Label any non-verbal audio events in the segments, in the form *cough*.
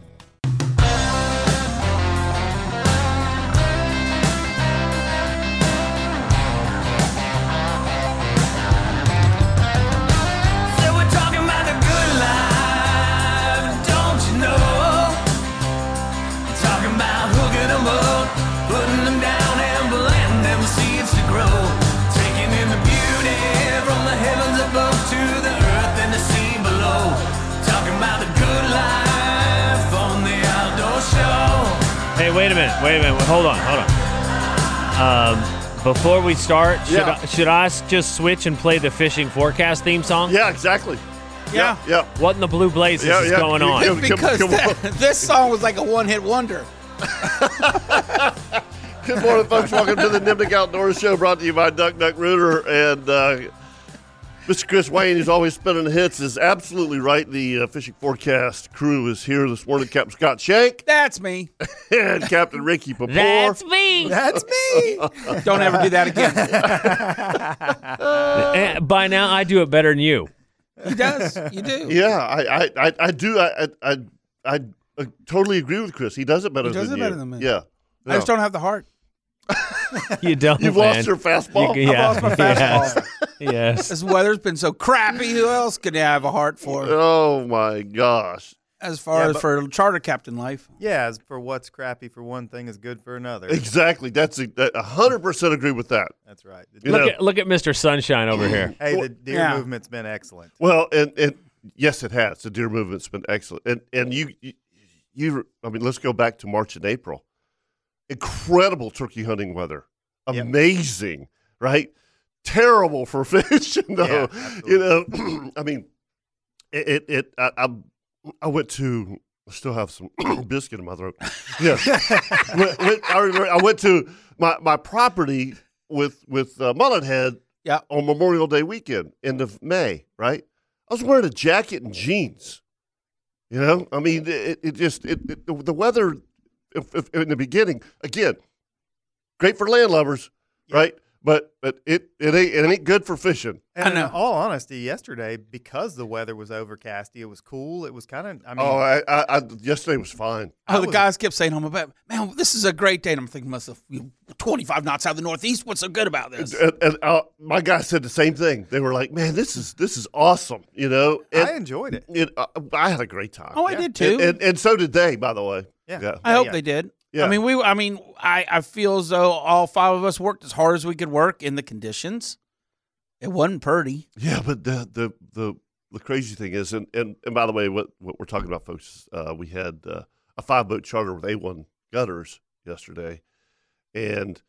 So we're talking about the good life, don't you know? Talking about hooking 'em up, putting them down and planting them seeds to grow. Taking in the beauty from the heavens above to the earth and the sea below. Talking about the good life on the outdoor show. Hey, wait a minute. Wait a minute. Hold on. Hold on. Um, before we start, should, Yeah. I, should I s- just switch and play the fishing forecast theme song? Yeah, exactly. Yeah. Yeah. What in the blue blazes Yeah, is yeah. going You- on? you- Because Come- come that- this song was like a one-hit wonder. Good morning, folks. Welcome to the Nimnik Outdoors Show, brought to you by Duck Duck Rooter and uh, Mr. Chris Wayne, who's always spinning the hits, is absolutely right. The uh, fishing forecast crew is here this morning. Captain Scott Shank That's me. *laughs* and Captain Ricky Papor. That's *laughs* me. That's me. Don't ever do that again. *laughs* Eh, By now, I do it better than you. *laughs* He does. You do. yeah, I, I, I, I do. I, I, I, I uh, totally agree with Chris. He does it better He than does it you. better than me. Yeah. I just don't have the heart. *laughs* You don't. You've man. lost your fastball. You- yeah. *laughs* Lost my fastball. Yes. This weather's been so crappy. Who else could I have a heart for? Oh my gosh! As far Yeah, as but- for charter captain life, Yeah, as for what's crappy for one thing is good for another. Exactly. That's a hundred percent agree with that. That's right. You know- Look at, look at Mr. Sunshine *laughs* over here. hey, the deer Yeah. movement's been excellent. Well, and and yes, it has. The deer movement's been excellent, and and you, you, you I mean, let's go back to March and April. Incredible turkey hunting weather, Yep. amazing, right? Terrible for *laughs* fishing though. Yeah, you know, *clears throat* I mean, it it, it I, I I went to. I still have some *clears throat* biscuit in my *laughs* throat. Yeah, Went- went- I remember I went to my, my property with with uh, Mullet Head Yeah. on Memorial Day weekend, end of May, right? I was wearing a jacket and jeans. You know, I mean, it, it just it, it- the- the weather if, if, in the beginning again, great for landlubbers, right? But but it it ain't it ain't good for fishing. And know. in all honesty, yesterday, because the weather was overcasty, it was cool. It was kind of, I mean, Oh, I, I, I yesterday was fine. oh, the was- guys kept saying, "I'm about man, this is a great day." And I'm thinking to myself, you- "25 knots out of the northeast. What's so good about this?" And, and uh, my guys said the same thing. They were like, "Man, this is this is awesome," you know. And I enjoyed it. it, I, I had a great time. Oh, I Yeah. did too. and, and, and so did they, by the way. Yeah. I hope yeah. they did. Yeah. I mean, we. I mean, I. I feel as though all five of us worked as hard as we could work in the conditions. It wasn't pretty. Yeah, but the the the, the crazy thing is, and, and and by the way, what what we're talking about, folks, uh, we had uh, a five boat charter with A one gutters yesterday, and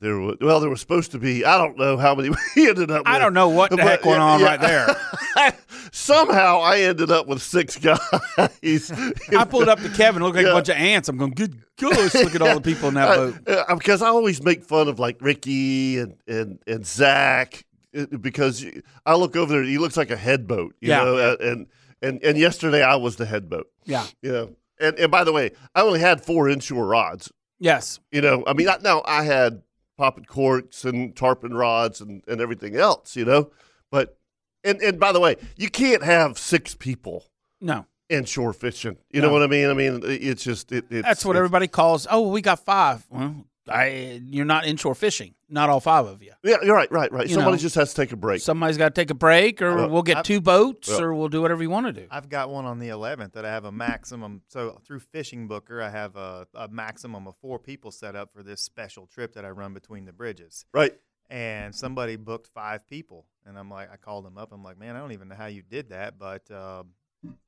there was well, there was supposed to be I don't know how many *laughs* we ended up. I with. don't know what the But, heck went yeah, on yeah. right there. Somehow I ended up with six *laughs* guys. I pulled up to Kevin, looked like Yeah. a bunch of ants. I'm going, good gosh, look at all the people in that boat. Uh, uh, because *laughs* I always make fun of like Ricky and and and Zach uh, because you- I look over there, he looks like a headboat, you Yeah. know. uh, And and and yesterday I was the headboat, Yeah. you know. And and by the way, I only had four inshore rods, Yes. you know. I mean, I, now I had popping corks and tarpon rods and and everything else, you know. But and and by the way, you can't have six people No. inshore fishing. You know No. what I mean? I mean, it- it's just it, it's, That's what it's- everybody calls. Oh, we got five. Well, I you're not inshore fishing. Not all five of you. *laughs* Yeah, you're right, right, right. You Somebody know. just has to take a break. Somebody's got to take a break, or Uh, we'll get I've- two boats, Yeah. or we'll do whatever you want to do. I've got one on the 11th that I have a maximum. So through Fishing Booker, I have a, a maximum of four people set up for this special trip that I run between the bridges. right. And somebody booked five people, and I'm like, I called him up. I'm like, man, I don't even know how you did that, but uh,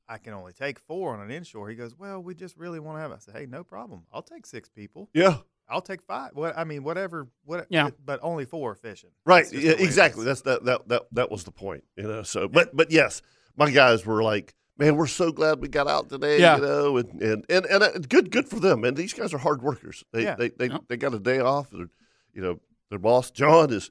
I can only take four on an inshore. He goes, well, we just really want to have. it." I said, hey, no problem. I'll take six people. Yeah. I'll take five. What I mean, whatever. What? Yeah. But only four fishing. Right. That's just Yeah, e the way it exactly. is. That's that, that that that was the point. You know. So, but but yes, my guys were like, man, we're so glad we got out today. Yeah. You know, and and and, and uh, good good for them. And these guys are hard workers. They Yeah. they they, Yep. they got a day off. They're, you know, their boss John is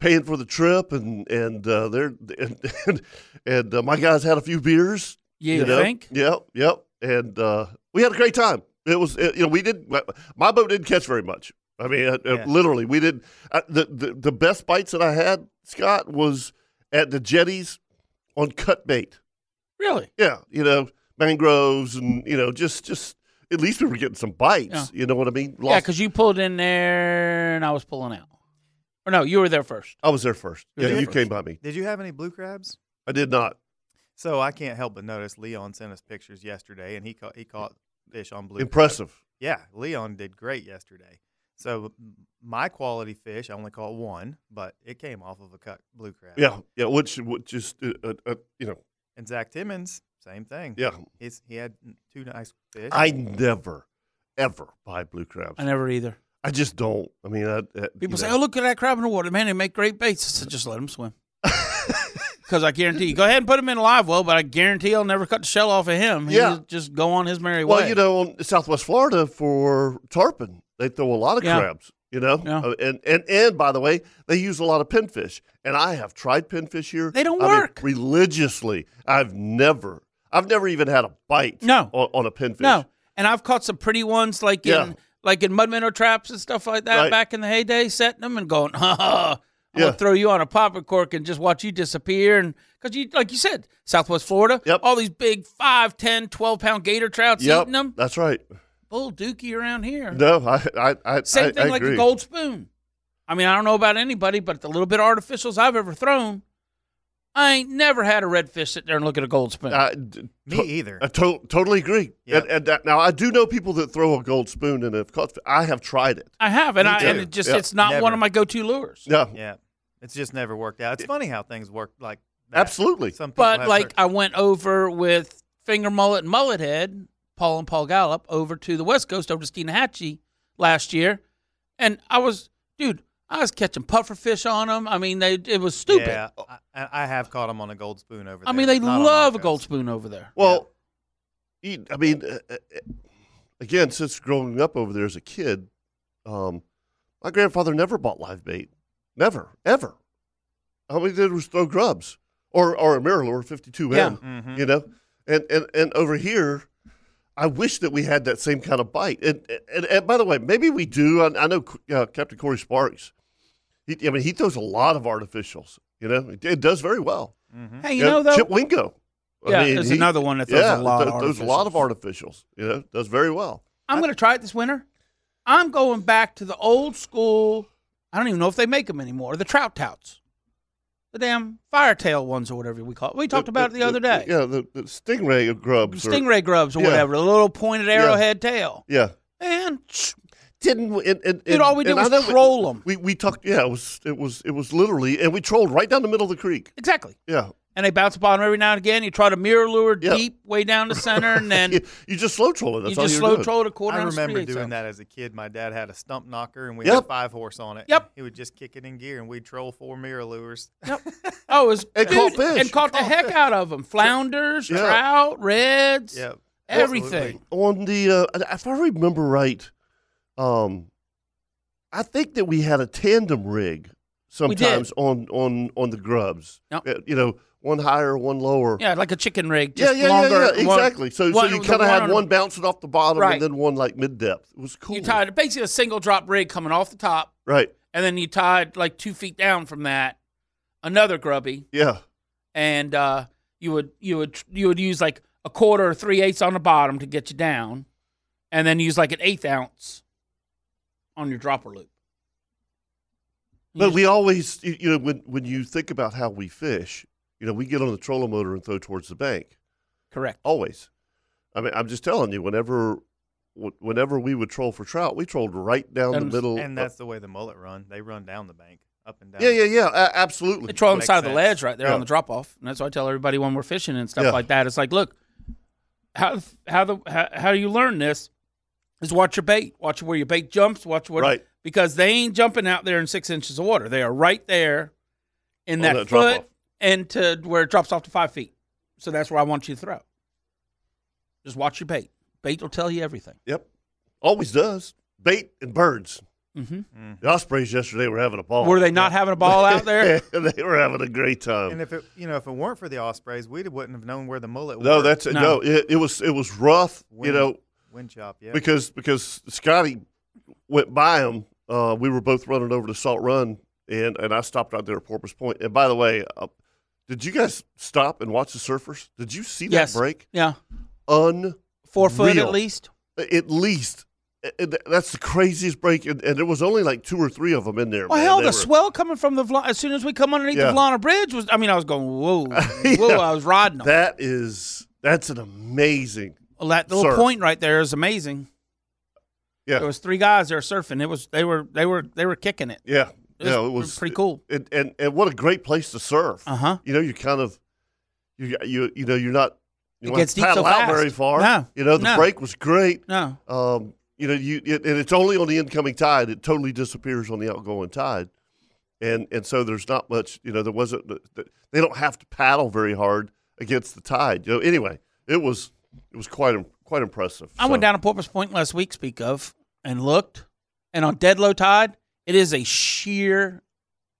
paying for the trip, and and uh, they're and and, and uh, my guys had a few beers. Yeah, you you know? think? Yep, yep. And uh, we had a great time. It was, it, you know, we did. not My boat didn't catch very much. I mean, uh, uh, Yeah. literally, we did. Uh, the, the the best bites that I had, Scott, was at the jetties on cut bait. Really? Yeah, you know, mangroves, and you know, just just at least we were getting some bites. Yeah. You know what I mean? Yeah, 'cause Yeah, Lost- because you pulled in there, and I was pulling out. Or no, you were there first. I was there first. You were Yeah, there you first. came by me. Did you have any blue crabs? I did not. So I can't help but notice Leon sent us pictures yesterday, and he caught he caught fish on blue. crab. Impressive. Yeah, Leon did great yesterday. So m- my quality fish, I only caught one, but it came off of a cut blue crab. Yeah, yeah. Which, which just uh, uh, uh, you know, And Zach Timmons, same thing. yeah. His, he had n- two nice fish. I never, ever buy blue crabs. I never either. I just don't. I mean, I, uh, I, People say, "Oh, look at that crab in the water, man! They make great baits." I said, "Just let them swim," *laughs* because I guarantee you. Go ahead and put him in a live well, but I guarantee I'll never cut the shell off of him. Yeah. He'll just go on his merry Well, way. you know, on Southwest Florida for tarpon, they throw a lot of Yeah. crabs. You know, Yeah. Uh, and and and by the way, they use a lot of pinfish. And I have tried pinfish here. They don't I mean, work. religiously. I've never, I've never even had a bite. No. on, on a pinfish. no, and I've caught some pretty ones, like Yeah. in like in mud minnow traps and stuff like that Right. back in the heyday, setting them and going, *laughs* "Ha ha." I'm Yeah. gonna throw you on a popping cork and just watch you disappear, and because you, like you said, Southwest Florida, Yep. all these big 5, 10, 12 pound gator trouts Yep, eating them, that's right. bull dookie around here. No, I, I, I Same I- thing I like agree. the gold spoon. I mean, I don't know about anybody, but the little bit of artificials I've ever thrown, I ain't never had a redfish sit there and look at a gold spoon. I d- Me to- either. I to- totally agree. Yeah. And, and that, now I do know people that throw a gold spoon and have caught. I have tried it. I have, and Me I and too. it just Yeah. it's not one Never. of my go-to lures. Yeah, yeah, it's just never worked out. It's funny how things work like that. absolutely. Some people But have like certain- I went over with finger mullet and mullet head, Paul and Paul Gallup, over to the West Coast over to Steenahatchee last year, and I was, dude, I was catching pufferfish on them. I mean, they it was stupid. Yeah, I, I have caught them on a gold spoon over there. I mean, they not on love a Marcos. gold spoon over there. Well, you- I mean, uh, uh, again, since growing up over there as a kid, um, my grandfather never bought live bait. Never, ever. All we did was throw grubs or, or a mirror lure, 52M, Mhm. you know? And, and, and over here, I wish that we had that same kind of bite. And, and, and by the way, maybe we do. I, I know uh, Captain Corey Sparks. He, I mean, he throws a lot of artificials. You know, it, it does very well. Hey, you Yeah, know though, Chip Wingo. Yeah, there's another one that throws a lot of th- throws a lot of artificials. You know, does very well. I'm going to try it this winter. I'm going back to the old school. I don't even know if they make them anymore. The trout touts, the damn firetail ones or whatever we call it. We talked about it the other day. Yeah, the, the stingray of grubs. are- Stingray grubs or Yeah. whatever, the little pointed arrowhead tail. yeah. And tch, Didn't we- and, and, Dude, and- all we did and I was know we- troll 'em. We we talked. Yeah, it was it was it was literally, and we trolled right down the middle of the creek. exactly. Yeah, And they bounce upon them every now and again. You try to mirror lure Yeah. deep way down the *laughs* center, and then you, you just slow troll it. That's you all just you're slow doing. troll it a quarter. I ounce remember free doing exhale. that as a kid. My dad had a stump knocker and we Yep. had five horse on it. Yep. He would just kick it in gear and we'd troll four mirror lures. Oh, it was And dude, caught fish. and caught the heck out of them. Flounders, Yeah. trout, reds, Yep. everything. on the. Uh, if I remember right, um, I think that we had a tandem rig did. sometimes on on on the grubs. Yep. Uh, You know, one higher, one lower. Yeah, like a chicken rig, just yeah, yeah, longer. yeah, yeah, one- exactly. so, one- so you the kind of had on the- one bouncing off the bottom Right. and then one like mid depth. It was cool. You tied basically a single drop rig coming off the top, Right. and then you tied like two feet down from that another grubby, Yeah. and uh, you would you would you would use like a quarter or three eighths on the bottom to get you down, and then use like an eighth ounce on your dropper loop. But we always, y- you know, when, when you think about how we fish, you know, we get on the trolling motor and throw towards the bank. Correct. Always. I mean, I'm just telling you, whenever wh- whenever we would troll for trout, we trolled right down the And- middle. And of- that's the way the mullet run. They run down the bank, up and down. yeah, yeah, yeah, a- absolutely. They troll on the Makes side of the sense. ledge right there Yeah. on the drop off, and that's why I tell everybody when we're fishing and stuff Yeah. like that. It's like, look, how how the how, how you learn this is watch your bait, watch where your bait jumps, watch what Right. because they ain't jumping out there in six inches of water. They are right there in On that, that drop-off. foot and to where it drops off to five feet. So that's where I want you to throw. Just watch your bait. Bait will tell you everything. Yep. Always does. Bait and birds. Mm-hmm. The Ospreys yesterday were having a ball. Were they not having a ball out there? *laughs* they were having a great time. And if it, you know, if it weren't for the ospreys, we wouldn't have known where the mullet. No, were. that's no. No. it, it was it was rough, you Wind- know, wind chop. Yeah, because because Scotty went by him. Uh, we were both running over to Salt Run, and and I stopped out there at Porpoise Point. And by the way, uh, did you guys stop and watch the surfers? Did you see that Yes. break? yeah, Un four foot Real. at least. at least. Uh, uh, th- That's the craziest break, and, and there was only like two or three of them in there. Well, man. hell, They the were- swell coming from the Vla- as soon as we come underneath Yeah. the Vlana Bridge was. I mean, I was *laughs* going whoa, Yeah. whoa. I was riding 'em. That, That is that's an amazing. little surf. point right there is amazing. Yeah. There was three guys there surfing. It was they were they were they were kicking it. Yeah, It yeah, was it was pretty cool. And, and and what a great place to surf. Uh huh. you know, you're kind of, you you you know, you're not. You It don't gets have to deep so paddle out fast. very far. No, you know the no. break was great. No, Um, you know, you it, and it's only on the incoming tide. It totally disappears on the outgoing tide, and and so there's not much. You know, there wasn't. They don't have to paddle very hard against the tide. You know, anyway, it was it was quite im- quite impressive. I went So, down to Porpoise Point last week. Speak of and looked, and on dead low tide, it is a sheer,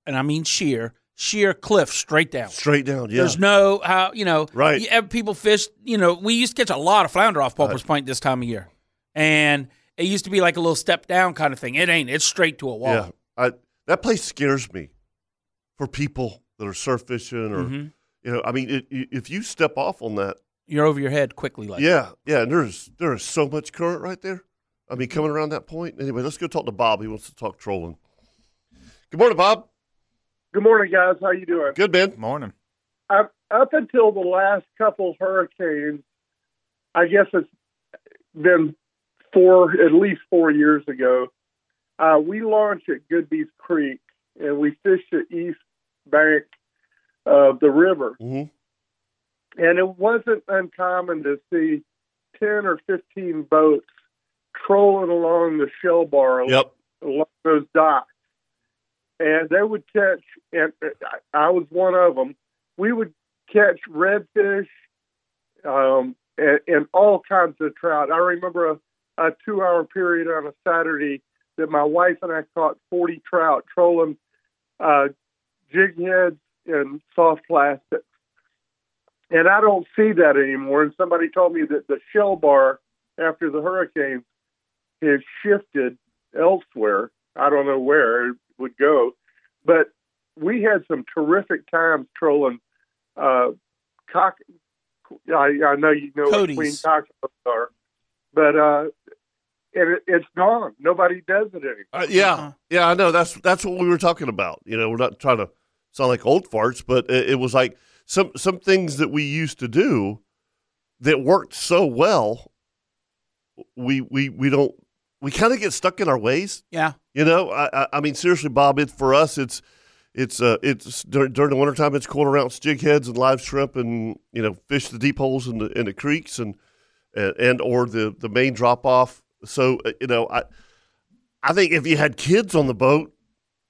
and I mean sheer, sheer cliff straight down. straight down. Yeah, There's no how you know Right. you- ev- people fish. You know, we used to catch a lot of flounder off Pulpers Point this time of year, and it used to be like a little step down kind of thing. It ain't. It's straight to a wall. yeah. I, that place scares me for people that are surf fishing or Mhm. you know. I mean, it, i- if you step off on that. You're over your head quickly. Like yeah, yeah. And there's there is so much current right there. I mean, coming around that point. Anyway, let's go talk to Bob. He wants to talk trolling. Good morning, Bob. Good morning, guys. How you doing? Good man. morning. Up, up until the last couple hurricanes, I guess it's been four, at least four years ago. Uh, we launched at Goodby's Creek and we fished the east bank of the river, hmm and it wasn't uncommon to see ten or fifteen boats trolling along the shell bar along Yep. along those docks, and they would catch. And I- I was one of them. We would catch redfish um, and, and all kinds of trout. I remember a, a two-hour period on a Saturday that my wife and I caught forty trout trolling uh, jig heads and soft plastics. And I don't see that anymore. And somebody told me that the shell bar after the hurricane has shifted elsewhere. I don't know where it would go, but we had some terrific times trolling uh, cock. I, I know you know Cody's. what queen cockroaches are, but uh, and it, it's gone. Nobody does it anymore. Uh, yeah, Uh-huh. Uh-uh. yeah. I know. That's that's what we were talking about. You know, we're not trying to sound like old farts, but it, it was like some some things that we used to do that worked so well. We we we don't we kind of get stuck in our ways. yeah. You know, I, I, I mean, seriously, Bob. It for us, it's it's uh, it's dur- during the wintertime, it's quarter ounce jig heads and live shrimp, and you know, fish the deep holes in the in the creeks and and, and or the the main drop off. So uh, you know, I I think if you had kids on the boat,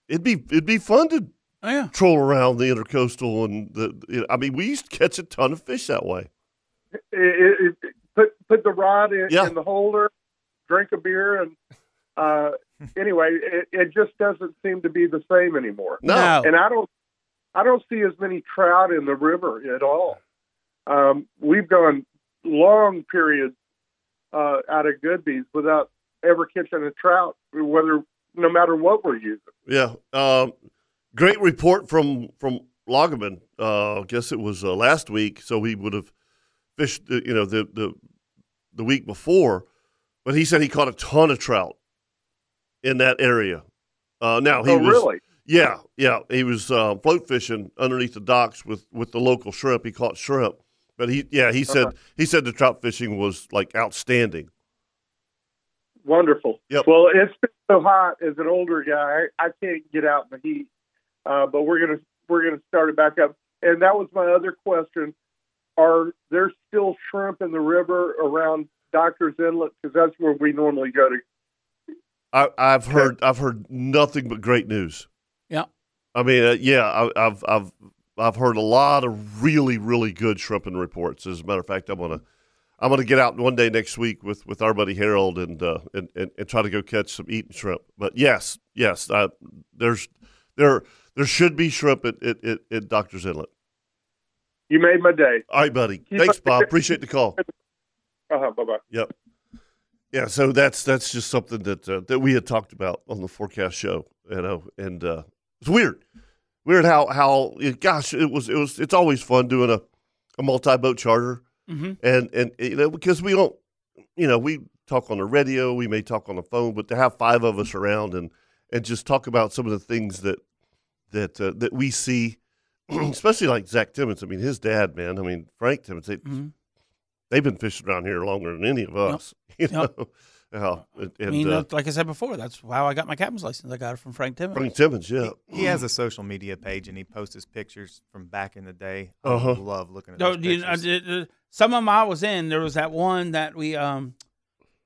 it'd be it'd be fun to Oh yeah. troll around the intercoastal and the. You know, I mean, we used to catch a ton of fish that way. it, it, it, put put the rod in, Yeah. in the holder, drink a beer, and *laughs* uh, anyway, it, it just doesn't seem to be the same anymore. No, No. And I don't I don't see as many trout in the river at all. Um, we've gone long periods uh, out of Goodby's without ever catching a trout, whether no matter what we're using. Yeah. Um, great report from from Loggeman. Uh, I guess it was uh, last week, so he would have fished, uh, you know, the, the the week before. But he said he caught a ton of trout in that area. Uh, now he oh, was really? yeah yeah he was uh, float fishing underneath the docks with with the local shrimp. He caught shrimp, but he yeah he Uh-huh. said he said the trout fishing was like outstanding. Wonderful. Yep. Well, it's been so hot as an older guy, I can't get out in the heat. Uh, but we're gonna we're gonna start it back up. And that was my other question: Are there still shrimp in the river around Doctor's Inlet? Because that's where we normally go to. I, I've heard I've heard nothing but great news. Yeah. I mean, uh, yeah, I, I've I've I've heard a lot of really really good shrimping reports. As a matter of fact, I'm gonna I'm gonna get out one day next week with, with our buddy Harold and, uh, and and and try to go catch some eating shrimp. But yes, yes, I, there's there there should be shrimp at at, at, at Doctor's Inlet. You made my day. All right, buddy. Keep up Thanks, the Bob. good- Appreciate the call. Uh-huh, bye bye. Yep. Yeah, so that's that's just something that uh, that we had talked about on the forecast show, you know, and uh, it's weird, weird how how gosh, it was it was it's always fun doing a, a multi boat charter, Mhm. and and you know because we don't, you know, we talk on the radio, we may talk on the phone, but to have five of us around and and just talk about some of the things that that uh, that we see, *clears throat* especially like Zach Timmons. I mean, his dad, man. I mean, Frank Timmons. They, Mhm. They've been fishing around here longer than any of us. *laughs* You know, Yeah, and, I and, mean, uh, that's- like I said before, that's how I got my captain's license. I got it from Frank Timmons. Mm-hmm. Frank Timmons. Yeah, He has a social media page and he posts his pictures from back in the day. I Uh-huh. love looking at No, those do you- I pictures. did- uh, some of them I was in. There was that one that we um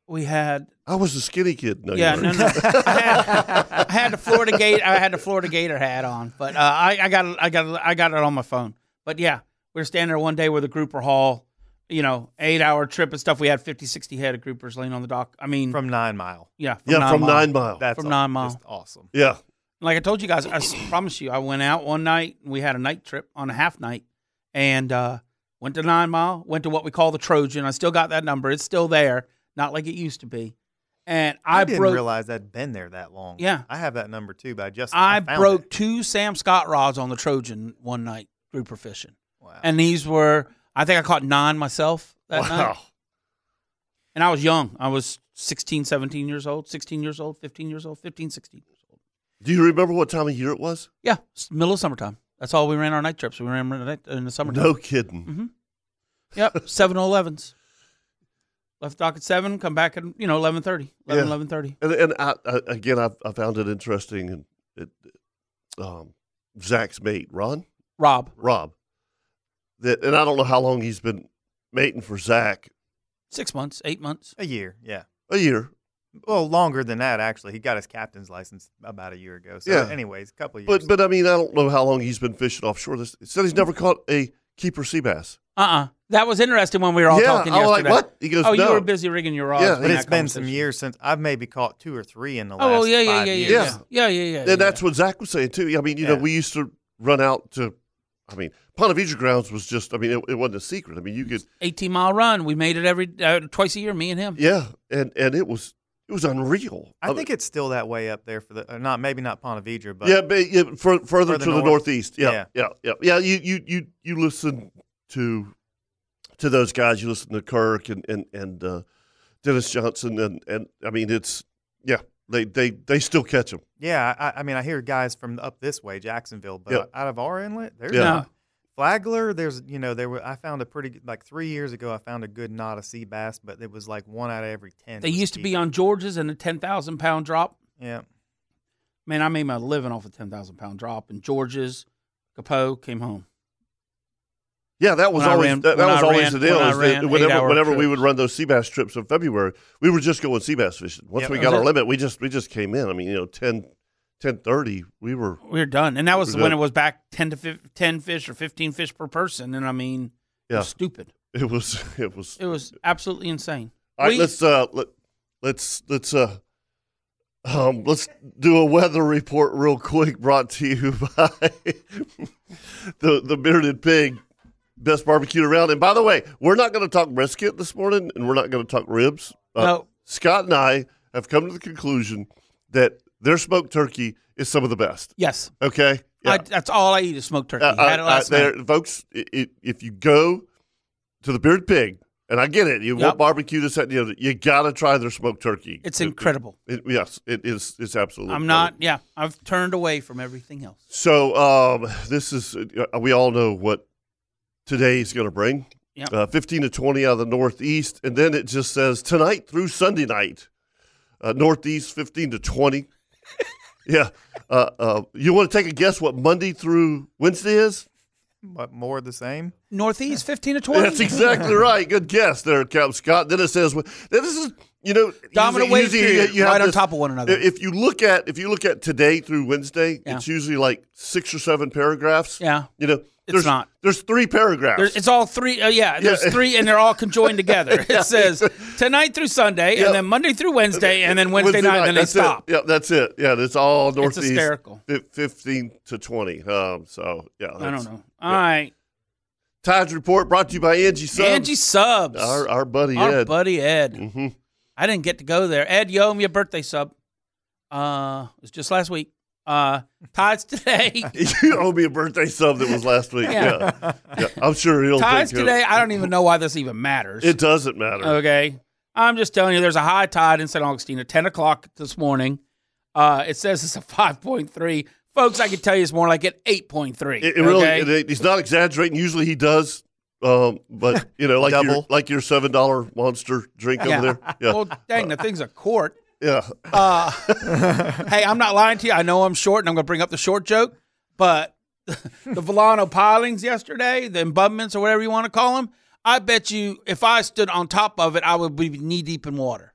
we had. I was a skinny kid. No, you yeah, weren't. no, no. I had, I had the Florida Gate. I had the Florida Gator hat on, but uh, I, I got I got I got it on my phone. But yeah, we were standing there one day with a grouper haul. You know, eight hour trip and stuff. We had 50, 60 head of groupers laying on the dock. I mean, from Nine Mile. yeah, from yeah, nine from miles. Nine Mile. That's From aw- Nine Mile. just awesome. yeah, like I told you guys, I s- *coughs* promise you, I went out one night. and We had a night trip on a half night, and uh, went to Nine Mile. Went to what we call the Trojan. I still got that number. It's still there, not like it used to be. And I, didn't broke, realize I'd been there that long. Yeah. I have that number too, but I just I, found broke it. two Sam Scott rods on the Trojan one night grouper fishing, Wow. and these were I think I caught nine myself that wow. night, and I was young. I was 16, 17 years old, 16 years old, 15 years old, 15, 16 years old. Do you remember what time of year it was? Yeah, s- middle of summertime. That's all we ran our night trips. We ran 'em in the night- in the summertime. No kidding. Yep, seven elevens. Left dock at seven. Come back at you know eleven thirty. Eleven Yeah. eleven thirty. And, and I, I, again, I, I found it interesting. And it, um, Zach's mate, Ron, Rob, Rob, that, and I don't know how long he's been mating for Zach. six months, eight months. a year, yeah. A year, Well, longer than that actually. He got his captain's license about a year ago. So, Yeah. anyways, a couple of years. but but I mean, I don't know how long he's been fishing offshore. This it said he's never caught a keeper sea bass. Uh uh That was interesting when we were all yeah, talking I was yesterday. like, what? He goes, Oh, no. you were busy rigging your rods. Yeah, when but in it's that been some conversation- years since I've maybe caught two or three in the last Oh yeah, yeah, five yeah, yeah, years. yeah, yeah, yeah, yeah. yeah. And that's what Zach was saying too. I mean, you know, Yeah. we used to run out to. I mean, Ponte Vedra grounds was just. I mean, it, it wasn't a secret. I mean, you could. eighteen mile run. We made it every uh, twice a year. Me and him. Yeah, and and it was it was unreal. I think it's still that way up there for the or not maybe not Ponte Vedra, but yeah, but yeah, fur, further Further to the north. northeast. Yeah, yeah, yeah, Yeah. yeah. you you you you listen to to those guys. You listen to Kirk and and and uh, Dennis Johnson, and and I mean, it's yeah. They they they still catch them. Yeah, I, I mean, I hear guys from up this way, Jacksonville, but Yep. out of our inlet, there's Yeah. not. Flagler, there's you know there were I found a pretty good- like three years ago I found a good knot of sea bass, but it was like one out of every ten. They was used to be keeper. on George's and a ten thousand pound drop. Yeah, Man, I made my living off a ten thousand pound drop. And George's, Capo came home. Yeah, that was When I always ran- that, that when I was always ran- the deal. when I is that ran whenever eight-hour whenever we would trips. run those sea bass trips in February, we were just going sea bass fishing. Once Yep. we That got was our it. limit, we just we just came in. I mean, you know, 10, 10.30, we were we were done. And that was We're when done. it was back 10 to 15, 10 fish or 15 fish per person. And I mean, it yeah. was stupid. It was *laughs* it was. It was absolutely insane. All right, we- let's uh let, let's let's uh um let's do a weather report real quick. Brought to you *laughs* by the the bearded pig. Best barbecue around. And by the way, we're not going to talk brisket this morning, and we're not going to talk ribs. Uh, no, Scott and I have come to the conclusion that their smoked turkey is some of the best. yes. Okay, I, that's all I eat is smoked turkey. Uh, Had it uh, last uh, night. there- folks. i- i- if you go to the Beard Pig And I get it. You Yep. want barbecue, this, that, and the other. You got to try their smoked turkey. It's It- incredible. it- yes, it is. It's absolutely. I'm not. Yeah, I've turned away from everything else. So um, this is uh, we all know what today is going to bring. Yep. Uh, 15 to 20 out of the northeast, and then it just says tonight through Sunday night, uh, northeast 15 to *laughs* 20. yeah. Uh, uh, you want to take a guess what Monday through Wednesday is? But more of the same. Northeast 15 to 20. That's exactly right. Good guess there, Captain Scott. Then it says well, this is you know usually- Dominant wave usually period, have right on top of one another. If you look at if you look at today through Wednesday, Yeah. it's usually like six or seven paragraphs. Yeah. You know, there's not. There's three paragraphs. There's, it's all three. Uh, yeah, there's Yeah. three, and they're all *laughs* conjoined together. It says tonight through Sunday, Yeah. and then Monday through Wednesday, and then Wednesday, night, and then they that's it. stop. Yeah, that's it. Yeah, that's all northeast. hysterical. fif- Fifteen to twenty. Um, so yeah, I that's- don't know. All right, Tides report brought to you by Angie Subs. Angie subs. our our buddy Our Ed. buddy Ed. hmm I didn't get to go there. Ed, you owe me a birthday sub. Uh, it was just last week. Uh, *laughs* Tides today. *laughs* you owe me a birthday sub that was last week. Yeah. Yeah, Yeah. I'm sure he'll. Tides think he'll- today. I don't even know why this even matters. It doesn't matter. Okay. I'm just telling you, there's a high tide in St. Augustine at 10 o'clock this morning. Uh, it says it's a 5.3. Folks, I can tell you it's more like an 8.3. It, it really, okay? it, it- he's not exaggerating. Usually he does, um, but you know, like your, Double. like your seven dollar monster drink Yeah. *laughs* over there. Yeah, Well, dang, the thing's a quart. yeah. Uh, *laughs* hey, I'm not lying to you. I know I'm short, and I'm going to bring up the short joke, but *laughs* the Volano pilings yesterday, the embutments or whatever you want to call them, I bet you if I stood on top of it, I would be knee deep in water.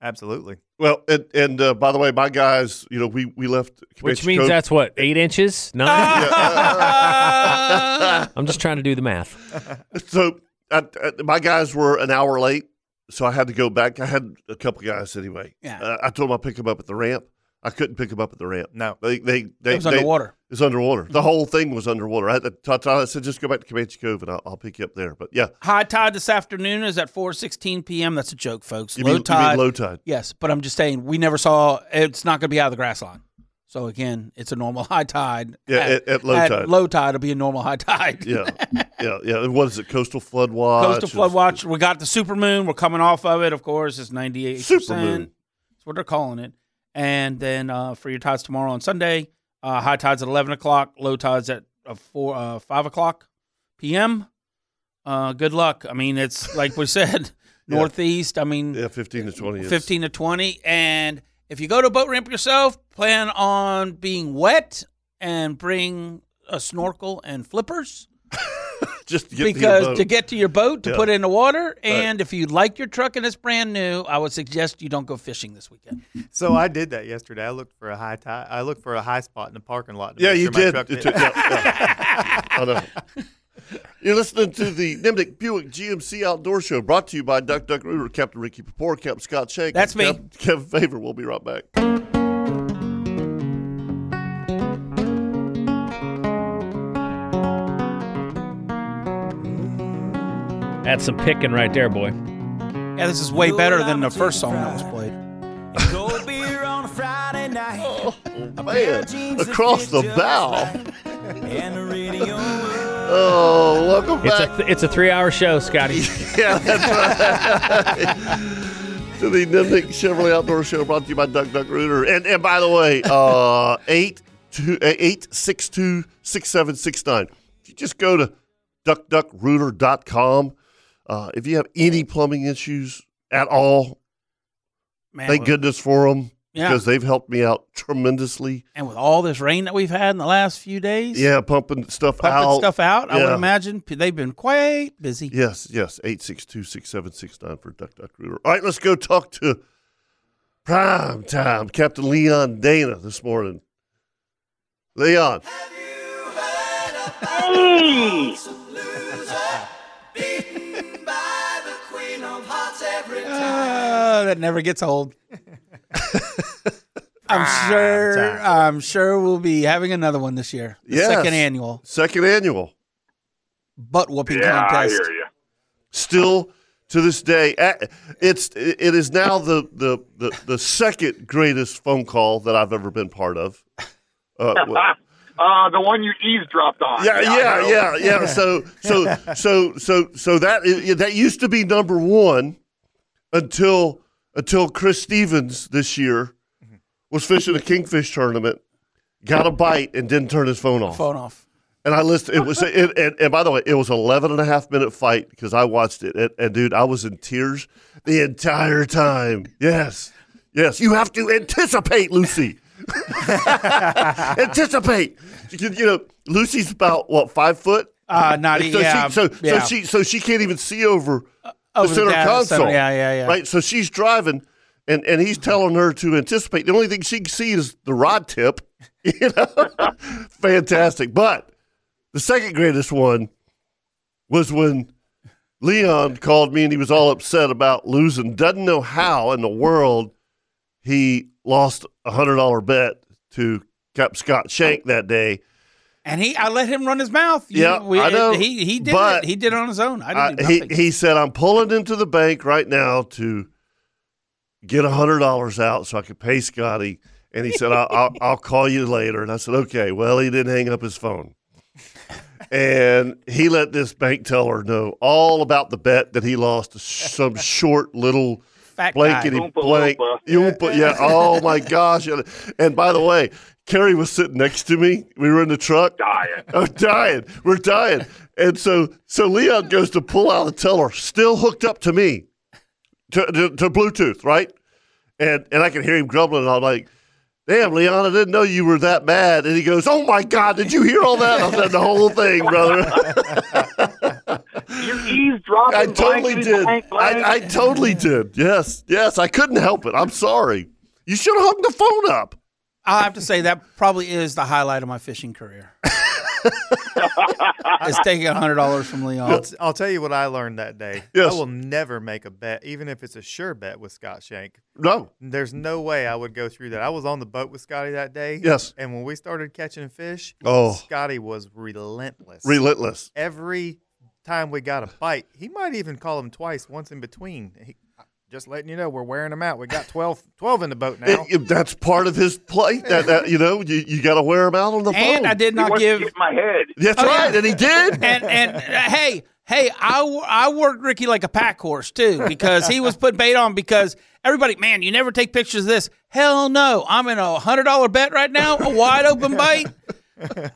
Absolutely. Well, and and uh, by the way, my guys, you know, we we left, Which Comanche means Cove- that's what eight *laughs* inches. *laughs* *laughs* *laughs* Nine. Uh, *laughs* I'm just trying to do the math. so. I, I, my guys were an hour late, so I had to go back. I had a couple guys anyway. Yeah. Uh, I told them I'd pick them up at the ramp. I couldn't pick them up at the ramp. No. They they they it was they- underwater. Mm-hmm. It's underwater. The whole thing was underwater. I, had to- Tata- I said, just go back to Comanche Cove and I'll, I'll pick you up there. But yeah, High tide this afternoon is at 4:16 p.m. That's a joke, folks. you low mean, you tide. mean low tide. yes, but I'm just saying we never saw. It's not going to be out of the grass line. So again, it's a normal *laughs* high tide. Yeah, at- at low tide. Low tide will be a normal high tide. *laughs* yeah, yeah, yeah. And What is it? Coastal flood watch. Coastal is- flood watch. We got the super moon. We're coming off of it. Of course, it's 98. Supermoon. That's what they're calling it. And then uh, for your tides tomorrow on Sunday, uh, high tides at 11 o'clock, low tides at uh, four, uh, 5 o'clock p.m. Uh, good luck. I mean, it's like we said, *laughs* Yeah. northeast. I mean, Yeah, fifteen to twenty. Is, 15 to 20. And if you go to a boat ramp yourself, plan on being wet and bring a snorkel and flippers *laughs* Just to get me a because boat. to get to your boat to Yeah. put in the water. And if you like your truck and it's brand new, I would suggest you don't go fishing this weekend. So I did that yesterday. I looked for a high tide. I looked for a high spot in the parking lot. to Yeah, make you sure my did. truck It didn't- took- yeah, *laughs* yeah. I know. You're listening to the Nimnik Buick GMC Outdoor Show brought to you by Duck Duck Rooter, Captain Ricky Papore, Captain Scott Shank. That's and me. Cap- Kevin Favor. We'll be right back. That's some picking right there, boy. Yeah, this is way better than the first song that was played. Cold beer on a Friday night. Man, across the bow. And the radio works. *laughs* Oh, welcome It's back. a it's a three hour show, *laughs* Scotty. yeah, that's right. to the Nimnik Chevrolet Outdoor Show brought to you by Duck Duck Rooter. And and by the way, *laughs* uh, eight two uh, eight six two six seven six nine. If you just go to duckduckrooter.com, uh, if you have any plumbing issues at all, Man, thank with- goodness for them Yeah. because they've helped me out tremendously. And with all this rain that we've had in the last few days, Yeah, pumping stuff pumping out. stuff out, I would Yeah. imagine p- they've been quite busy. Yes, yes. 862-6769 for Duck Duck Rooter. All right, let's go talk to prime time Captain Leon Dana this morning. Leon, *laughs* Hey! Uh, that never *laughs* gets old. I'm sure. I'm sure we'll be having another one this year. The Yes. Second annual second annual, butt whooping Yeah, I contest. hear you. still to this day, a- it's it is now the the the, *laughs* the second greatest phone call that I've ever been part of. Uh, wh- Ah, the one you eavesdropped on. Yeah, yeah, yeah, yeah. *laughs* So, *laughs* so, so, so, so that i- that used to be number one until until Chris Stevens this year was fishing a kingfish tournament, got a bite, and didn't turn his phone off. Phone off. And I listened. It was it, and, and by the way, it was an 11 and a half minute fight because I watched it. And, and dude, I was in tears the entire time. Yes, yes. You have to anticipate, Lucy. *laughs* anticipate. You, you know, Lucy's about what five foot. Uh, not And so yeah, She, so, yeah. so she so she can't even see over, Over the Oh, the center data console. center. Yeah, yeah, yeah. Right. So she's driving, and and he's telling her to anticipate. The only thing she can see is the rod tip. *laughs* You know, fantastic. But the second greatest one was when Leon called me and he was all upset about losing. Doesn't know how in the world he lost a hundred dollar bet to Cap Scott Shank that day. And he, I let him run his mouth. You- Yeah, we- I know, He he did but it. He did it on his own. I I, didn't do he, nothing. he said, I'm pulling into the bank right now to get $100 out so I can pay Scotty. And he said, I'll, I'll, I'll call you later. And I said, okay. Well, he didn't hang up his phone. And he let this bank teller know all about the bet that he lost to *laughs* some short little Fat guy. blankety Oompa blank. Loompa. Oompa- *laughs* yeah. Oh my gosh. And, and by the way, Kerry was sitting next to me. We were in the truck. Dying. I'm dying. We're dying. And so so Leon goes to pull out a teller, still hooked up to me, to, to, to Bluetooth, right? And and I can hear him grumbling. And I'm like, damn, Leon, I didn't know you were that mad. And he goes, oh my God, did you hear all that? I said, the whole thing, brother. You eavesdropping. I totally blankety did. blank, blank. I, I totally did. Yes, yes. I couldn't help it. I'm sorry. You should have hung the phone up. I have to say that probably is the highlight of my fishing career. it's taking hundred dollars from I'll, Leon. t- I'll tell you what I learned that day. Yes. I will never make a bet, even if it's a sure bet with Scott Shank. No. There's no way I would go through that. I was on the boat with Scotty that day. Yes. And when we started catching fish, Oh. Scotty was relentless. Relentless. Every time we got a bite, he might even call him twice, once in between. He, just letting you know, we're wearing him out. We got 12, 12 in the boat *laughs* now. It- it- that's part of his play. That, that you know, you, you got to wear him out on the And phone. I did He not wants to give. get in my head. That's Oh, right, yeah. and he did. *laughs* And and uh, hey hey, I wo- I worked Ricky like a pack horse too because he was put bait on because everybody man, you never take pictures of this. Hell no, I'm in a hundred dollar bet right now, a wide open bite.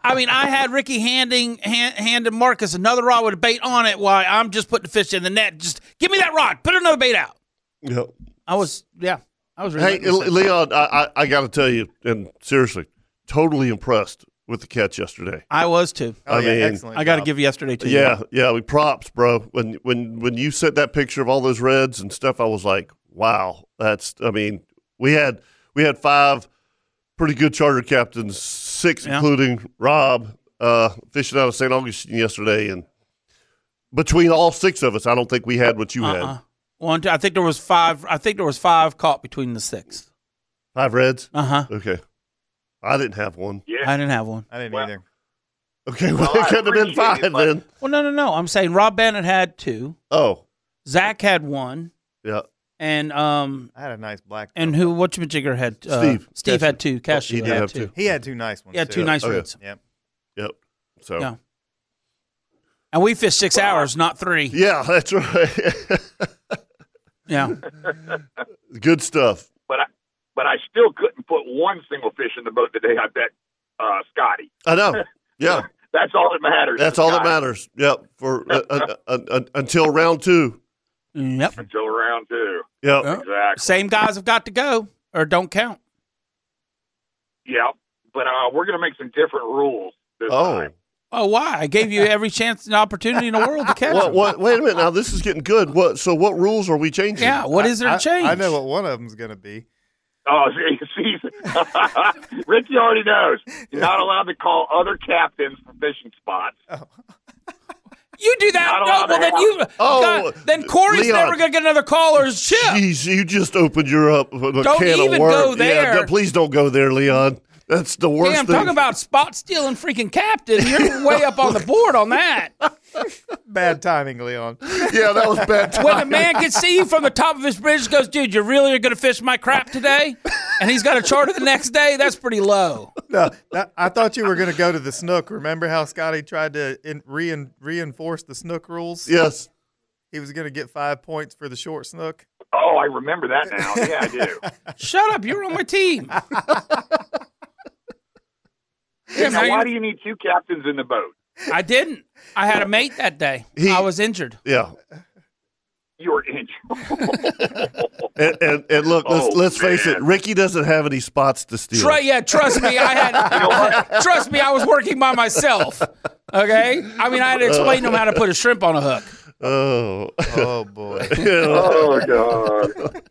I mean, I had Ricky handing hand, handed Marcus another rod with a bait on it. While I'm just putting the fish in the net. Just give me that rod. Put another bait out. Yeah. I was yeah. I was Hey, relentless. Le- Leon, I, I, I got to tell you, and seriously, totally impressed with the catch yesterday. I was too. oh, I yeah, mean- excellent. I got to job. give yesterday to you. Yeah, yeah, we props, bro. When when when you sent that picture of all those reds and stuff, I was like, wow, that's. I mean, we had we had five pretty good charter captains, six Yeah. including Rob, uh, fishing out of St. Augustine yesterday, and between all six of us, I don't think we had what you Uh-uh. had. One, two, I think there was five. I think there was five caught between the six. Five reds. Uh huh. Okay, I didn't have one. Yeah. I didn't have one. I didn't Well- either. Okay, *laughs* well, Well, it I couldn't have been appreciate five it, but- then. Well, no, no, no. I'm saying Rob Bennett had two. Oh, Zach had one, yeah. and um, I had a nice black. and who? What you jigger had? Uh, Steve. Steve Cashew. had two. Cash. he did had have two. two. He had two nice ones. He had two too. nice Okay. reds, Yep. Yep. So Yeah. and we fished six hours, not three. yeah, that's right. Yeah. Good stuff. But I, but I still couldn't put one single fish in the boat today. I bet uh, Scotty. I know. Yeah, *laughs* That's all that matters. that's is all that Scotty matters. Yep. For uh, uh, uh, uh, until round two. Yep. Until round two. Yep. Yeah. Exactly. Same guys have got to go or don't count. Yeah. But uh, we're going to make some different rules this Oh, time. Oh, why? I gave you every chance *laughs* and opportunity in the world to catch what, 'em. what? Wait a minute. Now this is getting good. What? So what rules are we changing? Yeah. What I- is there I- to change? I know what one of them's going to be. Oh, *laughs* see, see *laughs* Ricky already knows. You're not allowed to call other captains for fishing spots. *laughs* You do that. I don't No, know well, that. then you. Oh, God, then Corey's Leon. never gonna get another call or his chip. Jeez, you just opened your up a Don't can of even worms. go Yeah, there. no, please don't go there, Leon. That's the worst Damn, thing. talking about spot stealing, freaking captain. You're way up on the board on that. Bad timing, Leon. *laughs* *laughs* yeah, that was bad. *laughs* When the man can see you from the top of his bridge, goes, dude, you really are gonna fish my crap today. and he's got a charter the next day. That's pretty low. *laughs* No, that- I thought you were going to go to the snook. Remember how Scotty tried to in, rein, reinforce the snook rules? Yes. He was going to get five points for the short snook. *laughs* Oh, I remember that now. Yeah, I do. Shut up. You're on *laughs* my team. Damn, how Now, you- why do you need two captains in the boat? I didn't. I had a mate that day. He- I was injured. Yeah. You're in. And and, and look, let's Oh, let's face it, man. Ricky doesn't have any spots to steal. Tru- yeah, trust me, I *laughs* had. trust me, I was working by myself. Okay, I mean, I had to explain to him how to put a shrimp on a hook. Oh. *laughs* Oh, boy. oh *laughs* god.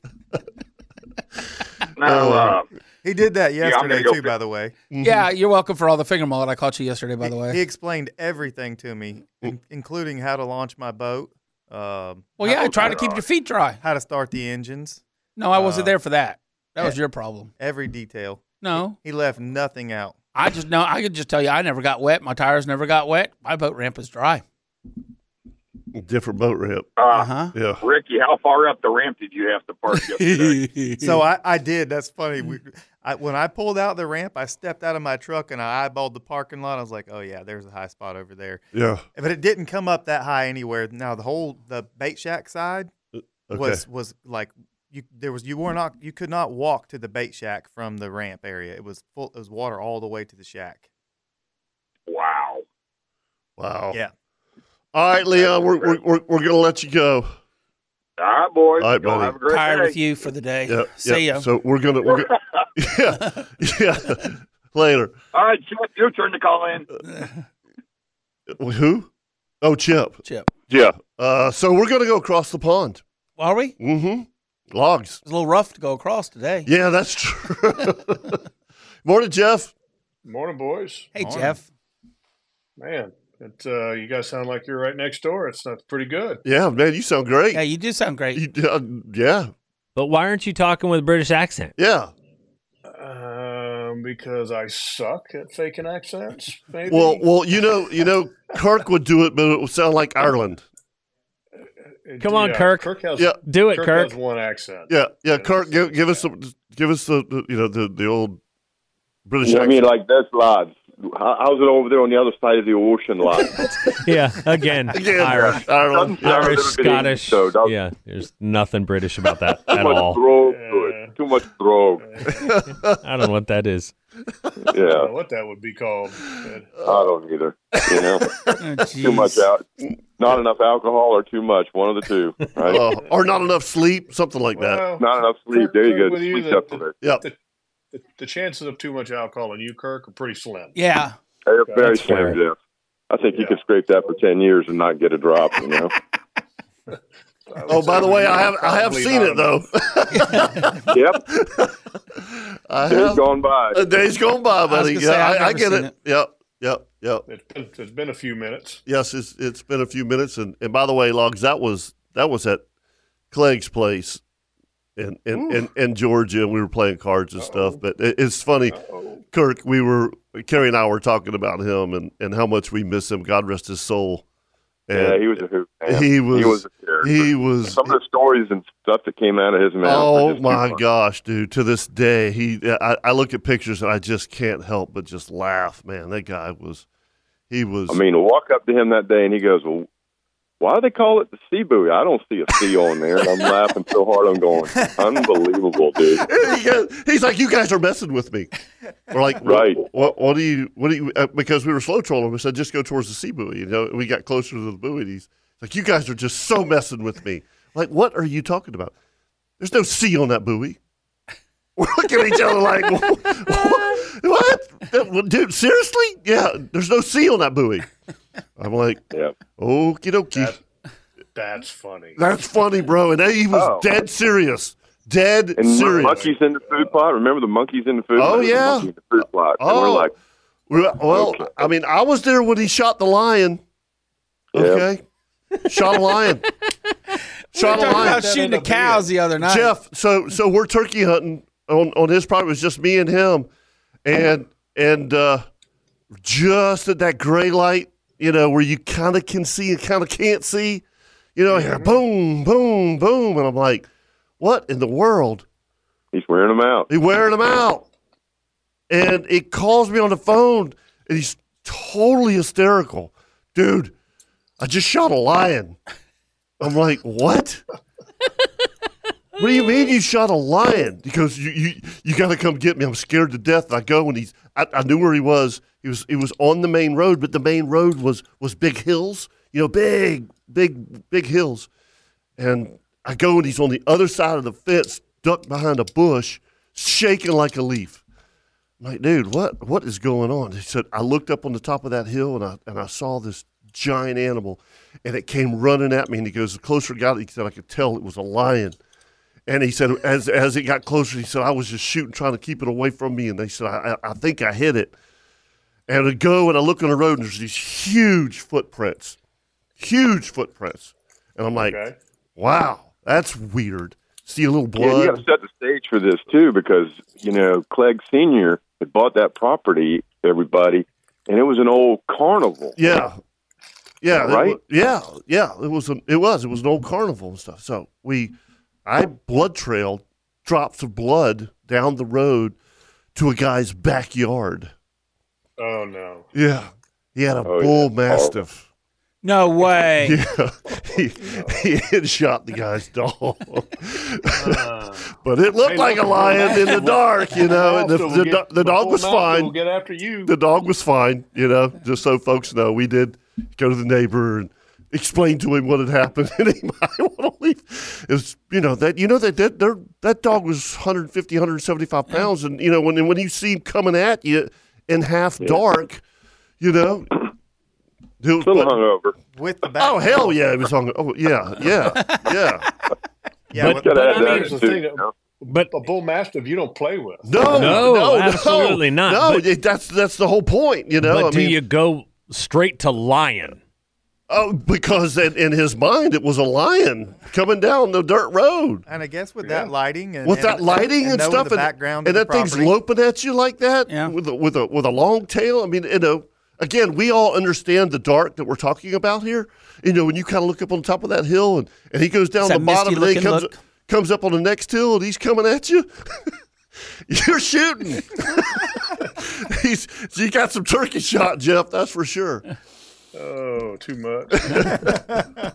Now, uh, Oh, he did that I'm gonna yesterday, go too, pick- by the way. Mm-hmm. Yeah, you're welcome for all the finger mullet I caught you yesterday. Mm-hmm. By the He way, explained everything to me, in- including how to launch my boat, um, well, yeah, I tried to keep your feet dry. how to start the engines, Uh, e No, I wasn't there for that. That was your problem. every detail. No, He left nothing out. I just know. I could just tell you, I never got wet. My tires never got wet. My boat ramp is dry. Different boat ramp. uh, Uh huh. Yeah. Ricky, how far up the ramp did you have to park yesterday? *laughs* So I, I did. That's funny. We, I, when I pulled out the ramp, I stepped out of my truck and I eyeballed the parking lot. I was like, oh, yeah, there's a high spot over there. Yeah. But it didn't come up that high anywhere. Now the whole the bait shack side Uh, Okay. was was like you there was you were not you could not walk to the bait shack from the ramp area. It was full it was water all the way to the shack. wow. wow. Yeah. All right, Leon, we're we're, we're, we're gonna let you go. All right, boys. All right, Y'all buddy. have a great Tired day. with you for the day. Yeah. See yeah. ya. So we're gonna we're *laughs* gonna Yeah. Yeah. Later. All right, Chip, your turn to call in. Who? Oh, Chip. Chip, Yeah. Uh, so we're gonna go across the pond. are we? It's Mm-hmm. Logs. a little rough to go across today. Yeah, that's true. Morning, Jeff. Morning, boys. Hey, Jeff. Man, it, uh, you guys sound like you're right next door. It's not pretty good. Yeah, man, you sound great. Yeah, you do sound great. You- uh, yeah, But why aren't you talking with a British accent? yeah. *laughs* Um, because I suck at faking accents. Maybe. Well, well, you know, you know, Kirk would do it, but it would sound like Ireland. It- Come on, Uh, yeah, Kirk. Kirk has Yeah. Do it, Kirk, Kirk. has one accent. *laughs* Yeah, yeah. Kirk, give, give us some, give us the, the- you know, the the old British You know what I mean? accent. Like this, lads. How- How's it over there on the other side of the ocean, lads? Yeah, again, Yeah, Irish. Ireland. Doesn't- Irish, Everybody- Scottish. so that's- yeah, there's nothing British *laughs* about that at Too much all. brogue to it. Too much brogue. I don't know what that *laughs* is. I don't know Yeah, what that would be called. but- I don't either. You know, Oh, Oh, too much Jeez. out, not enough alcohol or too much. One of the two. *laughs* Right? Uh, or not enough sleep, something like that. Well, not enough sleep. Kirk, There Kirk, you go. with you, Sleep the- deficit. Yeah, the, the chances of too much alcohol in you, Kirk, are pretty slim. Yeah. They're Very That's fair. slim, Jeff. I think you Yeah. could scrape that for ten years and not get a drop. You know, I would Oh, by say the way, you're I have I have probably seen not it a- though. yep, *laughs* I days have. gone by. A day's Uh, gone by, was buddy. gonna yeah, say, I've I, I never get seen it. Yep, yep, yep. It's been, it's been a few minutes. Yes, it's it's been a few minutes, and, and by the way, logs that was that was at Clegg's place in in, in, in Georgia, and we were playing cards and stuff. But it, it's funny, Kirk. We were Kerry and I were talking about him and, and how much we miss him. God rest his soul. And Yeah, he was a hoot. Man. he was- He was. A character. he was- Some of the stories and stuff that came out of his mouth. were Oh just too my funny. gosh, dude! To this day, he I, I look at pictures and I just can't help but just laugh. Man, that guy was he was. I mean, walk up to him that day and he goes, "Well, why do they call it the sea buoy? I don't see a sea on there." And I'm laughing so hard, I'm going, "Unbelievable, dude!" *laughs* He goes- he's like, you guys are messing with me. We're like, what- Right. What, what do you? What do you? Uh, because we were slow trolling. We said just go towards the sea buoy. You know, we got closer to the buoy. And he's like, you guys are just so messing with me. Like, what are you talking about? There's no sea on that buoy. *laughs* We're looking at each other like, *laughs* what? what? That- well, dude, seriously? Yeah, there's no sea on that buoy. I'm *laughs* like, Yeah, okie dokie. That, that's funny. That's funny, bro. And he was Oh. dead serious. Dead and the *laughs* serious. monkeys in the food plot. Remember the monkeys in the food? Oh, There was a yeah. monkey in the food plot. And Oh. we're like, Well, well, Okay. I mean, I was there when he shot the lion. Yeah. Okay, shot a *laughs* lion. shot a I lion. was shooting the cows the other night. Jeff, so so we're turkey hunting on on his property. It was just me and him, and and uh, just at that gray light, you know, where you kind of can see and kind of can't see, you know, I hear boom, boom, boom, and I'm like, what in the world He's wearing them out. He wearing them out. And he calls me on the phone and he's totally hysterical. Dude, I just shot a lion. I'm like, what? what do you mean you shot a lion? He goes, you, you, you got to come get me. I'm scared to death. I go and he's, I, I knew where he was. He was, he was on the main road, but the main road was, was big hills, you know, big, big, big hills. And I go and he's on the other side of the fence, ducked behind a bush, shaking like a leaf. I'm like, dude, what what is going on? He said, I looked up on the top of that hill and I and I saw this giant animal and it came running at me and he goes, the closer it got, he said I could tell it was a lion. And he said, as as it got closer, he said, I was just shooting, trying to keep it away from me. And they said, I, I I think I hit it. And I go and I look on the road and there's these huge footprints. Huge footprints. And I'm like, wow, that's weird. See a little Yeah, blood. you got to set the stage for this too, because you know Clegg Senior had bought that property, everybody, and it was an old carnival. Yeah. Yeah. it Right? wa- yeah. Yeah. It was, an, it was, it was an old carnival and stuff. So we, I blood trailed drops of blood down the road to a guy's backyard. Oh no. Yeah. He had a Oh, yeah. bull mastiff. No way. *laughs* Yeah. He, he had shot the guy's dog. *laughs* but it looked Ah. Hey, like a Malcolm, lion in the Malcolm, dark, you know, and the, Malcolm the, will do- get- the dog before was Malcolm fine. will get after you. The dog was fine, you know, just so folks know. We did go to the neighbor and explain to him what had happened, *laughs* and he might want to leave. It was, you know, that you know that that their, that dog was 150, 175 pounds, and you know when when you see him coming at you in half dark, you know, it was, Still hungover. With the oh hell yeah, he was hung. Oh yeah, yeah, *laughs* yeah. Yeah, But- but I mean- here's the thing. But a bull mastiff, you don't play with. No, No, no, no, absolutely not. No, But- that's that's the whole point, you know. but I do mean, you go straight to lion? Oh, because in, in his mind it was a lion coming down the dirt road And I guess with that lighting and with and- that lighting and, knowing stuff, the and, background, and of that the thing's property, loping at you like that with a, with a with a long tail. I mean, you know, again, we all understand the dark that we're talking about here. You know, when you kind of look up on top of that hill and, and he goes down It's the that bottom and then he misty-looking comes look. comes up on the next hill and he's coming at you. *laughs* You're shooting. *laughs* he's so you got some turkey shot, Jeff. That's for sure. Oh, too much. *laughs* *laughs*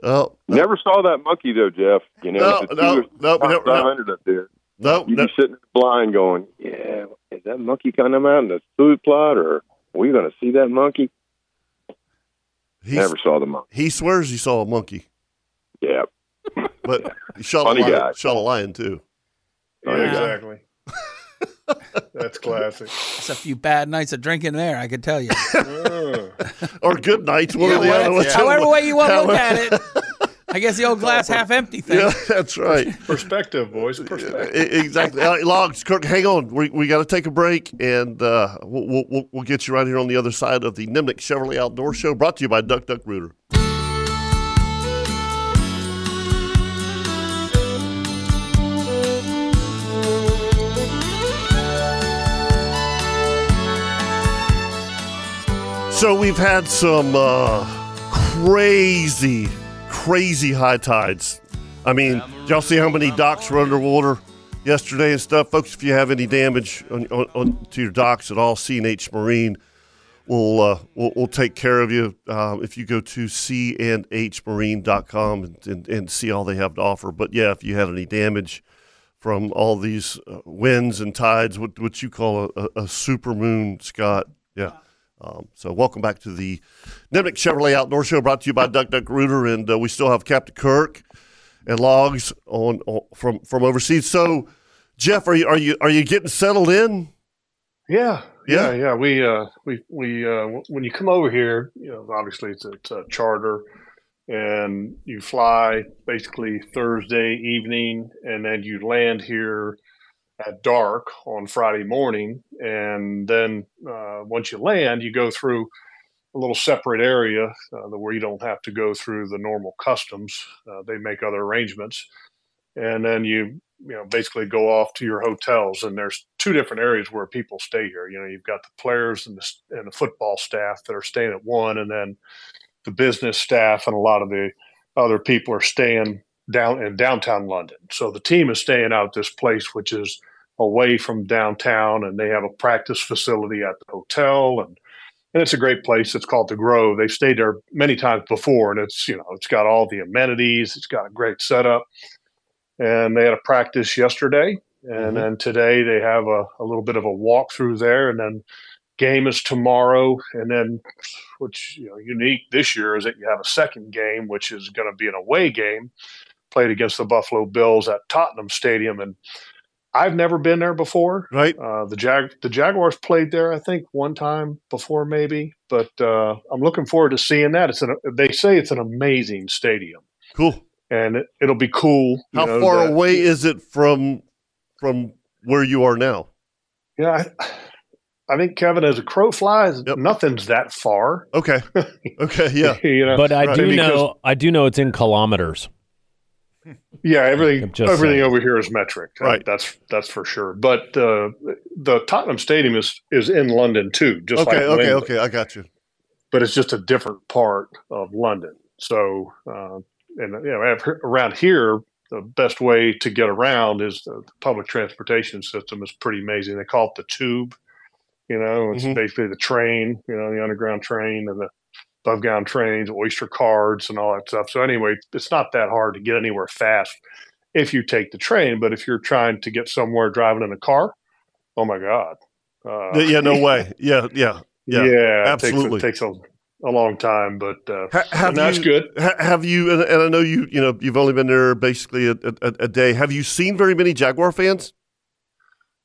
Oh, Never saw that monkey though, Jeff. You know, No, with the no, two- no, we never- no. 500 up there. No, you'd be sitting blind, going, "Yeah, is that monkey going to come out in the food plot, or are we going to see that monkey?" He's- Never saw the monkey. He swears he saw a monkey. Yeah, But he shot Funny a lion, guy. shot a lion too. Yeah, *laughs* exactly. That's classic. It's a few bad nights of drinking there, I could tell you. *laughs* or good nights, one or the Yeah, other. well, whichever However way you want to look however- at it. I guess the *laughs* old glass half empty thing. Yeah, that's right. *laughs* Perspective, boys. Perspective. E- exactly. All right, Logs, Kirk, hang on. We, we got to take a break, and uh, we'll, we'll- we'll, we'll get you right here on the other side of the Nimnik Chevrolet Outdoor Show, brought to you by Duck Duck Rooter. So we've had some uh, crazy, crazy high tides. I mean, did y'all see how many docks were underwater yesterday and stuff, folks. If you have any damage on, on, on to your docks at all, CNH Marine will uh, will, will take care of you. Um, if you go to cnhmarine.com and, and and see all they have to offer. But yeah, if you had any damage from all these uh, winds and tides, what what you call a, a, a super moon, Scott. Yeah. Um, so welcome back to the Nimnik Chevrolet Outdoor Show, brought to you by Duck Duck Rooter, and uh, we still have Captain Kirk and Logs on, on from from overseas. So, Jeff, are you are you are you getting settled in? Yeah, Yeah. yeah, yeah. We uh, we we uh, w- when you come over here, you know, obviously it's a, it's a charter, and you fly basically Thursday evening, and then you land here at dark on Friday morning, and then uh, once you land, you go through a little separate area uh, where you don't have to go through the normal customs. Uh, they make other arrangements, and then you you know basically go off to your hotels and there's two different areas where people stay here you know you've got the players and the, s- and the football staff that are staying at one and then the business staff and a lot of the other people are staying down in downtown London. So the team is staying out at this place, which is away from downtown, and they have a practice facility at the hotel, and and it's a great place. It's called the Grove. They've stayed there many times before, and it's you know it's got all the amenities. It's got a great setup, and they had a practice yesterday, and then today they have a, a little bit of a walk through there, and then game is tomorrow, and then which you know unique this year is that you have a second game, which is going to be an away game, played against the Buffalo Bills at Tottenham Stadium, and I've never been there before. Right. Uh, the Jag the Jaguars played there, I think, one time before, maybe. But uh, I'm looking forward to seeing that. It's an they say it's an amazing stadium. Cool. And it, it'll be cool. you How know, far that- away is it from from where you are now? Yeah, I, I think Kevin, as a crow flies, nothing's that far. *laughs* Okay. Okay. Yeah. you know, but I right. do because- know I do know it's in kilometers. Yeah, everything I'm just everything saying. over here is metric. Right. That's that's for sure. But uh, the Tottenham Stadium is is in London too. Just okay. like okay. Wembley. Okay. I got you. but it's just a different part of London. So, uh, and you know, I've heard- around here, the best way to get around is the public transportation system is pretty amazing. They call it the tube. You know, Mm-hmm. it's basically the train. You know, the underground train and the above ground trains, oyster cards, and all that stuff. So, anyway, it's not that hard to get anywhere fast if you take the train. But if you're trying to get somewhere driving in a car, oh my god! Uh, yeah. No way. Yeah. Yeah. *laughs* Yeah. Absolutely. It takes, it takes a, a long time, but uh, have and that's you, good. ha- have you? And, and I know you. You know, you've only been there basically a, a, a- a day. Have you seen very many Jaguar fans?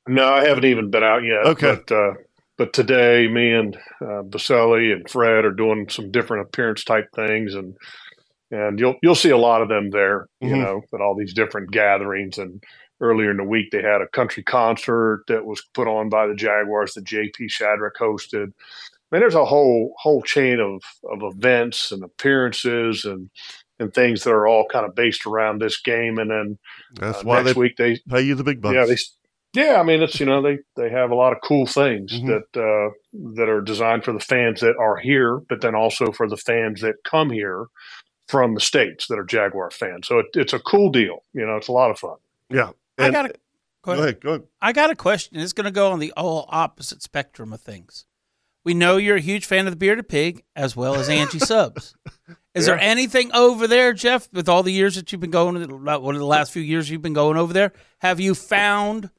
No, I haven't even been out yet. Okay. But, uh, but today, me and uh, Baselli and Fred are doing some different appearance type things, and and you'll you'll see a lot of them there. You Mm-hmm. Mhm. know, at all these different gatherings. And earlier in the week, they had a country concert that was put on by the Jaguars that J.P. Shadrick hosted. I mean, there's a whole whole chain of of events and appearances and and things that are all kind of based around this game. And then That's uh, why next they week they pay you the big bucks. yeah, they, s- yeah. I mean, it's you know they they have a lot of cool things Mm-hmm. that uh, that are designed for the fans that are here, but then also for the fans that come here from the states that are Jaguar fans. So it, it's a cool deal. You know, it's a lot of fun. Yeah, I got a go ahead, go ahead. I got a question. It's going to go on the all opposite spectrum of things. We know you're a huge fan of the bearded pig as well as *laughs* Angie Subs. Is there Yeah. anything over there, Jeff? With all the years that you've been going, one of the last few years you've been going over there, have you found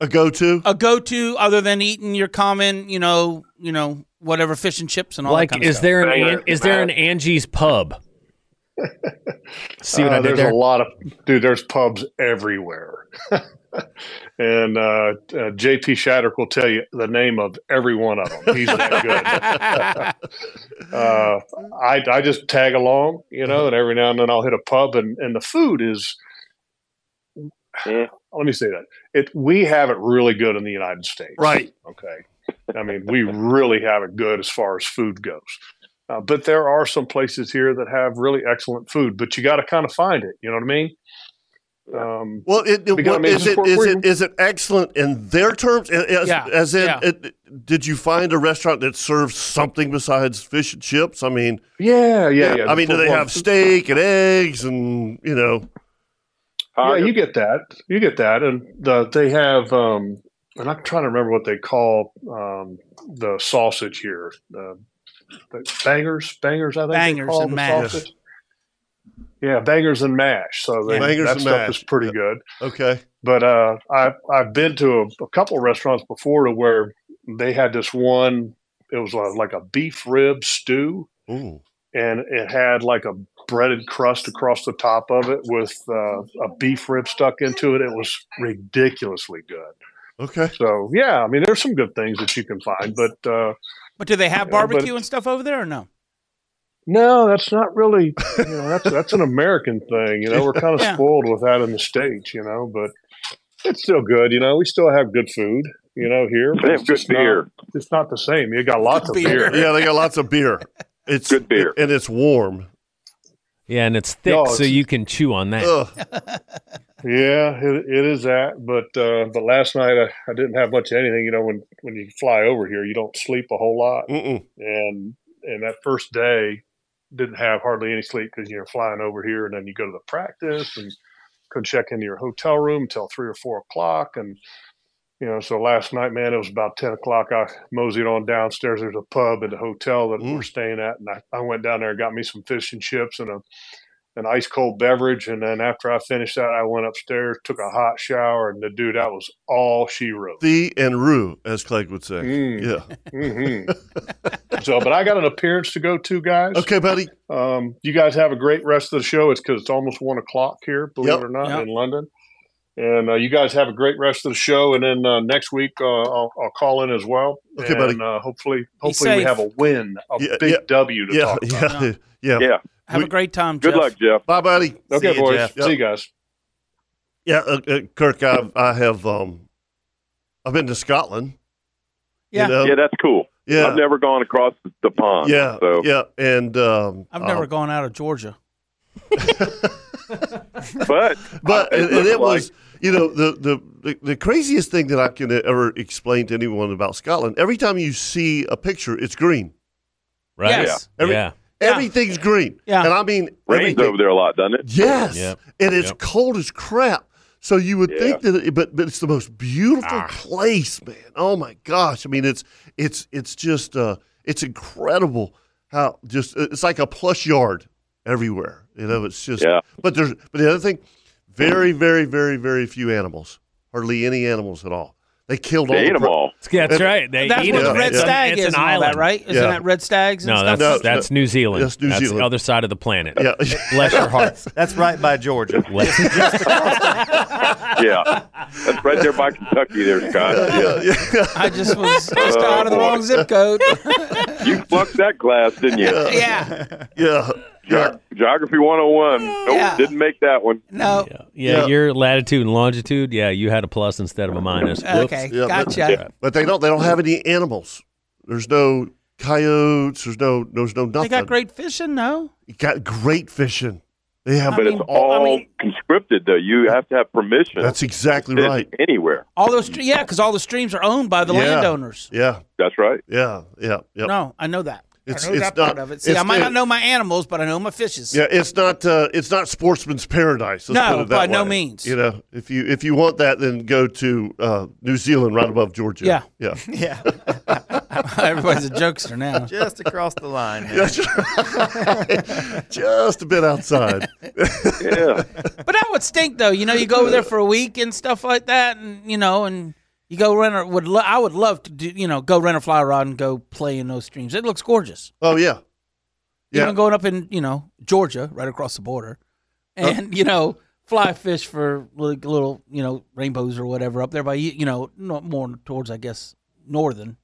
a go-to? A go-to other than eating your common, you know, you know, whatever fish and chips and all Like, that kind of is stuff. there an, an is there an Angie's pub? See what Uh, I did there's there? a lot of dude. There's pubs everywhere, *laughs* and uh, uh, JP Shattuck will tell you the name of every one of them. He's that *laughs* good. uh, I I just tag along, you know, and every now and then I'll hit a pub, and and the food is. Let me say that it we have it really good in the United States, Right. Okay. I mean, we really have it good as far as food goes. Uh, but there are some places here that have really excellent food, but you got to kind of find it. You know what I mean? Um, Well, it, it, because, I what- mean, is this it where- is where- it is it excellent in their terms? A- As, Yeah, as in, yeah. it, did you find a restaurant that serves something besides fish and chips? I mean, yeah, yeah, yeah. I mean, do they have steak and eggs and you know? Yeah, you get that. You get that, and the they have. Um, and I'm trying to remember what they call um, the sausage here. The, the bangers, bangers. I think Bangers they call and the mash. sausage. Yeah, bangers and mash. So they, Bangers that and stuff mash. is pretty good. Okay. But uh, I I've been to a, a couple restaurants before to where they had this one. It was uh, like a beef rib stew, and it had like a breaded crust across the top of it with uh, a beef rib stuck into it. It was ridiculously good. Okay. So yeah, I mean, there's some good things that you can find, but uh, But do they have Yeah, but- barbecue and stuff over there or no? no, that's not really. You know, that's that's an American thing. You know, we're kind of Yeah. spoiled with that in the states. You know, but it's still good. You know, we still have good food. You know, here They have It's good just not- beer. it's not the same. You got lots of beer. Yeah, they got lots of *laughs* beer. It's good beer, and it's warm. Yeah, and it's thick, No, so it's- you can chew on that. Yeah, it, it is that. But uh, but last night I, I didn't have much of anything. You know, when when you fly over here, you don't sleep a whole lot. Mm-mm. And and that first day, didn't have hardly any sleep because you're flying over here, and then you go to the practice and could check into your hotel room till three or four o'clock, and you know. So last night, man, it was about ten o'clock. I moseyed on downstairs. There's a pub at the hotel that we're staying at, and I, I went down there and got me some fish and chips and a an ice cold beverage. And then after I finished that, I went upstairs, took a hot shower, and the dude, that was all she wrote. The and Rue, as Clegg would say. Mm. Yeah. *laughs* Mhm. so, but I got an appearance to go to, guys. Okay, buddy. Um, you guys have a great rest of the show. It's because it's almost one o'clock here, believe Yep. it or not, Yep. in London. And uh, you guys have a great rest of the show. And then uh, next week, uh, I'll, I'll call in as well. Okay, and, buddy. Uh, hopefully, hopefully we have a win, a Yeah, big yeah. W to yeah, talk about. Yeah. *laughs* Yeah. Yeah. Have a great time, Good Jeff. luck, Jeff. Bye, buddy. Okay, See ya, boys. Jeff. See you Yep. guys. Yeah, uh, uh, Kirk, I, I have um, I've been to Scotland. you know? yeah, that's cool. Yeah. I've never gone across the pond. yeah, so yeah, and um, *laughs* I've never um, gone out of Georgia. but but I- and, and it looked was you know the, the the the craziest thing that I can ever explain to anyone about Scotland. Every time you see a picture, it's green. Right? Yes. Yeah. Every- yeah. Everything's green. Yeah. and I mean like, rains everything. over there a lot, doesn't it? Yes, Yep. and it's Yep. cold as crap. So you would Yeah. Ah. think that, it, but but it's the most beautiful place, man. Oh my gosh! I mean, it's it's it's just uh, it's incredible how just uh, it's like a plush yard everywhere. You know, it's just. Yeah. But there's but the other thing, very very very very few animals, hardly any animals at all. They killed all They the ate them pro- all. That's right. They That's eat what them. the red It's an- stag it's is, an and all island. that, right? Isn't Yeah. that red stags? And No, stuff? that's No, that's New Zealand. That's New the Zealand. other side of the planet. *laughs* Yeah. Bless your heart. *laughs* That's right by Georgia. Bless- *laughs* Yeah, that's right there by Kentucky. There, Scott. Yeah. I just *laughs* was Uh, just out of the wrong zip code. You plucked that glass, didn't you? *laughs* yeah. yeah. Yeah. Geog- Geography 101. Nope, Yeah. didn't make that one. No. yeah, your latitude and longitude. Yeah, you had a plus instead of a minus. Whoops. Okay. Yeah, but- gotcha. But they don't. They don't have any animals. There's no coyotes. There's no. There's no nothing. They got great fishing, no? got great fishing. They have. But mean- it's all I mean- conscripted, though. You have to have permission. that's exactly to fish right. Anywhere. All those, stre- yeah, because all the streams are owned by the Yeah. landowners. Yeah, That's right. yeah, yeah, yeah. No, I know that. It's- I know it's that part not- of it. See, it's- I might it- not know my animals, but I know my fishes. Yeah, it's not. Uh, it's not sportsman's paradise. Let's No, put it that by no way. means. You know, if you if you want that, then go to uh, New Zealand, right above Georgia. Yeah. *laughs* yeah. yeah, Everybody's a jokester now. *laughs* just across the line. man. That's right. *laughs* Just a bit outside. Yeah. But that would stink, though. You know, you go over there for a week and stuff like that, and you know, and you go rent. A, would lo- I would love to do, you know, go rent a fly rod and go play in those streams. It looks gorgeous. Oh yeah, Yeah. Even going up in you know Georgia, right across the border, Oh. and you know fly fish for like little you know rainbows or whatever up there by you know no- more towards I guess northern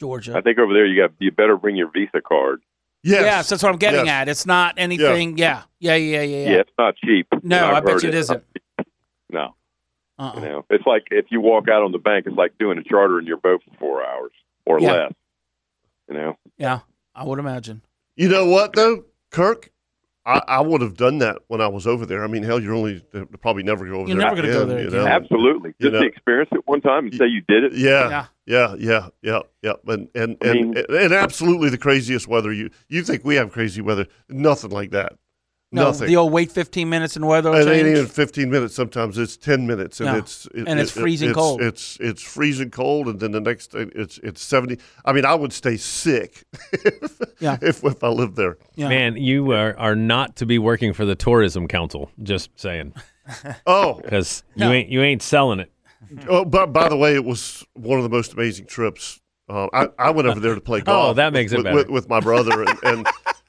Georgia. I think over there you got you better bring your Visa card. yes. Yeah, so that's what I'm getting Yes. at. It's not anything. Yeah, yeah, yeah, yeah, yeah. Yeah, it's not cheap. No, I've I bet heard you it isn't. No, Uh-uh. you know, it's like if you walk out on the bank, it's like doing a charter in your boat for four hours or Yeah. less. You know, Yeah, I would imagine. You know what though, Kirk. I, I would have done that when I was over there. I mean, hell, you're only they're probably never go over You're there. never gonna go again, there you again. know? absolutely. Just You know- to experience it one time and say you did it. Yeah, Yeah. yeah, yeah, yeah, yeah, and and I and, mean- and absolutely the craziest weather. You you think we have crazy weather? Nothing like that. No, Nothing. the old wait 15 minutes and weather will it ain't change. even fifteen minutes. Sometimes it's ten minutes, and No. it's it- And it's it- it- freezing it's- cold. It's it's freezing cold, and then the next day it's it's seventy. I mean, I would stay sick. *laughs* if, Yeah. if if I lived there. Yeah. Man, you are, are not to be working for the tourism council. Just saying, *laughs* Oh, because No. you ain't you ain't selling it. *laughs* oh but by the way, it was one of the most amazing trips. Uh, I I went over there to *laughs* play golf. Oh, that makes it with, better. with, with my brother and *laughs* and,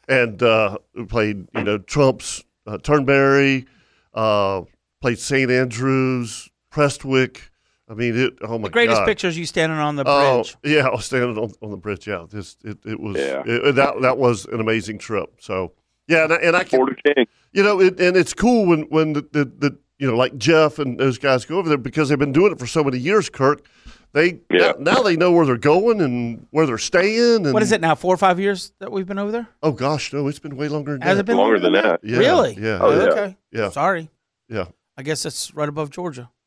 and uh, we played you know Trump's uh, Turnberry, uh, played St Andrews, Prestwick. I mean it. Oh my the greatest God. pictures you standing on the Oh bridge. yeah, I was standing on, on the bridge. Yeah, this it, it was Yeah. it- that that was an amazing trip. So yeah, and I, and I can Florida King. you know it, and it's cool when when the, the the you know like Jeff and those guys go over there because they've been doing it for so many years. Kirk, they Yeah. now, now they know where they're going and where they're staying. And What is it now? Four or five years that we've been over there? Oh gosh, no, it's been way longer than Has that. it been Longer longer than that. Yeah, really? yeah, Oh, yeah. Okay. Yeah. Sorry. Yeah. I guess that's right above Georgia. *laughs*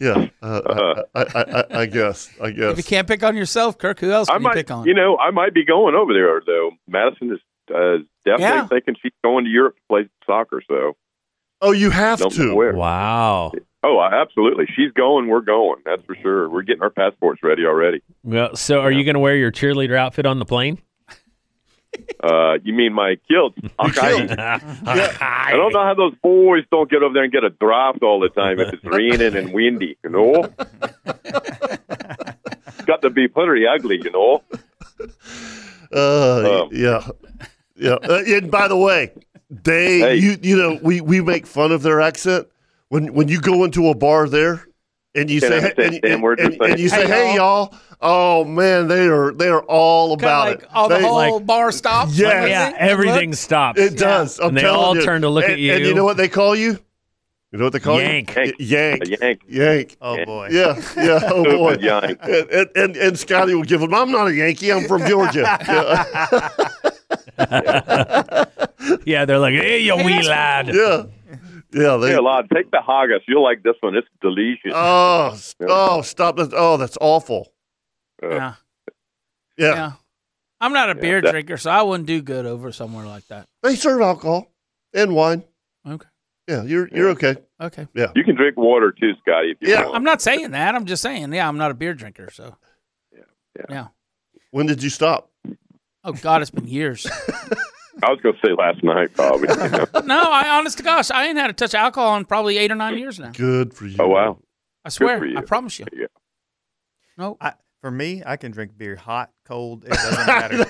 Yeah, uh, I, I, I, I guess. I guess. If you can't *laughs* pick on yourself, Kirk, who else I can you might, pick on? you know, I might be going over there though. Madison is uh, definitely Yeah. thinking she's going to Europe to play soccer. So, oh, you have Don't to. know where. Wow. oh, I- absolutely, she's going. We're going. That's for sure. We're getting our passports ready already. Well, so are you going to wear your cheerleader outfit on the plane? Uh, you mean my *laughs* kilt? Hokkaido. I don't know how those boys don't get over there and get a draft all the time if it's raining and windy. *laughs* You know, it's got to be pretty ugly. You know. Uh, Um, yeah, yeah. Uh, and by the way, they you you know we we make fun of their accent when when you go into a bar there and you Can't say understand and, a damn and- word they're and- and saying. you say Hey, hey y'all. Oh man, they are they are all about like it. all Oh, the They- whole bar stops. Yes. like, Yeah, look, Everything look. stops. It does. I'm and they telling all you. turn to look And- at you. And you know what they call you? You know what they call Yank. you? Yank. A yank. Yank. Oh boy. Yeah, *laughs* yeah. Oh Stupid boy. yank. And, and, and, and Scotty will give him. I'm not a Yankee. I'm from *laughs* Georgia. Yeah. yeah, they're like, hey, you wee lad. yeah, yeah. They, Here, lad, take the haggis. You'll like this one. It's delicious. oh, s- oh, stop that. Oh, that's awful. Uh, Yeah, Yeah. yeah. I'm not a beer that- drinker, so I wouldn't do good over somewhere like that. they serve alcohol and wine. Okay. Yeah, you're you're okay. Okay. You can drink water too, Scotty. If you Yeah. want. I'm not saying that. I'm just saying, yeah, I'm not a beer drinker. So, yeah. When did you stop? oh God, it's been years. I was going to say last night, probably. you know. no, I honest to gosh, I ain't had a touch of alcohol in probably eight or nine years now. Good for you. Oh wow. I swear, for you. I promise you. Yeah. No, I, for me, I can drink beer hot, cold. It doesn't *laughs* matter.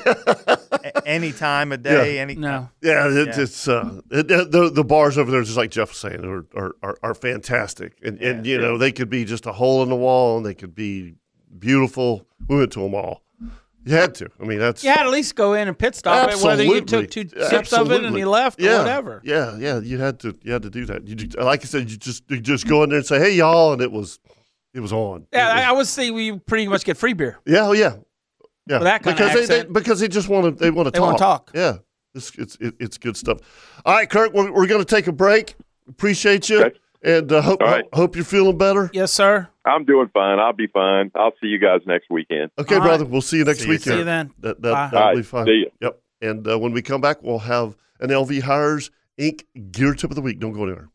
A- any time of day, any no. Yeah, it, Yeah. it's uh, it, it- the the bars over there, just like Jeff was saying, are are, are, are fantastic, and and you know they could be just a hole in the wall, and they could be beautiful. We went to them all. You had to. I mean, that's You had to at least go in and pit stop it, whether you took two Absolutely. sips of it and Absolutely. you left yeah. or whatever. Yeah, yeah, you had to you had to do that. You ju- like I said, you just you just go in there and say, "Hey, y'all," and it was it was on. Yeah, I, It I would say we pretty much get free beer. was- yeah, oh, yeah, yeah. With that kind of because they, they accent. because they just want to they want to They wanna talk. Yeah, it's it's it, it's good stuff. All right, Kirk, we're, we're going to take a break. Appreciate you, Okay. and uh, hope All right. hope- hope you're feeling better. Yes, sir. I'm doing fine. I'll be fine. I'll see you guys next weekend. Okay, All right. brother, we'll see you next See you, weekend. sir. See you then. That, Bye. that, that'll All be right, fine. see you. Yep. And uh, when we come back, we'll have an LV Hires Inc. Gear Tip of the Week. Don't go anywhere.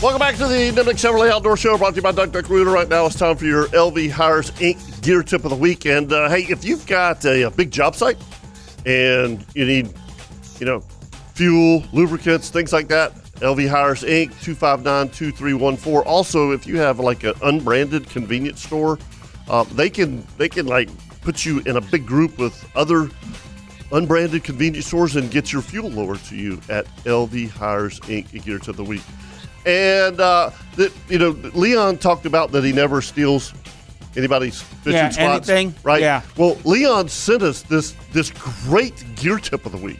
Welcome back to the Nimnik Chevrolet Outdoor Show brought to you by Duck Duck Rooter. Right now, it's time for your LV Hires Inc. Gear Tip of the Week. And uh, hey, if you've got a, a big job site and you need, you know, fuel, lubricants, things like that, LV Hires Inc. 259 2314. Also, if you have like an unbranded convenience store, uh, they can they can like put you in a big group with other unbranded convenience stores and get your fuel lowered to you at LV Hires Inc. and get it to the week. And uh, that you know, Leon talked about that he never steals anybody's fishing Yeah, spots, anything. right? Yeah. Well, Leon sent us this this great gear tip of the week,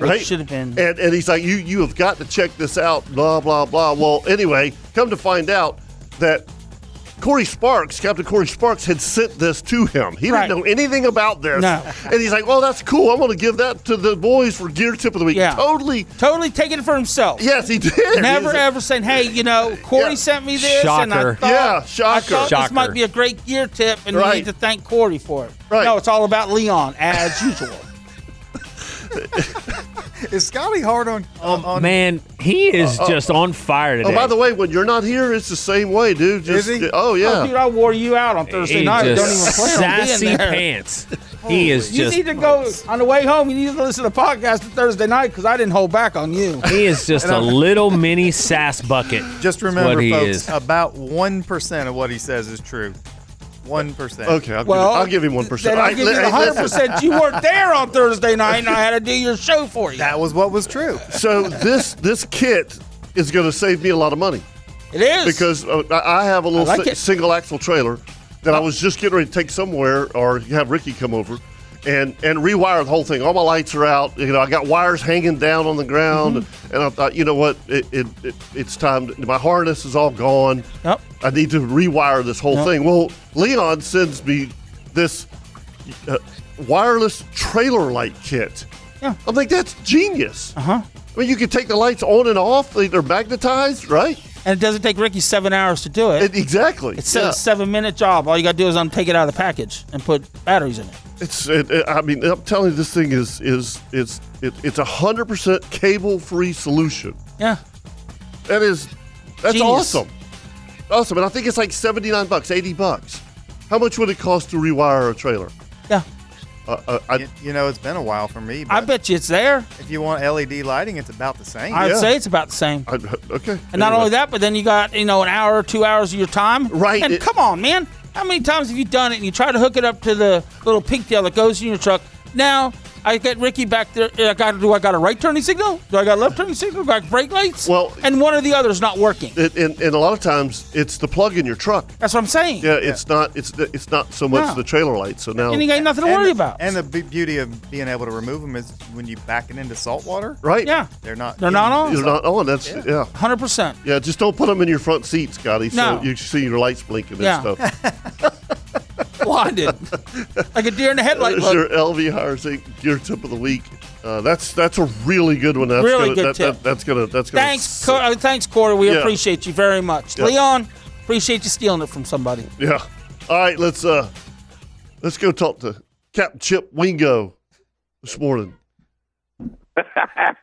right? It should have been. And, and he's like, you you have got to check this out, blah blah blah. Well, anyway, come to find out that Corey Sparks, Captain Corey Sparks, had sent this to him. He Right. didn't know anything about this, No. and he's like, "Well, that's cool. I'm going to give that to the boys for gear tip of the week." Yeah. Totally. Totally taking it for himself. Yes, he did. Never He's- ever saying, "Hey, you know, Corey Yeah. sent me this, and I Shocker. thought, Yeah, shocker. I thought this Shocker. might be a great gear tip, and we Right. need to thank Corey for it." Right. No, it's all about *laughs* Leon *laughs* as usual. Is Scotty hard on? on, on Oh, Man, he is just on fire Uh, today. Oh, by the way, when you're not here, it's the same way, dude. Just, Is he? Oh Oh, dude, yeah. I wore you out on Thursday he night. just Don't even plan on sassy being there. pants. He is You just need to go on the way home. You need to listen to the podcast on Thursday night because I didn't hold back on you. *laughs* he is just a little mini sass bucket. *laughs* Just That's remember, what he folks, is. about one percent of what he says is true. One percent. Okay, I'll, Well, give, I'll give him one percent. Then I'll give you the hundred percent. You weren't there on Thursday night, and I had to do your show for you. That was what was true. So this this kit is going to save me a lot of money. it is because uh, I I have a little I like si- it. single axle trailer that I was just getting ready to take somewhere or have Ricky come over and and rewire the whole thing. All my lights are out. You know, I got wires hanging down on the ground, Mm-hmm. and I thought, you know what, it, it, it it's time. To, my harness is all gone. Yep. I need to rewire this whole thing. Well, Leon sends me this uh, wireless trailer light kit. Yeah. I'm like, that's genius. Uh Uh-huh. huh. I mean, you can take the lights on and off, they- they're magnetized, right? And it doesn't take Ricky seven hours to do it. exactly. It's a seven minute job. All you got to do is un- take it out of the package and put batteries in it. It's, it, it- I mean, I'm telling you, this thing is, is, it's, it, it's a 100% cable free solution. Yeah. That is, that's Genius. awesome. Awesome. And I think it's like 79 bucks, 80 bucks. How much would it cost to rewire a trailer? Yeah. *laughs* Uh, uh, I, you know, it's been a while for me. But I bet you it's there. If you want LED lighting, it's about the same. I'd say it's about the same. uh, okay. And not only that, but then you got you know an hour or two hours of your time. Right. And come on, man, how many times have you done it? And you try to hook it up to the little pigtail that goes in your truck. Now I get Ricky back there. I got to do. I got a right turning signal. Do I got a left turning signal? Do I got brake lights? Well, and one or the other is not working. And, and, and a lot of times it's the plug in your truck. That's what I'm saying. Yeah, it's not it's it's not so much No. the trailer light. So now And- And the be- beauty of being able to remove them is when you back it into salt water. Right. Yeah. They're not. They're not on. You're not on. That's yeah. Hundred percent. Yeah, just don't put them in your front seat, Scotty. No. So you see your lights blinking and Yeah. stuff. *laughs* Blinded, like a deer in the headlight. There's your look. LV hire sync gear tip of the week. Uh, that's that's a really good one. That's gonna, Really good that, tip. that- that's gonna that's gonna. Thanks, Cor- uh, thanks, Corey. We Yeah. appreciate you very much, Yeah. Leon. Appreciate you stealing it from somebody. Yeah. All right. Let's uh, let's go talk to Captain Chip Wingo this morning.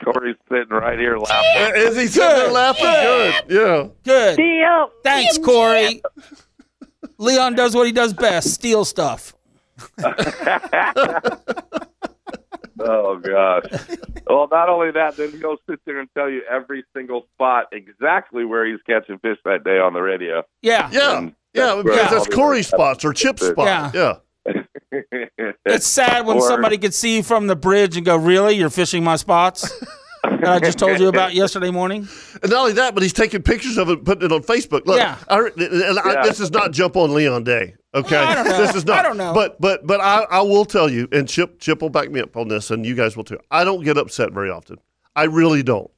Corey's sitting right here laughing. Uh, Is he sitting there laughing? Good. Yeah. Good. Thanks, Corey. Leon does what he does best: steal stuff. Oh gosh. *laughs* well, not only that, then he'll sit there and tell you every single spot exactly where he's catching fish that day on the radio. Yeah. Yeah. Yeah. where Because all that's the- Corey spots or Chip spot. Yeah. It's sad when Or- somebody could see you from the bridge and go, "Really, you're fishing my spots?" that I just told you about yesterday morning. And not only that, but he's taking pictures of it, and putting it on Facebook. Look, Yeah. I, and I, Yeah. this is not jump on Leon Day. Okay, I don't know. this is not. I don't know. But but but I, I will tell you, and Chip Chip will back me up on this, and you guys will too. I don't get upset very often. I really don't.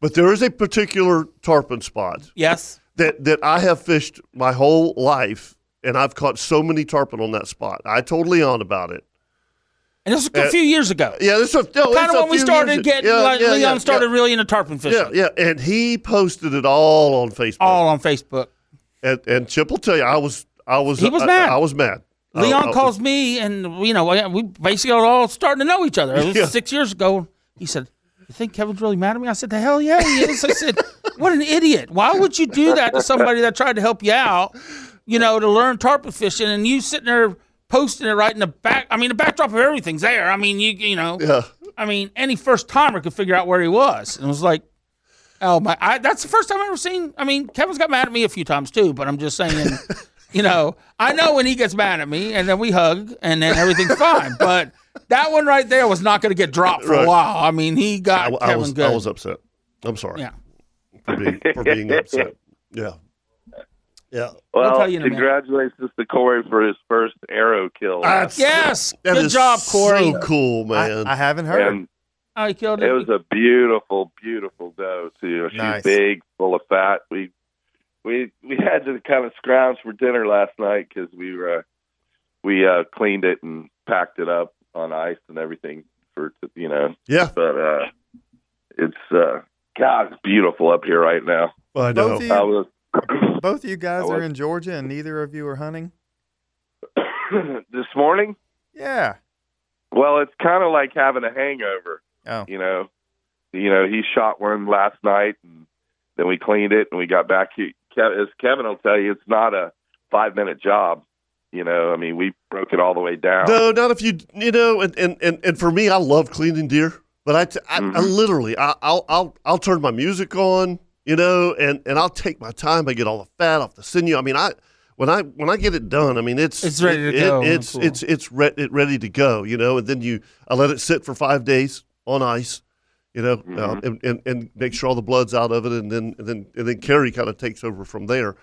But there is a particular tarpon spot. Yes. That that I have fished my whole life, and I've caught so many tarpon on that spot. I told Leon about it. And this was a few years ago. Yeah, this was no, kind it's of a when we few started years- getting yeah, like yeah, Leon yeah, started yeah. really into tarpon fishing. Yeah, yeah, and he posted it all on Facebook. All on Facebook. And, and Chip will tell you, I was, I was, He was I, mad. I was mad. I- Leon I- calls me, and you know, we- we basically are all starting to know each other. It was Yeah. six years ago. He said, "You think Kevin's really mad at me?" I said, "The hell yeah, *laughs* he is." I said, "What an idiot! Why would you do that to somebody that tried to help you out? You know, to learn tarpon fishing, and you sitting there posting it right in the back. I mean, the backdrop of everything's there. I mean, you you know, Yeah. I mean, any first timer could figure out where he was, and it was like." Oh my! I, that's the first time I've ever seen. I mean, Kevin's got mad at me a few times too, but I'm just saying, *laughs* you know, I know when he gets mad at me, and then we hug, and then everything's fine. But that one right there was not going to get dropped for Right. a while. I mean, he got I, Kevin I was, good. I was upset. I'm sorry. Yeah. For being, for being upset. Yeah. Yeah. Well, I'll tell you in a minute. congratulations to Corey for his first arrow kill. That's- Yes. that Good is job, Corey. So cool, man. I haven't And oh, he killed it it. was a beautiful, beautiful doe too. She's Nice. big, full of fat. We we we had to kind of scrounge for dinner last night because we were uh, we uh, cleaned it and packed it up on ice and everything for you know. Yeah. But uh, it's uh, God, it's beautiful up here right now. I know. Both of you- I was Both of you guys are was- in Georgia, and neither of you are hunting. *laughs* this morning. Yeah. Well, it's kind of like having a hangover. Oh. You know, you know, he shot one last night, and then we cleaned it, and we got back. He, Kev, as Kevin will tell you, it's not a five minute job. You know, I mean, we broke it all the way down. *laughs* No, not if you you know, and and and, and for me, I love cleaning deer, but I t- I- I literally I, I'll I'll I'll turn my music on, you know, and and I'll take my time. I get all the fat off the sinew. I mean, I. When I when I get it done, I mean it's It's ready to it- go. It, it's Cool. it's it's re- it ready to go, you know. And then you I let it sit for five days on ice, you know, uh, Mm-hmm. and, and and make sure all the blood's out of it, and then and then and then Kerry kind of takes over from there.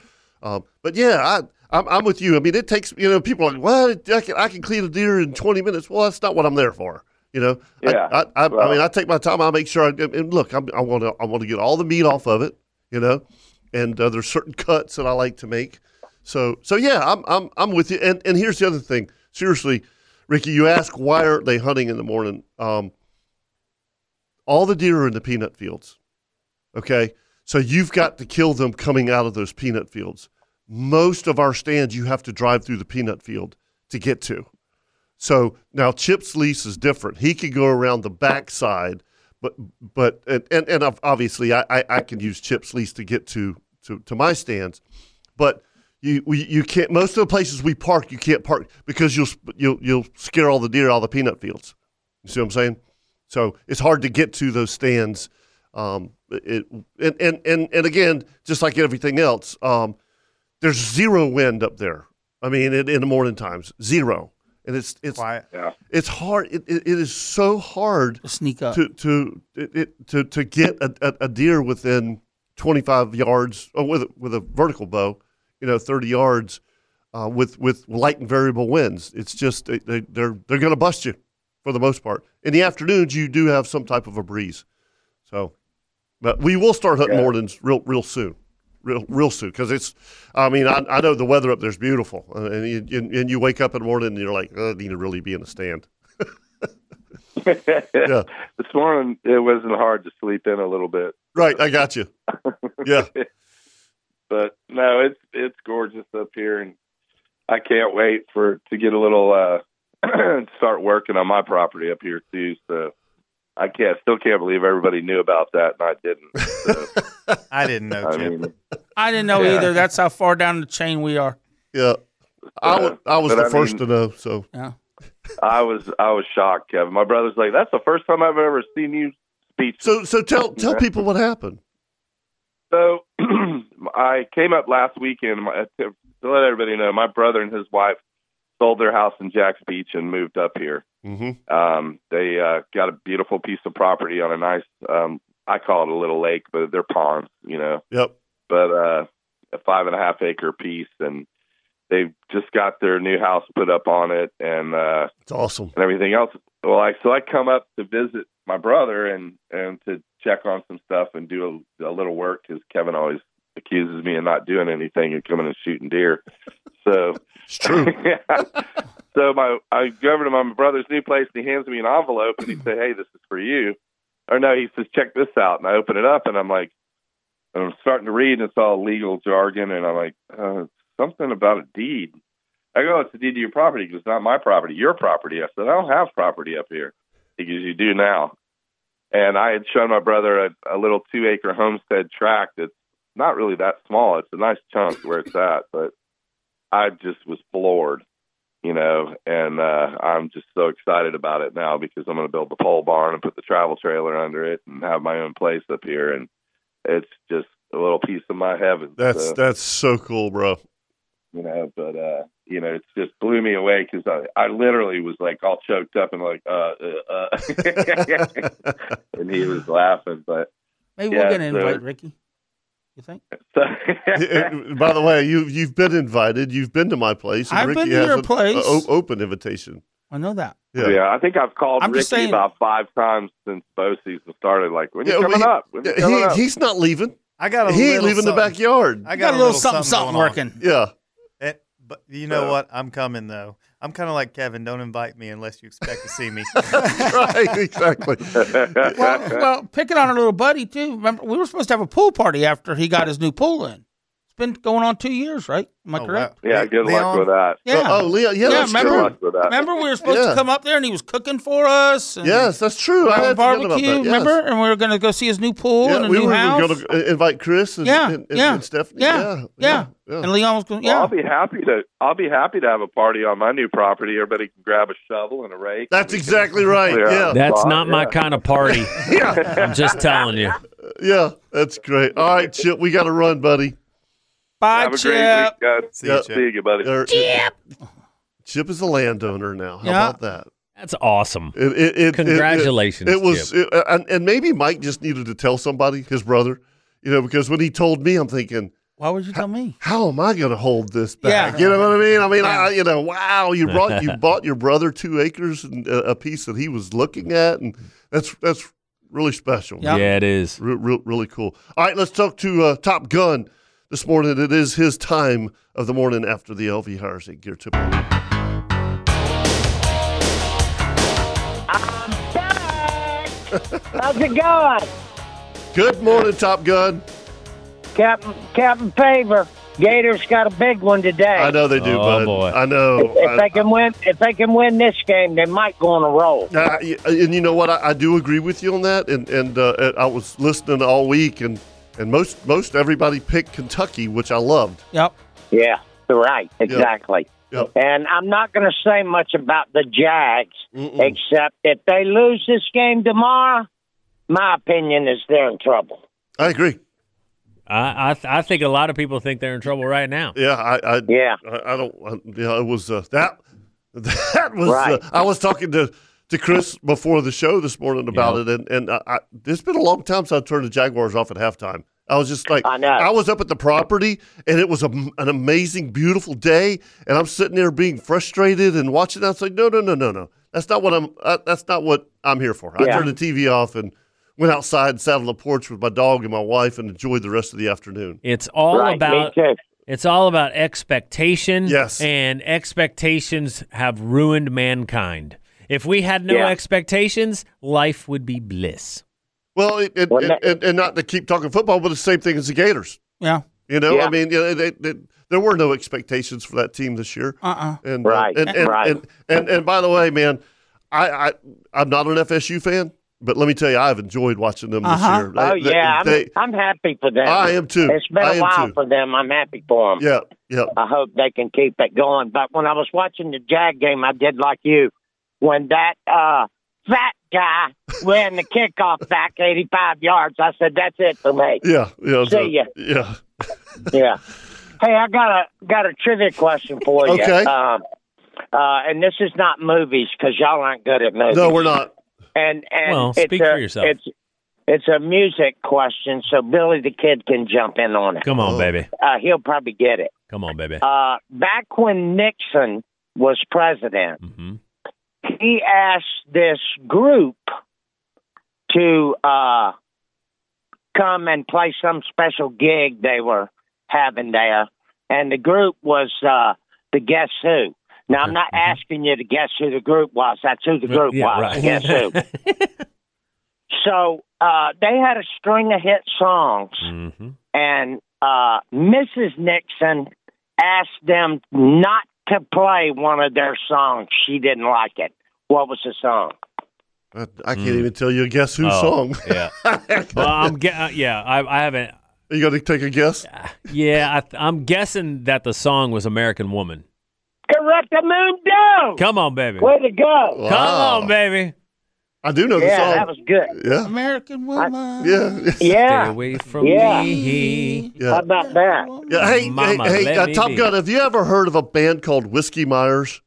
Um, but yeah, I, I'm, I'm with you. I mean, it takes you know people are like, well, I can, I can clean a deer in 20 minutes. Well, that's not what I'm there for. You know, I- Yeah. I, I, I Well- mean, I take my time. I make sure. I, and look, I'm, I want to I want to get all the meat off of it. You know, and uh, there's certain cuts that I like to make. So so yeah, I'm I'm I'm with you. And and here's the other thing. Seriously, Ricky, you ask why aren't they hunting in the morning? Um, all the deer are in the peanut fields. Okay, so you've got to kill them coming out of those peanut fields. Most of our stands, you have to drive through the peanut field to get to. So now Chip's lease is different. He could go around the backside, but but and and, and I've- obviously I, I I can use Chip's lease to get to to to my stands, but you we, you can't. Most of the places we park, you can't park because you'll sp- you'll you'll scare all the deer out of the peanut fields. You see what I'm saying? So it's hard to get to those stands. Um, it and and and and again, just like everything else, um, there's zero wind up there. I mean, in, in the morning times, zero, and it's it's it's hard. It, it, it is so hard to sneak up to to it, it- to, to get a, a, a deer within 25 yards or with a- with a vertical bow, you know, 30 yards. Uh, with with light and variable winds, it's just they, they, they're they're going to bust you for the most part. In the afternoons, you do have some type of a breeze, so but we will start hunting Morden's real, real soon, real, real soon. Because it's, I mean, I, I know the weather up there's beautiful, uh, and you, and, and you wake up in the morning and you're like, "Oh, I need to really be in the stand. This morning it wasn't hard to sleep in a little bit, Right, I got *laughs* you. Yeah, but no, it's it's gorgeous up here, and I can't wait for to get a little uh *clears throat* start working on my property up here too. So I can't still can't believe everybody knew about that, and I didn't. I didn't know. I mean, I didn't know Yeah. either. That's how far down the chain we are. yeah. I wa- I was But the I first mean- to know. So I was I was shocked, Kevin. My brother's like, "That's the first time I've ever seen you speech." so so tell tell people what happened. So *clears throat* I came up last weekend my, uh, to let everybody know. My brother and his wife sold their house in Jacks Beach and moved up here. Mm-hmm. Um, they uh, got a beautiful piece of property on a nice, um, I call it a little lake, but they're ponds, you know Yep. but uh, a five and a half acre piece, and they've just got their new house put up on it, and uh, it's awesome, and everything else. Well, I so I come up to visit my brother and and to check on some stuff and do a, a little work because Kevin always accuses me of not doing anything and coming and shooting deer. So it's *laughs* true. so my I go over to my brother's new place and he hands me an envelope and he said, "Hey, this is for you." Or no, he says, "Check this out." And I open it up and I'm like, and I'm starting to read and it's all legal jargon and I'm like, uh, something about a deed. I go, "It's a deed to your property." Because it's not my property, your property. I said, "I don't have property up here." Because you do now. And I had shown my brother a, a little two acre homestead tract that's not really that small. It's a nice chunk where it's at, but I just was floored, you know, and uh, I'm just so excited about it now because I'm going to build the pole barn and put the travel trailer under it and have my own place up here, and it's just a little piece of my heaven. That's So, that's so cool, *laughs* bro. you know, but uh, you know, it's just blew me away because I, I literally was like all choked up and like, uh, uh, uh. and he was laughing, but Maybe yeah, we'll get an so- invite, Ricky. You think? *laughs* Yeah, By the way, you you've been invited. You've been to my place. and I've Ricky been to has your an place. o- open invitation. I know that. Yeah. I think I've called I'm Ricky just saying- about five times since bow season started. Like, when you Yeah, well, coming he- up? When you yeah, coming he- up? He's not leaving. I got *laughs* a He ain't little leaving the something. backyard. I got, a little something, going on. Yeah. Eh, but you know what? I'm coming though. I'm kind of like Kevin. Don't invite me unless you expect to see me. *laughs* right, *laughs* exactly. well, well, picking on our little buddy too. Remember, we were supposed to have a pool party after he got his new pool in. It's been going on two years, right? Am I correct? Yeah, good luck Leon- with that. Yeah. Oh, Leon, yeah, that's remember, true. remember we were supposed Yeah. to come up there and he was cooking for us. And Yes, that's true. I had forgotten barbecue, about that, yes. remember? And we were going to go see his new pool Yeah, and a we new were house. going to invite Chris and, yeah, and, and- yeah, and Stephanie. Yeah, Yeah. yeah, And Leon was going. Well, Yeah, I'll be happy to. I'll be happy to have a party on my new property. Everybody can grab a shovel and a rake. That's exactly right. Yeah. Yeah. That's Spot, not my yeah. kind of party. *laughs* yeah. I'm just telling you. Yeah, that's great. All right, Chip, we got to run, buddy. Bye, Have a great week, guys. See you, See you, buddy. Chip. Chip is a landowner now. How Yeah. about that? That's awesome. It, it, it, Congratulations, It, it was, it- uh, and, and maybe Mike just needed to tell somebody, his brother, you know, because when he told me, I'm thinking, why would you tell me? How am I going to hold this Yeah. back? You know what I mean? I mean, I, Yeah. you know, wow, you brought *laughs* you bought your brother two acres and a, a piece that he was looking at, and that's that's really special. Yeah. Yeah, it is. Re- re- really cool. All right, let's talk to uh, Top Gun this morning. It is his Uh, time of the morning after the LV Hires at Gear Tip. How's it going? Good morning, Top Gun. Captain Captain Favor. Gators got a big one today. I know they do, bud. I know. If I- they can win, if they can win this game, they might go on a roll. Uh, y- and you know what? I, I do agree with you on that. And and uh, and I was listening all week, and and most most everybody picked Kentucky, which I loved. Yep. Yeah, you're right. Exactly. And I'm not going to say much about the Jags, except if they lose this game tomorrow, my opinion is they're in trouble. I agree. I I, th- I think a lot of people think they're in trouble right now. Yeah, I, I yeah, I, I don't. I, yeah, it was uh, that that was. Right. Uh, I was talking to to Chris before the show this morning about it, and and I, I, it's been a long time since I turned the Jaguars off at halftime. I was just like, I know. I was up at the property, and it was a, an amazing, beautiful day, and I'm sitting there being frustrated and watching. I was like, no, no, no, no, no. That's not what I'm. Uh, that's not what I'm here for. I Yeah. turned the TV off and went outside and sat on the porch with my dog and my wife and enjoyed the rest of the afternoon. It's all Right, me about too. it's all about expectation. Yes. And expectations have ruined mankind. If we had no Yeah. expectations, life would be bliss. Well, it, it, and, and, and not to keep talking football, but it's the same thing as the Gators. Yeah. You know, Yeah. I mean, you know, they, they, there were no expectations for that team this year. Uh-uh. And, uh, Right, And, and, right. And, and, and by the way, man, I, I, I'm not an FSU fan, but let me tell you, I've enjoyed watching them Uh-huh. this year. oh yeah, I'm, they- I'm happy for them. I am too. It's been I a am while too. for them. I'm happy for them. Yeah, yeah. I hope they can keep it going. But when I was watching the Jag game, I did like you when that uh, fat guy ran the kickoff back 85 yards. I said, "That's it for me." yeah, yeah. See ya. Yeah. yeah. Hey, I got a got a trivia question for you. Okay. Um, uh, and this is not movies because y'all aren't good at movies. No, we're not. And and Well, it's speak a, for yourself. It's it's a music question, so Billy the Kid can jump in on it. Come on, baby. Uh, he'll probably get it. Come on, baby. Uh, back when Nixon was president, Mm-hmm. he asked this group to uh, come and play some special gig they were having there, and the group was uh, the Guess Who. Now I'm not asking you to guess who the group was. That's who the Right, group Mm-hmm. yeah, was. right. Guess *laughs* *laughs* who? so uh, they had a string of hit songs, and uh, Mrs. Nixon asked them not to play one of their songs. She didn't like it. What was the *laughs* song? *laughs* I, I can't even tell you a guess who Hmm. Oh, song. yeah. Well, I'm ge- uh, yeah, I, I haven't. Uh, You got to take a guess. Yeah, I th- I'm guessing that the song was "American Woman." Correct the moon down. Come on, baby. Way to go. Come on, baby. I do know yeah, that was good. Yeah. American woman. Yeah. Yeah. Stay away from Yeah. me. Yeah. How *laughs* about that? Yeah, hey, Mama, hey, hey let uh, me Top be. Gun, have you ever heard of a band called Whiskey Myers?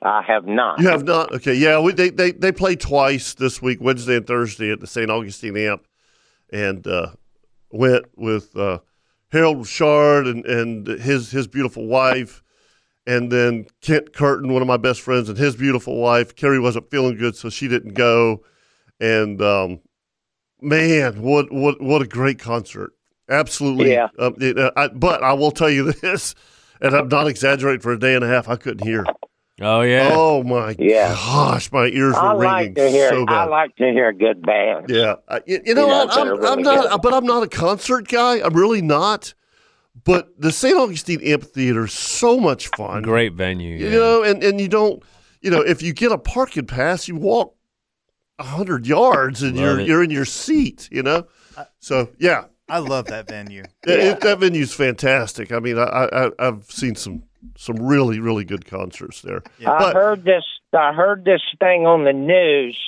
I have not. You have not? Okay, yeah, we, they, they they play twice this week, Wednesday and Thursday at the St. Augustine Amp, and uh, went with uh, Harold Shard and, and his his beautiful wife, and then Kent Curtin, one of my best friends, and his beautiful wife. Carrie wasn't feeling good, so she didn't go, and um, man, what what what a great concert! Absolutely, Yeah. Um, it, uh, I, but I will tell you this, and I'm not exaggerating. For a day and a half, I couldn't hear. Oh yeah. Oh my Yeah. gosh, my ears were I like ringing to hear. so I bad. like to hear good bands. yeah, I, you, you know, Yeah, I'm, they're I'm, really I'm not, but I'm not a concert guy. I'm really not. But the St. Augustine Amphitheater is so much fun. Great venue. You yeah. know, and, and you don't, you know, if you get a parking pass, you walk hundred yards and Love you're it. you're in your seat. You know, so yeah, I love that venue. It- it- *laughs* that venue's fantastic. I mean, I, I I've seen some some really really good concerts there. I heard this. I heard this thing on the news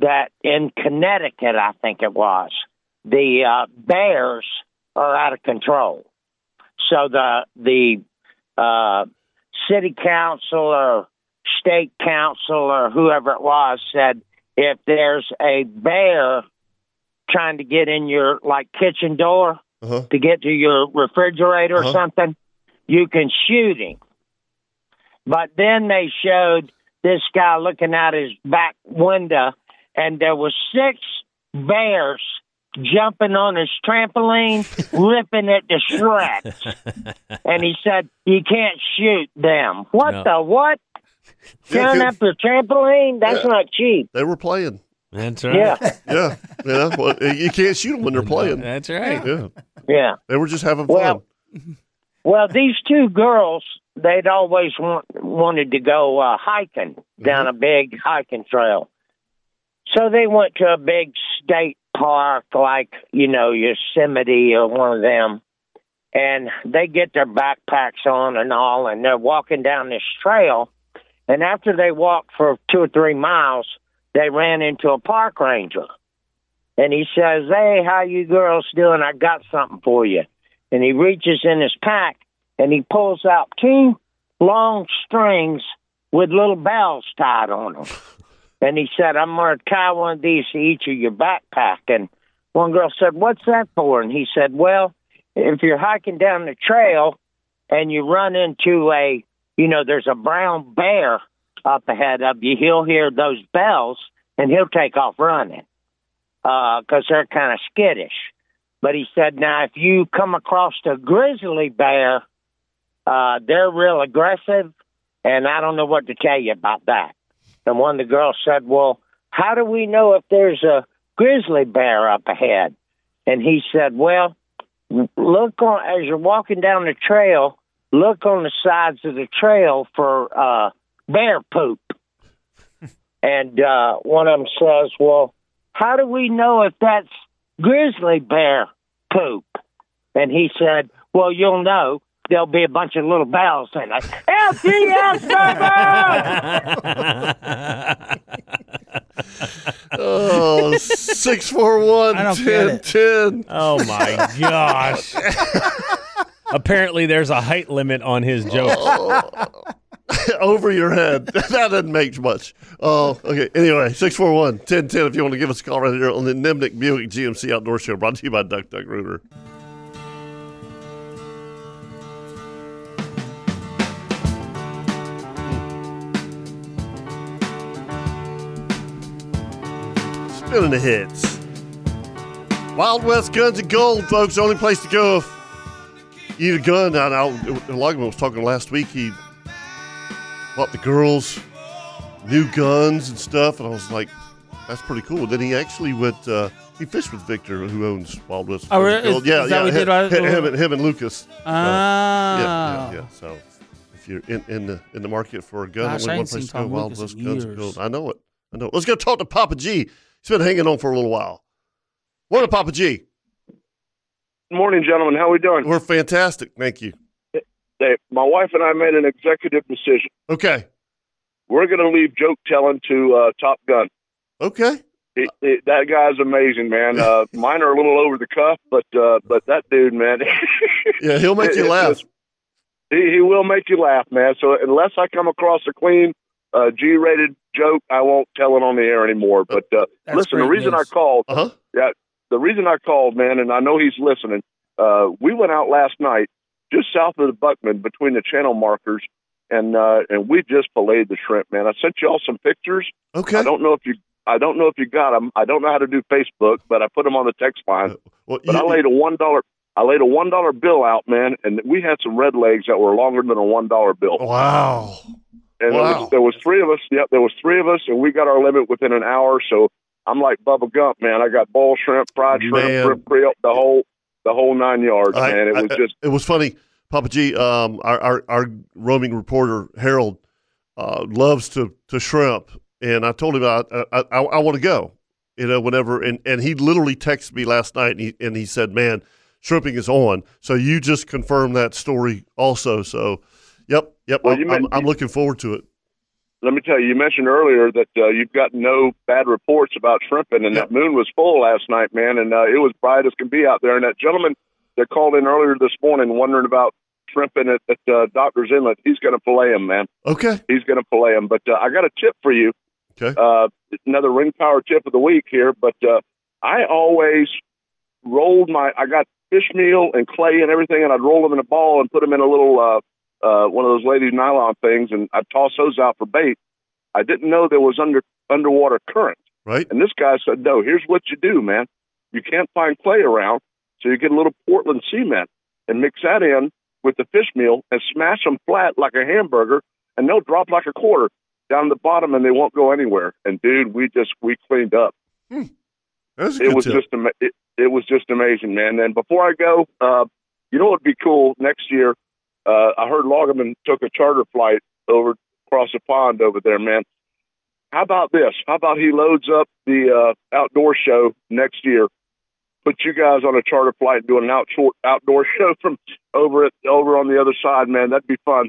that in Connecticut, I think it was, the uh, bears are out of control. So the the uh, city council or state council or whoever it was said if there's a bear trying to get in your like kitchen door to get to your refrigerator or something, you can shoot him. But then they showed this guy looking out his back window, and there were six bears jumping on his trampoline, ripping it to *laughs* shreds. and he said, "You can't shoot them." What No. the what? Tearing up the trampoline? That's Yeah. not cheap. They were playing. That's right. Yeah. *laughs* yeah. You know, well, you can't shoot them when they're playing. That's right. Yeah. Yeah. They were just having fun. Well, well, these two girls, they'd always want, wanted to go uh, hiking down a big hiking trail. So they went to a big state park like, you know, Yosemite or one of them. And they get their backpacks on and all, and they're walking down this trail. And after they walked for two or three miles, they ran into a park ranger. And he says, Hey, how you girls doing? I got something for you and he reaches in his pack and he pulls out two long strings with little bells tied on them. And he said, I'm going to tie one of these to each of your backpack. And one girl said, What's that for? And he said, Well, if you're hiking down the trail and you run into a, you know, there's a brown bear up ahead of you, he'll hear those bells and he'll take off running because they're kind of skittish. But he said, now if you come across a grizzly bear, uh, they're real aggressive, and I don't know what to tell you about that. And one of the girls said, well, how do we know if there's a grizzly bear up ahead? And he said, well, look on as you're walking down the trail, look on the sides of the trail for uh, bear poop. and uh, one of them says, well, how do we know if that's grizzly bear poop? And he said, Well, you'll know. There'll be a bunch of little bells in it. LTS Oh, six four one I don't ten get ten. Oh my gosh. Apparently, there's a height limit on his joke. *laughs* Over your head. that doesn't make much. Oh, okay. Anyway, 641 1010 if you want to give us a call right here on the Nimnik Buick GMC Outdoor Show brought to you by Duck Duck Rooter. Spinning the hits. Wild West Guns and Gold, folks. Only place to go if you need a gun. And I, Logman was talking last week. He bought the girls new guns and stuff, and I was like, "That's pretty cool." Then he actually went. Uh, he fished with Victor, who owns Wild West. Oh, really? Guns and Gold. Is- yeah, is yeah. that what he him, did, right? him and, him and Lucas. Uh, yeah, Ah. yeah, yeah. So if you're in, in the in the market for a gun, Gosh, I only one ain't place seen to go: Tom Wild Lucas West in Guns and years. Gold. I know it. I know. It. Let's go talk to Papa G. He's been hanging on for a little while. What up, Papa G? Morning, gentlemen. How we doing? We're fantastic. Thank you. Hey, my wife and I made an executive decision. Okay. We're going to leave joke telling to uh, Top Gun. Okay. It, it, that guy's amazing, *laughs* man. Uh, mine are a little over the cuff, but uh, but that dude, man. Yeah, he'll make you It- it- laugh. He, he will make you laugh, man. So unless I come across a clean uh, G-rated joke, I won't tell it on the air anymore. But uh, That's listen, the great reason news. I called, uh yeah, the reason I called, man, and I know he's listening. Uh, we went out last night just south of the Buckman between the channel markers, and uh, and we just filleted the shrimp, man. I sent y'all some pictures. Okay. I don't know if you. I don't know if you got them. I don't know how to do Facebook, but I put them on the text Uh, line. but I laid a one dollar. I laid a one dollar bill out, man, and we had some red legs that were longer than a one dollar bill. Wow. And there, Wow. was, there was three of us. Yep, there was three of us, and we got our limit within an hour. So I'm like Bubba Gump, man. I got boiled shrimp, fried shrimp, Man. shrimp, creole, the whole, the whole nine yards, I- man. It I- was just it was funny. Papa G, um, our, our our roaming reporter Harold uh, loves to to shrimp, and I told him I I, I, I want to go, you know, whenever. And, and he literally texted me last night, and he and he said, "Man, shrimping is on." So you just confirmed that story also. So, yep, yep. Well, I'm, you meant- I'm, I'm looking forward to it. let me tell you, you mentioned earlier that uh, you've got no bad reports about shrimping, and that moon was full last night, man, and uh, it was bright as can be out there. And that gentleman that called in earlier this morning wondering about shrimping at, at uh, Doctor's Inlet, he's going to fillet him, man. Okay. He's going to fillet him. But uh, I got a tip for you. Okay. Uh, another ring power tip of the week here, but uh, I always rolled my, I got fish meal and clay and everything, and I'd roll them in a ball and put them in a little, uh, uh, one of those ladies' nylon things, and I'd toss those out for bait. I didn't know there was under underwater current. Right. And this guy said, "No, here's what you do, man. You can't find clay around, so you get a little Portland cement and mix that in with the fish meal and smash them flat like a hamburger, and they'll drop like a quarter down the bottom, and they won't go anywhere. And dude, we just we cleaned up. That's a it good was tip. just ama- it, it was just amazing, man. And before I go, uh, you know what'd be cool next year? Uh, I heard Loggeman took a charter flight over across the pond over there, man. How about this? How about he loads up the uh, outdoor show next year? Put you guys on a charter flight and do an outdoor outdoor *laughs* show from over at over on the other side, man. That'd be fun.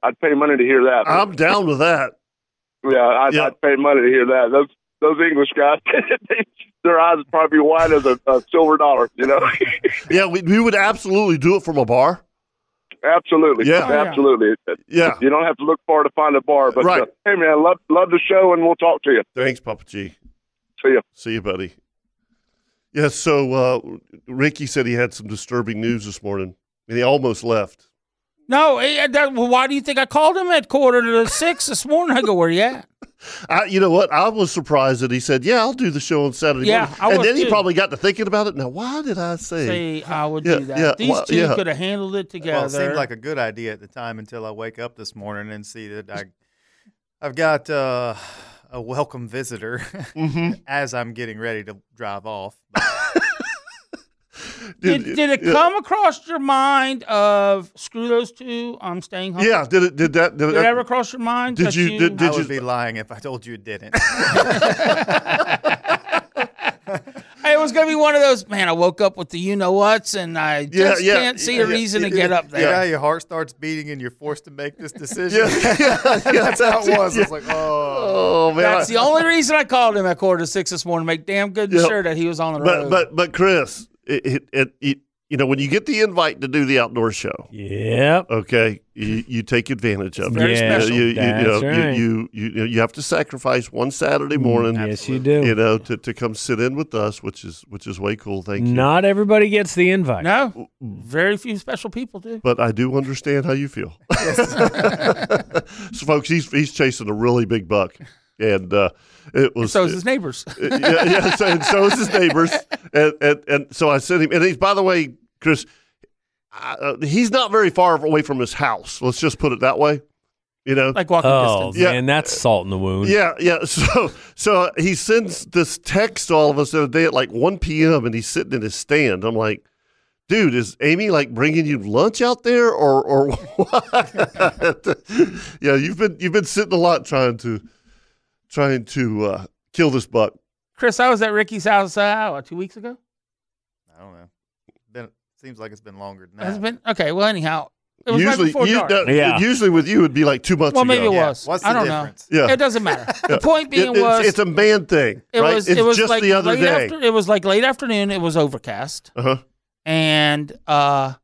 I'd pay money to hear that. I'm down with that. Yeah, I'd, I'd pay money to hear that. Those those English guys, *laughs* they, their eyes would probably be wide as a, a silver dollar. You know, *laughs* Yeah, we, we would absolutely do it from a bar. absolutely, Yeah. Oh, yeah. absolutely. Yeah, you don't have to look far to find a bar. But Right. uh, hey, man, love love the show, and we'll talk to you. Thanks, Papa G. See you. See you, buddy. Yeah, so uh, Ricky said he had some disturbing news this morning, and he almost left. No, eh, that, well, why do you think I called him at quarter to six this morning? I go, where you at? I, you know what? I was surprised that he said, "Yeah, I'll do the show on Saturday." Yeah, morning. I and was then he too. probably got to thinking about it. Now, why did I say? Say I would Yeah, do that. yeah, These well, two yeah. could have handled it together. Well, it seemed like a good idea at the time until I wake up this morning and see that I, I've got uh, a welcome visitor Mhm. *laughs* as I'm getting ready to drive *laughs* off. did, did it yeah. come across your mind of screw those two? I'm staying home. Yeah, did it? Did that? Did, Did it that- ever cross your mind? Did that you- did- did I you- would be lying if I told you it *laughs* didn't. Hey, it was gonna be one of those. Man, I woke up with the you know whats, and I just can't see a reason to get up there. Yeah, your heart starts beating and you're forced to make *laughs* this decision. Yeah, yeah, yeah, *laughs* that's how it was. yeah, I was yeah. like, oh, Oh, man, That's I- the only reason I called him at quarter to six this morning. Make damn good Yeah. sure that he was on the but road. but but Chris, it, it, it, it, you know when you get the invite to do the outdoor show, Yep. okay, you, you take advantage of very it. Yeah, special. You, you, that's you, know, you- right. you, you you you have to sacrifice one Saturday morning. yes, you do. Mm, You know to, to come sit in with us, which is which is way cool. Thank you. Not everybody gets the invite. no, very few special people do. But I do understand how you feel. *laughs* so, folks, he's he's chasing a really big buck, and uh, it was so is his neighbors. *laughs* yeah, yeah. So, and so is his neighbors, and, and and so I sent him. And he's by the way, Chris, I, uh, he's not very far away from his house. Let's just put it that way. You know, like Oh Yeah, man, that's salt in the wound. yeah, yeah. *laughs* So, so he sends this text to all of us the other day at like 1 p.m. and he's sitting in his stand. I'm like, dude, is Amy like bringing you lunch out there or or *laughs* what? *laughs* yeah, you've been you've been sitting a lot trying to trying to uh, kill this buck. Chris, I was at Ricky's house uh, what, two weeks ago. I don't know. Been, seems like it's been longer than that. Has it been okay? Well, anyhow, it was right before you- dark. no, usually with you it'd be like two months. Well, maybe ago. it was. I don't know. Yeah, It doesn't *laughs* matter. Yeah. The point being It- it's, was it's a man thing. it right? was it's it was just like the other late day. After, it was like late afternoon. It was overcast, uh-huh. and uh,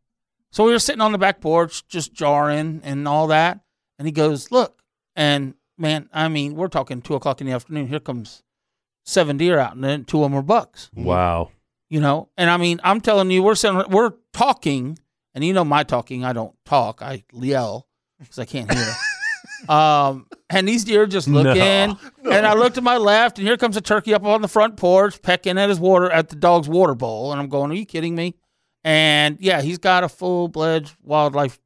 so we were sitting on the back porch, just jarring and all that. And he goes, "Look," and man, I mean, we're talking two o'clock in the afternoon. Here comes seven deer out, and then two of them are bucks. *laughs* Wow. You know, and I mean, I'm telling you, we're sitting, we're talking, and you know my talking. I don't talk. I yell because I can't *laughs* hear. um, and these deer just No. looking, and I look to my left, and here comes a turkey up on the front porch, pecking at his water at the dog's water bowl, and I'm going, "Are you kidding me?" And yeah, he's got a full fledged wildlife,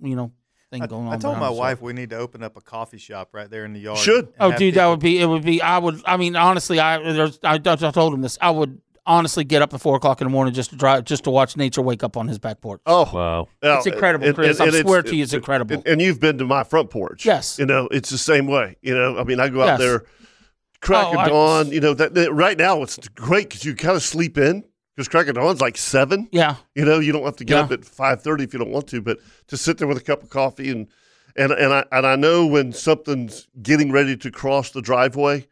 you know, thing I, going on. I told behind my his wife we need to open up a coffee shop right there in the yard. should. and Oh, have dude, people- that would be. It would be. I would. I mean, honestly, I there's, I, I told him this. I would honestly get up at four o'clock in the morning just to drive, just to watch nature wake up on his back porch. Oh, wow, it's incredible, Chris. I swear to you, it's incredible. And, and you've been to my front porch. Yes. You know, it's the same way. You know, I mean, I go Yes. out there, crack Oh, of I- dawn. You know, that, that- right now it's great because you kind of sleep in because crack of dawn's like seven. Yeah. You know, you don't have to get Yeah. up at five thirty if you don't want to, but to sit there with a cup of coffee and and and I and I know when something's getting ready to cross the driveway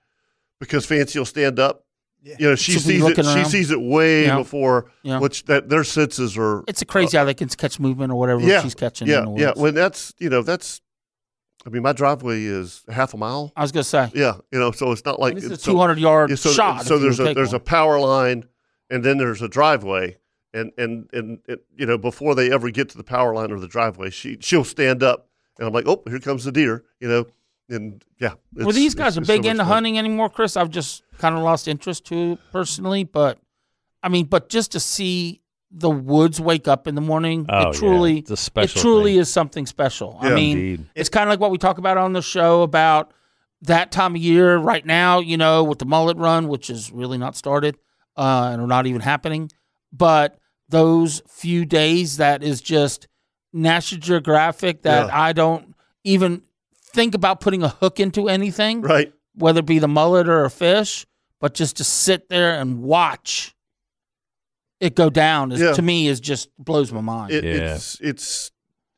because Fancy will stand up. You know, she She'll be sees it. looking She around. sees it way Yeah. before, Yeah. which that their senses are. it's a crazy how they can catch movement or whatever she's catching. Uh, Yeah, in the yeah. woods. When that's you know that's, I mean, my driveway is half a mile. I was gonna say. Yeah, you know, so it's not like And this is a so- 200 yard yeah, so, shot if So you there's would a take there's one. a power line, and then there's a driveway, and and and it, you know before they ever get to the power line or the driveway, she she'll stand up, and I'm like, oh, here comes the deer, you know, and yeah. Well, it's- these guys it's- are it's so big much into fun. hunting anymore, Chris. I've just kind of lost interest to it personally, but I mean, but just to see the woods wake up in the morning. Oh, yeah. it truly, It's a special it truly is something special. Yeah. I mean, Indeed. it's kind of like what we talk about on the show about that time of year right now, you know, with the mullet run, which is really not started uh, and are not even happening. But those few days that is just National Geographic that Yeah. I don't even think about putting a hook into anything, right? Whether it be the mullet or a fish, but just to sit there and watch it go down is, Yeah. to me is just blows my mind. It, It's it's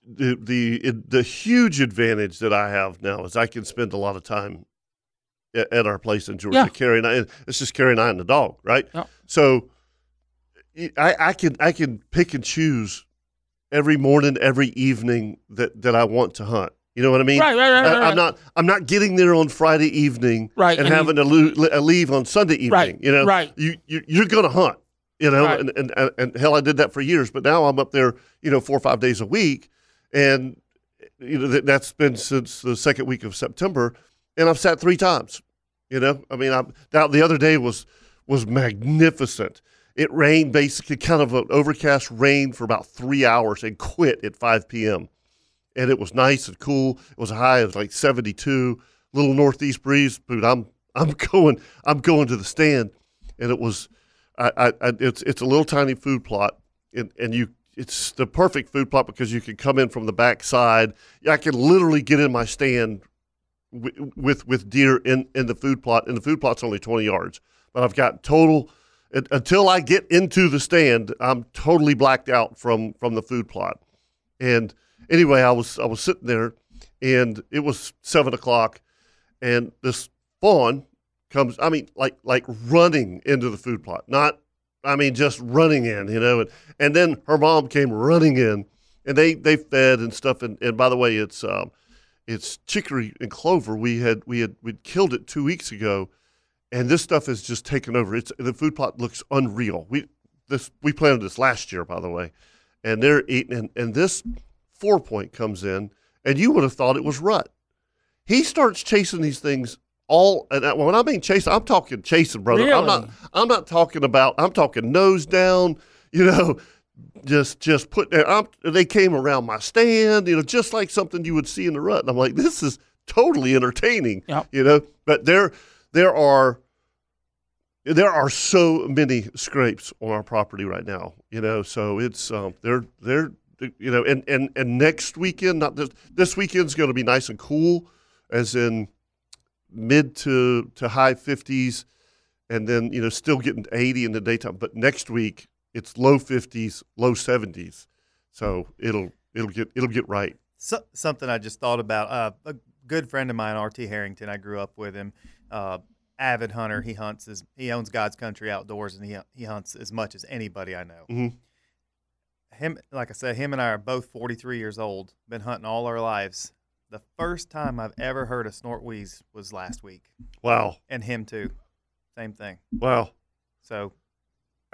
the the it, the huge advantage that I have now is I can spend a lot of time at, at our place in Georgia. Yeah. Carrie and I, and it's just Carrie and I and the dog, right? So it- I, I can I can pick and choose every morning, every evening that that I want to hunt. You know what I mean? Right, right, right, I, right, I'm right. not I'm not getting there on Friday evening, Right, and, and having to lo- a leave on Sunday evening. Right, you know, right. You, you you're gonna hunt you know, Right. and, and, and, and hell, I did that for years, but now I'm up there, you know, four or five days a week. And, you know, that, that's been since the second week of September. And I've sat three times, you know, I mean, I'm now the other day was, was magnificent. It rained basically kind of an overcast rain for about three hours and quit at 5 p.m. And it was nice and cool. It was high. It was like 72, little northeast breeze. But I'm, *laughs* I'm going, I'm going to the stand. And it was, I, I, I it's it's a little tiny food plot, and, and you it's the perfect food plot because you can come in from the back side. I can literally get in my stand wi- with with deer in in the food plot, and the food plot's only twenty yards, but I've got total. un- Until I get into the stand, I'm totally blacked out from from the food plot. And anyway, I was I was sitting there, and it was seven o'clock, and this fawn comes. I mean, like like running into the food plot. Not, I mean, just running in. You know, and and then her mom came running in, and they they fed and stuff. And, and by the way, it's um, it's chicory and clover. We had we had we'd killed it two weeks ago, and this stuff has just taken over. It's the food plot looks unreal. We this we planted this last year, by the way, and they're eating, and, and this four point comes in, and you would have thought it was rut. He starts chasing these things all, and I- when I mean chasing, I'm talking chasing, brother. I'm not, Really? I'm not talking about. I'm talking nose down. *laughs* You know, just just put. and I'm, they came around my stand. You know, just like something you would see in the rut. And I'm like, this is totally entertaining. You know, but there there are there are so many scrapes on our property right now. You know, so it's um, they're they're you know, and and and next weekend, not this this weekend's going to be nice and cool, as in mid to to high fifties, and then you know still getting to eighty in the daytime. But next week it's low fifties, low seventies, so it'll it'll get it'll get right. So, something I just thought about. Uh, a good friend of mine, RT Harrington, I grew up with him. Uh, avid hunter. He hunts as he owns God's Country Outdoors, and he he hunts as much as anybody I know. Mhm. Him, like I said, him and I are both 43 years old. Been hunting all our lives. The first time I've ever heard a snort wheeze was last week. Wow. And him too. Same thing. Wow. So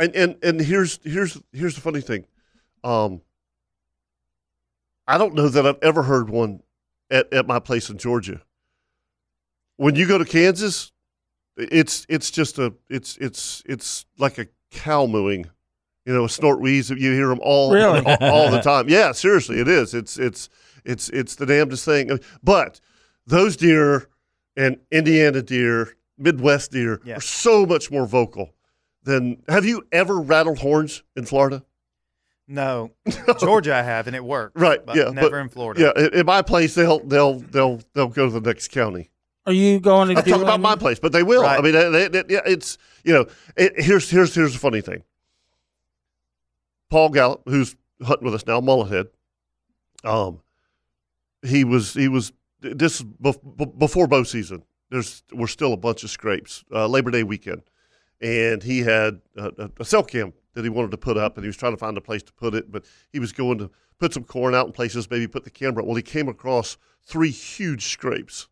And and and here's here's here's the funny thing. Um I don't know that I've ever heard one at, at my place in Georgia. When you go to Kansas, it's it's just a it's it's it's like a cow mooing, you know, a snort wheeze. You hear them all Really? all, all the time. Yeah, seriously, it is. It's it's it's it's the damnedest thing. But those deer and Indiana deer, Midwest deer are so much more vocal than. Have you ever rattled horns in Florida? no, Georgia I have, and it *laughs* worked. Right. But yeah. but- Never in Florida. Yeah. In, in my place, they'll they'll they'll they'll go to the next county. Are you going to I'm do talking about my place, but they will. I mean, they, they, yeah, it's you know, it, here's here's here's the funny thing. Paul Gallup, who's hunting with us now, mullet head. Um, he was he was this is bef- b- before bow season. There's were still a bunch of scrapes uh, Labor Day weekend, and he had a, a, a cell cam that he wanted to put up, and he was trying to find a place to put it, but he was going to put some corn out in places, maybe put the camera. up. Well, he came across three huge scrapes.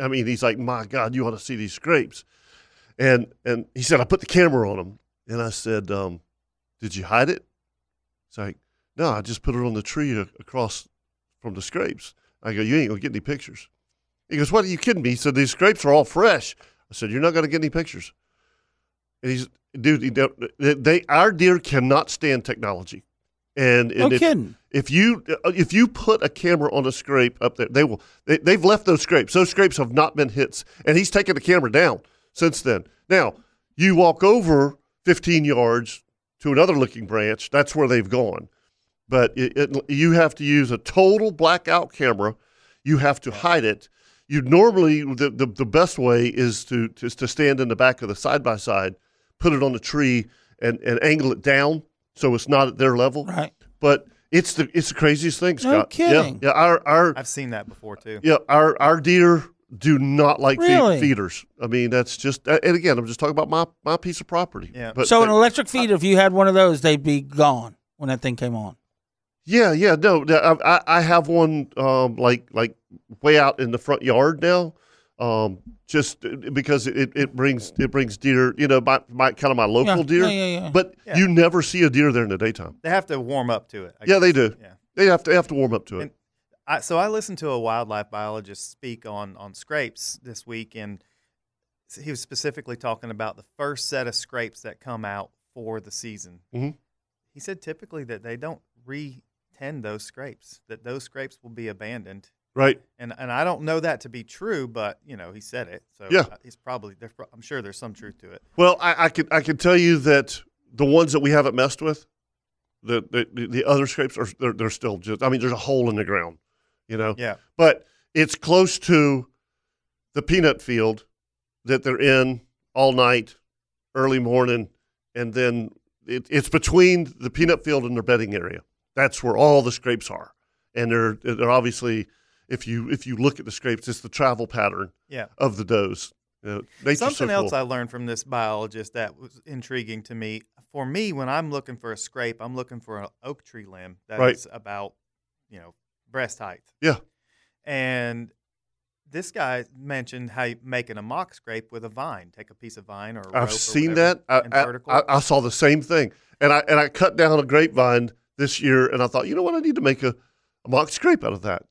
I mean, he's like, my God, you ought to see these scrapes. And and he said, I put the camera on them. And I said, um, did you hide it? It's like, no, I just put it on the tree a- across from the scrapes. I go, you ain't gonna get any pictures. He goes, what are you kidding me? He said, these scrapes are all fresh. I said, you're not gonna get any pictures. And he's dude, you don't- they, they our deer cannot stand technology. And, and No if, kidding. If you uh, if you put a camera on a scrape up there, they will. They, they've left those scrapes. Those scrapes have not been hits, and he's taken the camera down since then. Now you walk over 15 yards to another looking branch. That's where they've gone. But it, it, you have to use a total blackout camera. You have to hide it. You normally the, the, the best way is to is to stand in the back of the side by side, put it on a tree, and, and angle it down so it's not at their level. Right. But it's the it's the craziest thing, No Scott. Yeah, kidding. Yeah. Our our I've seen that before too. yeah our our deer do not like feed- Really? feeders. I mean that's just and again I'm just talking about my my piece of property. Yeah. so an electric feeder, if you had one of those, they'd be gone when that thing came on. Yeah, yeah, no, no, I, I- I have one um, like like way out in the front yard now, um, just because it, it brings it brings deer, you know, my, my kind of my local yeah, deer. yeah, yeah. But Yeah. you never see a deer there in the daytime. They have to warm up to it. I yeah, they guess. do. They have to they have to warm up to it. And I, so I listened to a wildlife biologist speak on on scrapes this week, and s- he was specifically talking about the first set of scrapes that come out for the season. Mhm. He said typically that they don't re-tend those scrapes; that those scrapes will be abandoned. Right. And and I don't know that to be true, but you know he said it, so Yeah. I- he's probably there's pro- I'm sure there's some truth to it. Well, I, I can I can tell you that the ones that we haven't messed with, the the, the other scrapes are they're, they're still just. I mean, there's a hole in the ground, you know. Yeah. But it's close to the peanut field that they're in all night, early morning, and then it, it's between the peanut field and their bedding area. That's where all the scrapes are, and they're they're obviously if you if you look at the scrapes, it's the travel pattern Yeah. of the does. You know, nature's so Something else cool. I learned from this biologist that was intriguing to me. For me, when I'm looking for a scrape, I'm looking for an oak tree limb that's Right. about, you know, breast height. Yeah. And this guy mentioned how you- making a mock scrape with a vine. Take a piece of vine or a rope I've or seen whatever that. I, and I- vertical. I, I saw the same thing, and I and I cut down a grapevine this year, and I thought, you know what, I need to make a, a mock scrape out of that,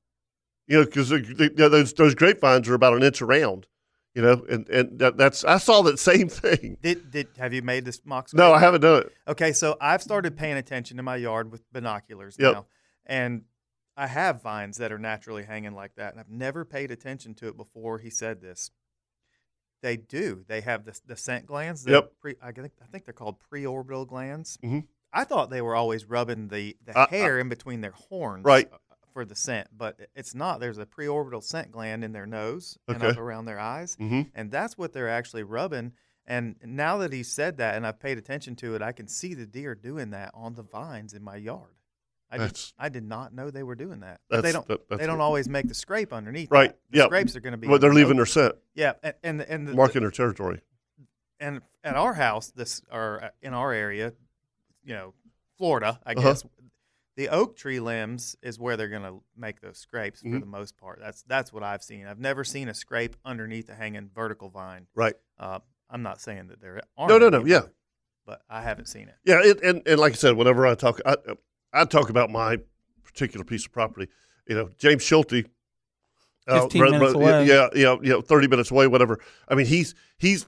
you know, because those those grapevines are about an inch around, you know, and and that, that's I saw that same *laughs* thing. did, did have you made this mock scrape? No, I haven't *laughs* done it. Okay, so I've started paying attention to my yard with binoculars Yep. now, and I have vines that are naturally hanging like that, and I've never paid attention to it before he said this. They do. They have the, the scent glands. the Yep. Pre, I think I think they're called preorbital glands. Mhm. I thought they were always rubbing the, the I- I- hair in between their horns, Right. uh, for the scent, but it's not. There's a preorbital scent gland in their nose and Okay. up around their eyes, Mhm. and that's what they're actually rubbing. And now that he said that, and I've paid attention to it, I can see the deer doing that on the vines in my yard. I did, That's- I did not know they were doing that. But they That's- don't. that- that's they don't what- always make the scrape underneath. Right, that. The yeah. Scrapes are going to be. Well, on they're leaving oak. their scent. Yeah, and and and the, Marking their territory. and at our house, this or uh, in our area, you know, Florida, I Uh-huh. guess the oak tree limbs is where they're going to make those scrapes for Mhm. the most part. That's that's what I've seen. I've never seen a scrape underneath a hanging vertical vine. Right. Uh, I'm not saying that there aren't. No, no, any, no. Yeah, But I haven't seen it. Yeah, it, and and like I said, whenever I talk, I I talk about my particular piece of property. You know, James Schulte. uh, 15 minutes away. Yeah, yeah, yeah, thirty minutes away, whatever. I mean, he's he's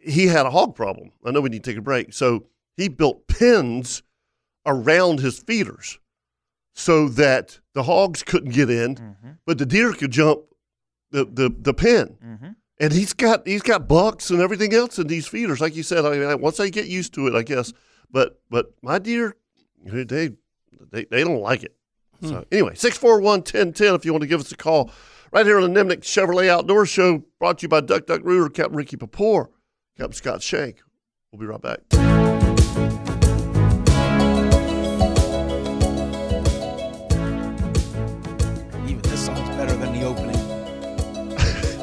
he had a hog problem. I know we need to take a break, so he built pens around his feeders so that the hogs couldn't get in, but the deer could jump the the, the pen. And he's got he's got bucks and everything else in these feeders, like you said. I mean, once they get used to it, I guess. But but my deer, they they, they don't like it. So anyway, 641-1010 if you want to give us a call. Right here on the Nimnik Chevrolet Outdoor Show, brought to you by Duck Duck Rooter, Captain Ricky Papore, Captain Scott Shank. We'll be right back. Even this song's better than the opening.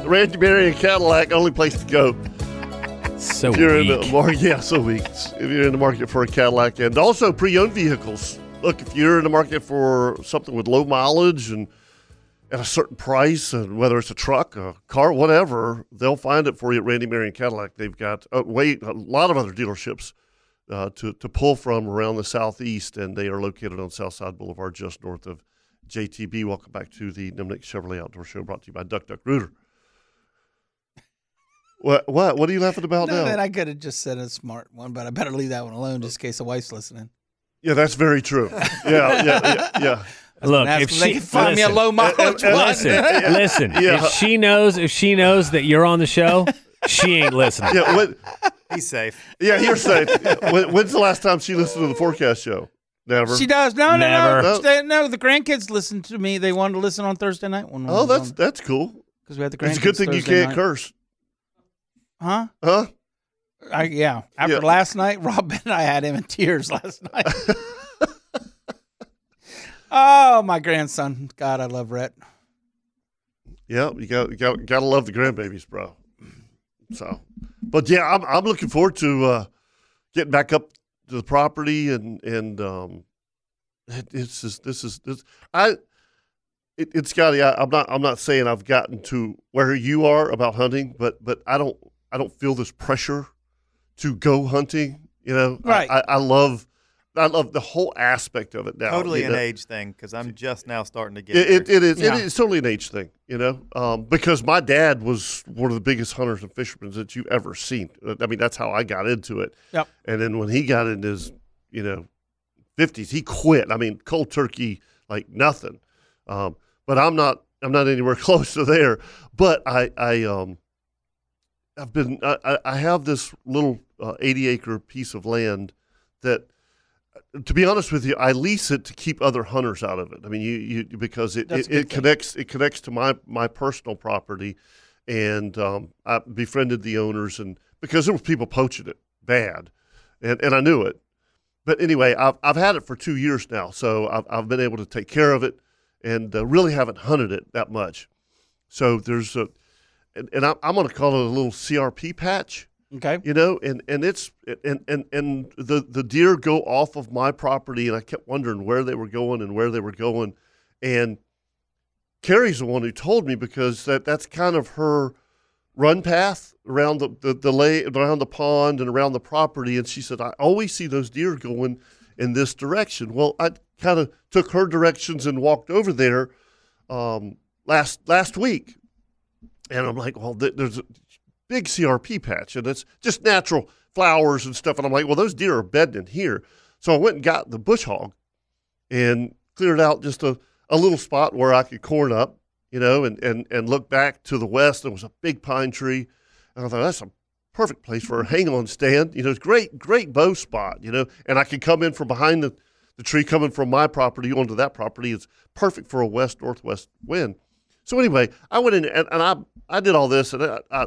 Randy Berry and Cadillac, only place to go. So if you're in the weak. market, yeah, so weak. If you're in the market for a Cadillac and also pre-owned vehicles, look if you're in the market for something with low mileage and at a certain price, and whether it's a truck, a car, whatever, they'll find it for you at Randy Marion Cadillac. They've got a way a lot of other dealerships uh, to to pull from around the southeast, and they are located on Southside Boulevard, just north of JTB. Welcome back to the Nimnik Chevrolet Outdoor Show, brought to you by Duck Duck Rooter. What? What? What are you laughing about No, now? man, I could have just said a smart one, but I better leave that one alone just in case the wife's listening. yeah, that's very true. Yeah, yeah, *laughs* yeah. yeah. Look, if they she can find me a listen. low mileage Uh, uh, one. Listen, listen. Yeah. If she knows, if she knows that you're on the show, she ain't listening. Yeah, what, *laughs* He's safe. yeah, you're safe. when, when's the last time she listened to the forecast show? Never. She does. No, no, no. No. They- no, the grandkids listen to me. They wanted to listen on Thursday night when Oh, that's that's cool. because we had the grandkids. It's a good thing you Thursday can't night. curse. Huh? Huh? I, yeah. After last *laughs* night, Rob and I had him in tears *laughs* last night. oh, my grandson. God, I love Rhett. Yeah, you got you got gotta love the grandbabies, bro. So, but yeah, I'm I'm looking forward to uh, getting back up to the property and and um, it, it's just this is this I it, it's Scotty. I, I'm not I'm not saying I've gotten to where you are about hunting, but but I don't I don't feel this pressure to go hunting. You know, Right. I, I, I love I love the whole aspect of it now. totally you an know? age thing because I'm just now starting to get It, it, there. it is. It is totally an age thing, you know, um, because my dad was one of the biggest hunters and fishermen that you've ever seen. Uh, I mean, that's how I got into it. Yep. And then when he got in his, you know, fifties, he quit. I mean, cold turkey, like nothing. Um, but I'm not. I'm not anywhere *laughs* close to there. But I, I, um, I've been. I, I- I have this little uh, 80 acre piece of land that to be honest with you, I lease it to keep other hunters out of it. I mean, you, you because it, That's it, a good it thing. connects it connects to my my personal property, and um, I befriended the owners and because there were people poaching it bad, and and I knew it. But anyway, I've I've had it for two years now, so I've I've been able to take care of it, and uh, really haven't hunted it that much. So there's a, and, and I, I'm going to call it a little CRP patch. Okay. You know, and and it's and and and the the deer go off of my property, and I kept wondering where they were going and where they were going, and Carrie's the one who told me because that that's kind of her run path around the, the, the lay around the pond and around the property and she said I always see those deer going in this direction. Well, I kind of took her directions and walked over there um, last last week and I'm like, well, th- there's a big CRP patch, and it's just natural flowers and stuff. And I'm like, well, those deer are bedding in here. So I went and got the bush hog and cleared out just a, a little spot where I could corn up, you know, and, and, and look back to the west. There was a big pine tree. And I thought, that's a perfect place for a hang on stand. You know, it's great, great bow spot, you know, and I could come in from behind the, the tree coming from my property onto that property. It's perfect for a west northwest wind. So anyway, I went in and, and I I did all this and I, I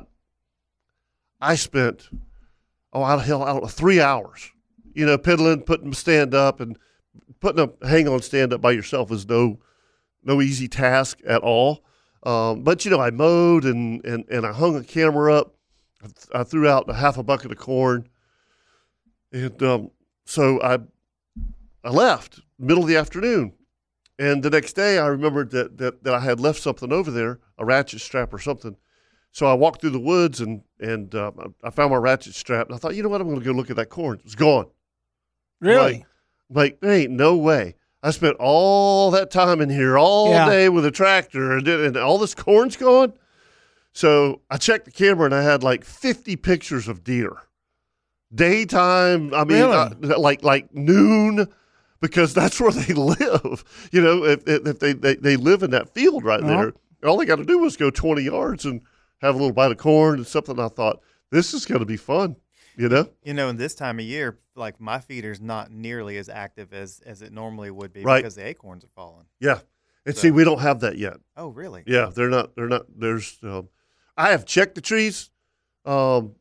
I spent oh I, hell I don't know three hours, you know, piddling, putting stand up and putting a hang on stand up by yourself is no no easy task at all. Um, but you know, I mowed and and and I hung a camera up. I th- I threw out a half a bucket of corn, and um, so I I left middle of the afternoon. And the next day, I remembered that, that, that I had left something over there, a ratchet strap or something. So I walked through the woods and, and um, I I found my ratchet strap. And I thought, you know what? I'm going to go look at that corn. It's gone. Really? Like, like, there ain't no way. I spent all that time in here all Yeah. day with a tractor and, did- and all this corn's gone. So I checked the camera and I had like 50 pictures of deer. Daytime, I mean, Really? uh, like like noon, because that's where *laughs* they live. You know, if, if if they, they they live in that field right Uh-huh. there, all they got to do is go 20 yards and have a little bite of corn and something. I thought this is going to be fun. You know, You know, and this time of year, like my feeder's not nearly as active as as it normally would be Right. because the acorns are falling. Yeah, and see, we don't have that yet. Oh, really? Yeah, they're not. They're not. There's. Um, I have checked the trees. Um,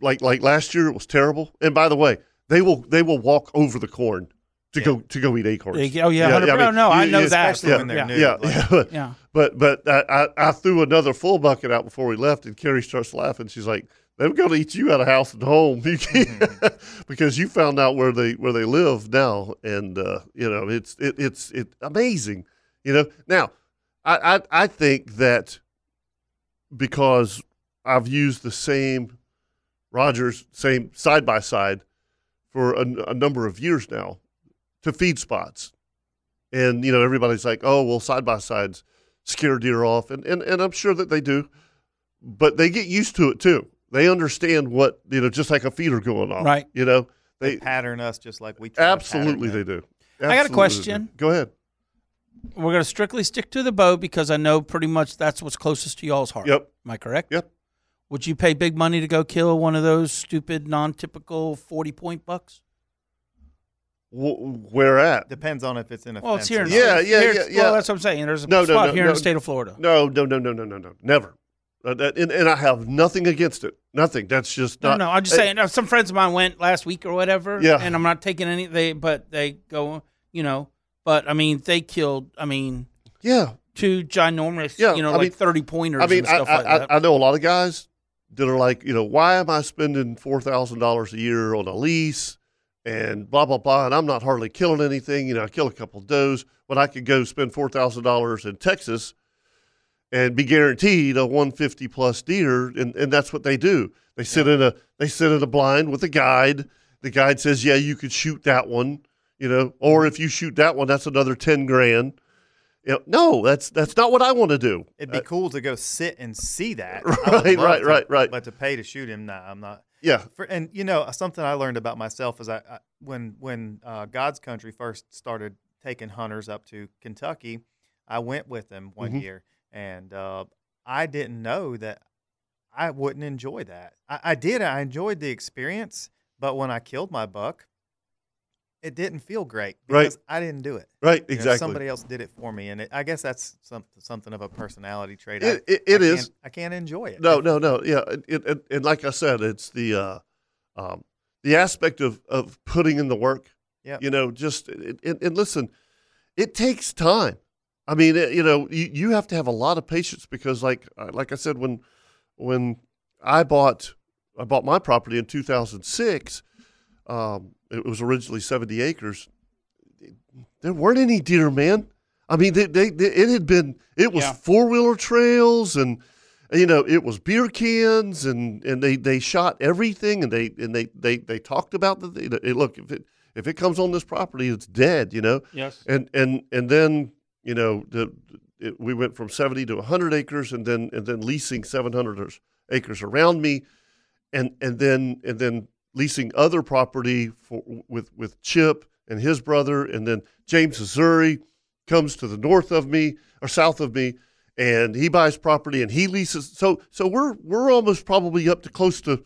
like like last year, it was terrible. And by the way, they will they will walk over the corn to go to go eat acorns. They- oh, yeah, 100% no, no, I know that. Especially when they're yeah, new, Yeah, like- yeah. Yeah. But but I, I I threw another full bucket out before we left, and Carrie starts laughing. She's like. They're going to eat you out of house and home *laughs* You can't- because you found out where they where they live now, and uh, you know it's it, it's it amazing. You know now, I I, I think that because I've used the same Rogers, same side by side for a, a number of years now to feed spots. And, you know, everybody's like, oh, well, side by sides scare deer off. And, and, and I'm sure that they do, but they get used to it too. They understand what you know, just like a feeder going off, Right. You know, They, they pattern us just like we try to absolutely they do. I got a Absolutely they do. question. Go ahead. We're going to strictly stick to the bow because I know pretty much that's what's closest to y'all's heart. Yep. Am I correct? Yep. Would you pay big money to go kill one of those stupid, non-typical forty-point bucks? Wh- Where at? Depends on if it's in a. Well, it's here. in- Yeah, yeah, here- yeah, yeah. Well, that's what I'm saying. There's a no, no, spot no, here no, in the state of Florida. No, no, no, no, no, no, no, never. Uh, that, and, and I have nothing against it. Nothing. That's just No, not. no, I'm just it- saying. uh, Some friends of mine went last week or whatever. Yeah. And I'm not taking any. They, but they go. You know, but I mean, they killed. I mean, yeah, two ginormous. Yeah, you know, I like mean- thirty pointers. I mean, and stuff I, like I, that. I, I know a lot of guys that are like, you know, why am I spending four thousand dollars a year on a lease and blah blah blah, and I'm not hardly killing anything. You know, I kill a couple does when I could go spend four thousand dollars in Texas and be guaranteed a 150 plus deer, and, and that's what they do. They sit in a they sit in a blind with a guide. The guide says, yeah, you could shoot that one, you know, or Mm-hmm. if you shoot that one, that's another ten grand. You know, no, that's that's not what I want to do. It'd be Uh, cool to go sit and see that. Right, I would love right, to, right, right. But to pay to shoot him, nah, I'm not. Yeah. For, and you know uh, something I learned about myself is I, I when when uh, God's Country first started taking hunters up to Kentucky, I went with them one Mm-hmm. Mhm. year, and uh, I didn't know that I wouldn't enjoy that. I, I did. I enjoyed the experience, but when I killed my buck, it didn't feel great Right. because I didn't do it. Right, You know, exactly. somebody else did it for me, and it, I guess that's some, something of a personality trait. It, I, it, it I is. Can't, I can't enjoy it. No, no, no. Yeah, it, it, it- and like I said, it's the uh, um, the aspect of of putting in the work. Yep. You know, just and, and- and listen, it takes time. I mean, it, you know, you, you have to have a lot of patience because, like uh, like I said, when when I bought I bought my property in two thousand six, um, it was originally seventy acres. There weren't any deer, man. I mean, they, they, they it had been it was Yeah. four wheeler trails and you know it was beer cans and and they they shot everything and they and they they they talked about the you know, it, look if it if it comes on this property it's dead you know Yes. and and and then you know the it, we went from 70 to 100 acres and then and then leasing 700 acres around me and and then and then leasing other property for with with Chip and his brother, and then James Missouri comes to the north of me or south of me, and he buys property and he leases. So so we're we're almost probably up to close to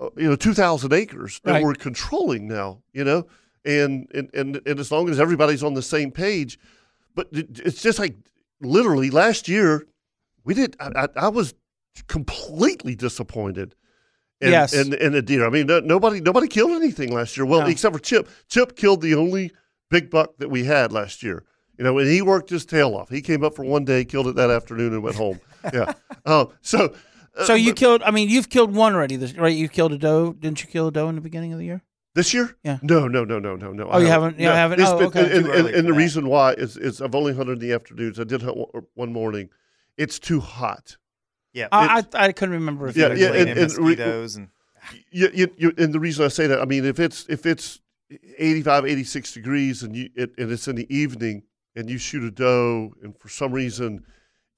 uh, you know two thousand acres that Right. we're controlling now. You know, and and and and as long as everybody's on the same page, but it- it's just like literally last year we did. I, I, I was completely disappointed. In, Yes. in, in the deer. I mean, no, nobody nobody killed anything last year. Well, No. except for Chip. Chip killed the only big buck that we had last year. You know, and he worked his tail off. He came up for one day, killed it that afternoon, and went *laughs* home. Yeah. Um, so, uh, so you but killed. I mean, you've killed one already. This, right? You killed a doe. Didn't you kill a doe in the beginning of the year? this year? Yeah. No, no, no, no, no, no. Oh, you haven't- you haven't- It's oh, okay. and- Too and, early and the for that. reason why is, is I've only hunted in the afternoons. I did hunt one- one morning. It's too hot. Yeah. I, I, I couldn't remember. If yeah, you yeah, played and, in and re- mosquitoes and- you, you, you, and the reason I say that, I mean, if it's if it's 85, 86 degrees and you it, and it's in the evening and you shoot a doe and for some reason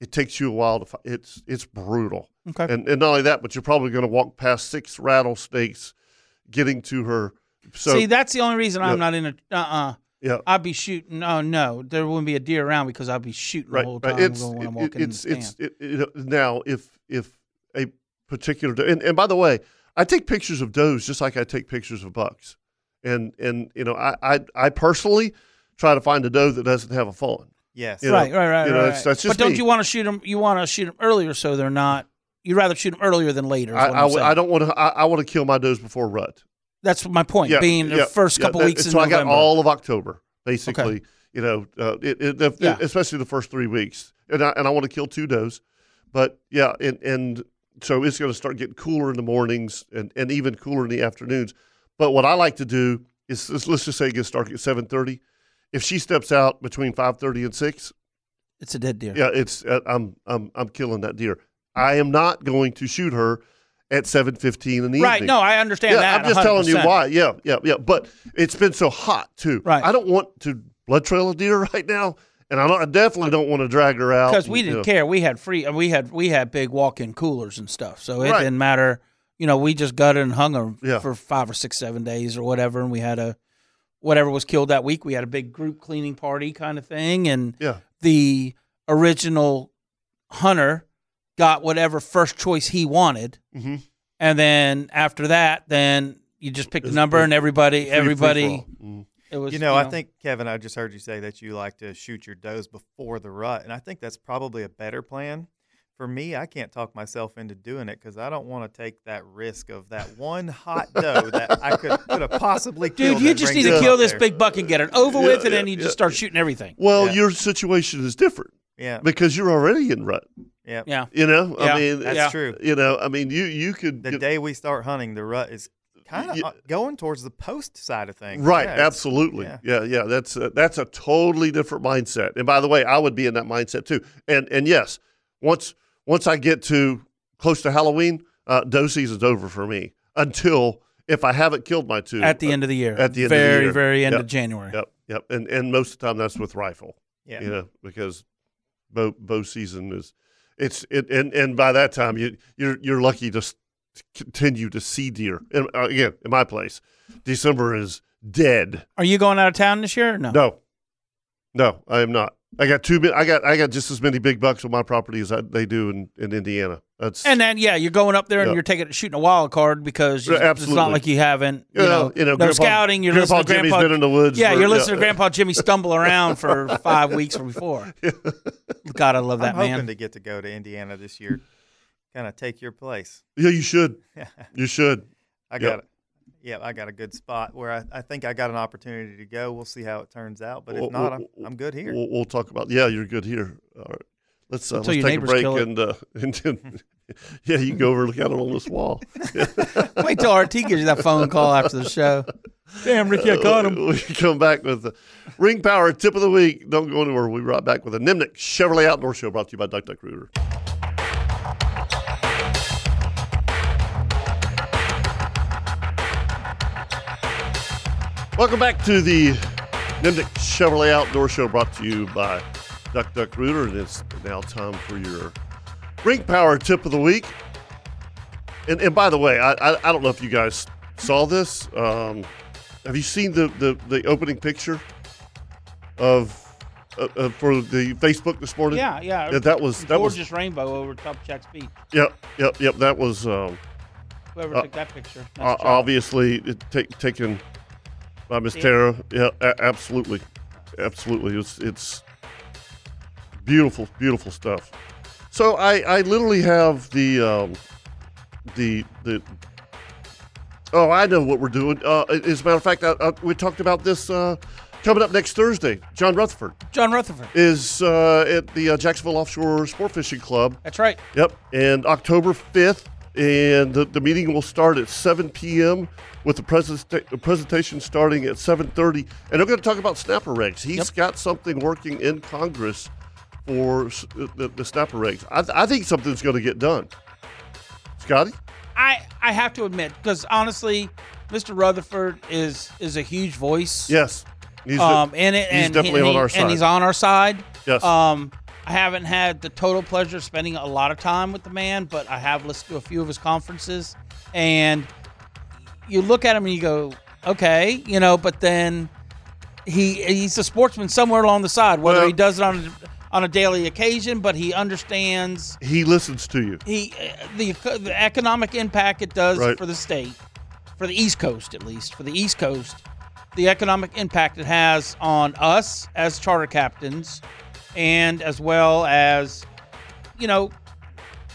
it takes you a while to find, it's it's brutal. Okay. And and not only that, but you're probably going to walk past six rattlesnakes getting to her. So See, that's the only reason Yeah. I'm not in a. Uh uh Yeah. I'd be shooting. Oh no, there wouldn't be a deer around because I'd be shooting right, the whole right. time. It's, when I'm it- walking in it's, the stand. it's it, it- now if if a particular doe, and, and by the way, I take pictures of does just like I take pictures of bucks, and and you know I I, I personally try to find a doe that doesn't have a fawn. Yes. You know, right, right, right, You know, right, That's, right. that's just but don't me. you want to shoot them? You want to shoot them earlier so they're not. You'd rather shoot them earlier than later. Is I, I what I'm w- saying. I don't want to. I, I want to kill my does before rut. That's my point. Yeah, being yeah, the first yeah, couple that- weeks in So I got November. all of October basically. You know, uh, it, it, the, especially the first three weeks, and I, and I want to kill two does, but yeah, and and so it's going to start getting cooler in the mornings and, and even cooler in the afternoons. But what I like to do is, is let's just say it gets dark at seven thirty. If she steps out between five thirty and six, it's a dead deer. yeah, it's uh, I'm I'm I'm killing that deer. I am not going to shoot her at seven fifteen in the Right, evening. no, I understand Yeah, that I'm just telling you 100%. why. Yeah, yeah, yeah. But it's been so hot too. Right. I don't want to blood trail a deer *laughs* right now and I, don't, I definitely don't want to drag her out because we and, you didn't know. care. We had free. We had we had big walk-in coolers and stuff, so it Right. didn't matter. You know, we just gutted and hung her Yeah. for five or six, seven days or whatever, and we had a whatever was killed that week. We had a big group cleaning party kind of thing, and Yeah. the original hunter got whatever first choice he wanted, Mhm. and then after that, then you just pick the number, and everybody, everybody, Mm. it was. Mm-hmm. you know, I think Kevin, I just heard you say that you like to shoot your does before the rut, and I think that's probably a better plan. For me, I can't talk myself into doing it because I don't want to take that risk of that one hot doe that I could, could have possibly killed. Dude, you that just need brings to us kill up this there. big buck and get it over Yeah, with, and yeah, then you yeah, just start shooting everything. Well, your situation is different. Yeah. Because you're already in rut. Yeah. Yeah. You know, Yeah, I mean, that's it's- true. You know, I mean, you you could The day we start hunting, the rut is kind of going towards the post side of things. right, Yeah, it's- absolutely. Yeah, yeah, that's a, that's a totally different mindset. And by the way, I would be in that mindset too. And and yes, once once I get to close to Halloween, uh, doe season's over for me. Until if I haven't killed my two At the end of the year. at the end of the Very, year. very end of Yep, January. Yep, yep. And and most of the time that's with rifle. Yeah. you know, because bow bow season is it's it and and by that time you you're you're lucky to s- to continue to see deer. And uh, again, in my place, December is dead. Are you going out of town this year? Or no. No, no, I am not. I got two. bi- I got I got just as many big bucks on my property as I, they do in, in Indiana. That's And then yeah, you're going up there and Yeah. you're taking shooting a wild card because Yeah, you- it's absolutely. not like you haven't you Yeah, know, you know, no Grandpa- scouting. You're Grandpa listening to Jimmy's Grandpa, been in the woods Yeah, for- you're listening yeah. to Grandpa Jimmy stumble around *laughs* for five weeks or before. *laughs* God, I love that I'm man. hoping to get to go to Indiana this year, kind of take your place. yeah, you *laughs* should. you should. I Yep. got it. Yeah, I got a good spot where I, I think I got an opportunity to go. We'll see how it turns out. But if We'll- not, I'm, we'll- I'm good here. We'll, we'll talk about. Yeah, you're good here. All right, let's uh, Until let's your take a neighbors break kill it. and uh, *laughs* and *laughs* then, yeah, you can go over and look at it on this wall. Wait till RT gives you that *laughs* phone call after the show. *laughs* Damn, Ricky, I caught him. We come back with the Ring Power Tip of the Week. Don't go anywhere. We'll be right back with a Nimnik Chevrolet Outdoor Show brought to you by Duck Duck Rooter. Welcome back to the Nimnik Chevrolet Outdoor Show brought to you by Duck Duck Rooter. And it's now time for your Ring Power Tip of the Week. And, and by the way, I, I, I don't know if you guys saw this. Um, have you seen the, the, the opening picture of uh, uh, for the Facebook this morning? Yeah, yeah. that was that gorgeous was rainbow over top Jack's Beach. yep yep yep that was um, Whoever uh, took that picture. o- nice job. obviously it ta- taken by Miss Yeah. Tara. Yeah, a- absolutely, absolutely. It's it's beautiful, beautiful stuff. So I I literally have the um, the the. Oh, I know what we're doing. Uh, as a matter of fact, I, I, we talked about this uh, coming up next Thursday. John Rutherford John Rutherford. is uh, at the uh, Jacksonville Offshore Sport Fishing Club. That's right. Yep, and October 5th, and the, the meeting will start at 7 p.m. with the, present, the presentation starting at 7.30. And they're going to talk about snapper rigs. He's got something working in Congress for s- the, the snapper rigs. I, I think something's going to get done. Scotty? I I have to admit because honestly, Mr. Rutherford is is a huge voice. Yes. He's de- um, and it, he's and definitely and on he- our and side. he's on our side. Yes. Um, I haven't had the total pleasure of spending a lot of time with the man, but I have listened to a few of his conferences, and you look at him and you go, okay, you know, but then he he's a sportsman somewhere along the side, whether he does it on on a daily occasion, but he understands He listens to you. he uh, the, the economic impact it does Right. for the state, for the East Coast at least, for the East Coast, the economic impact it has on us as charter captains, and as well as, you know,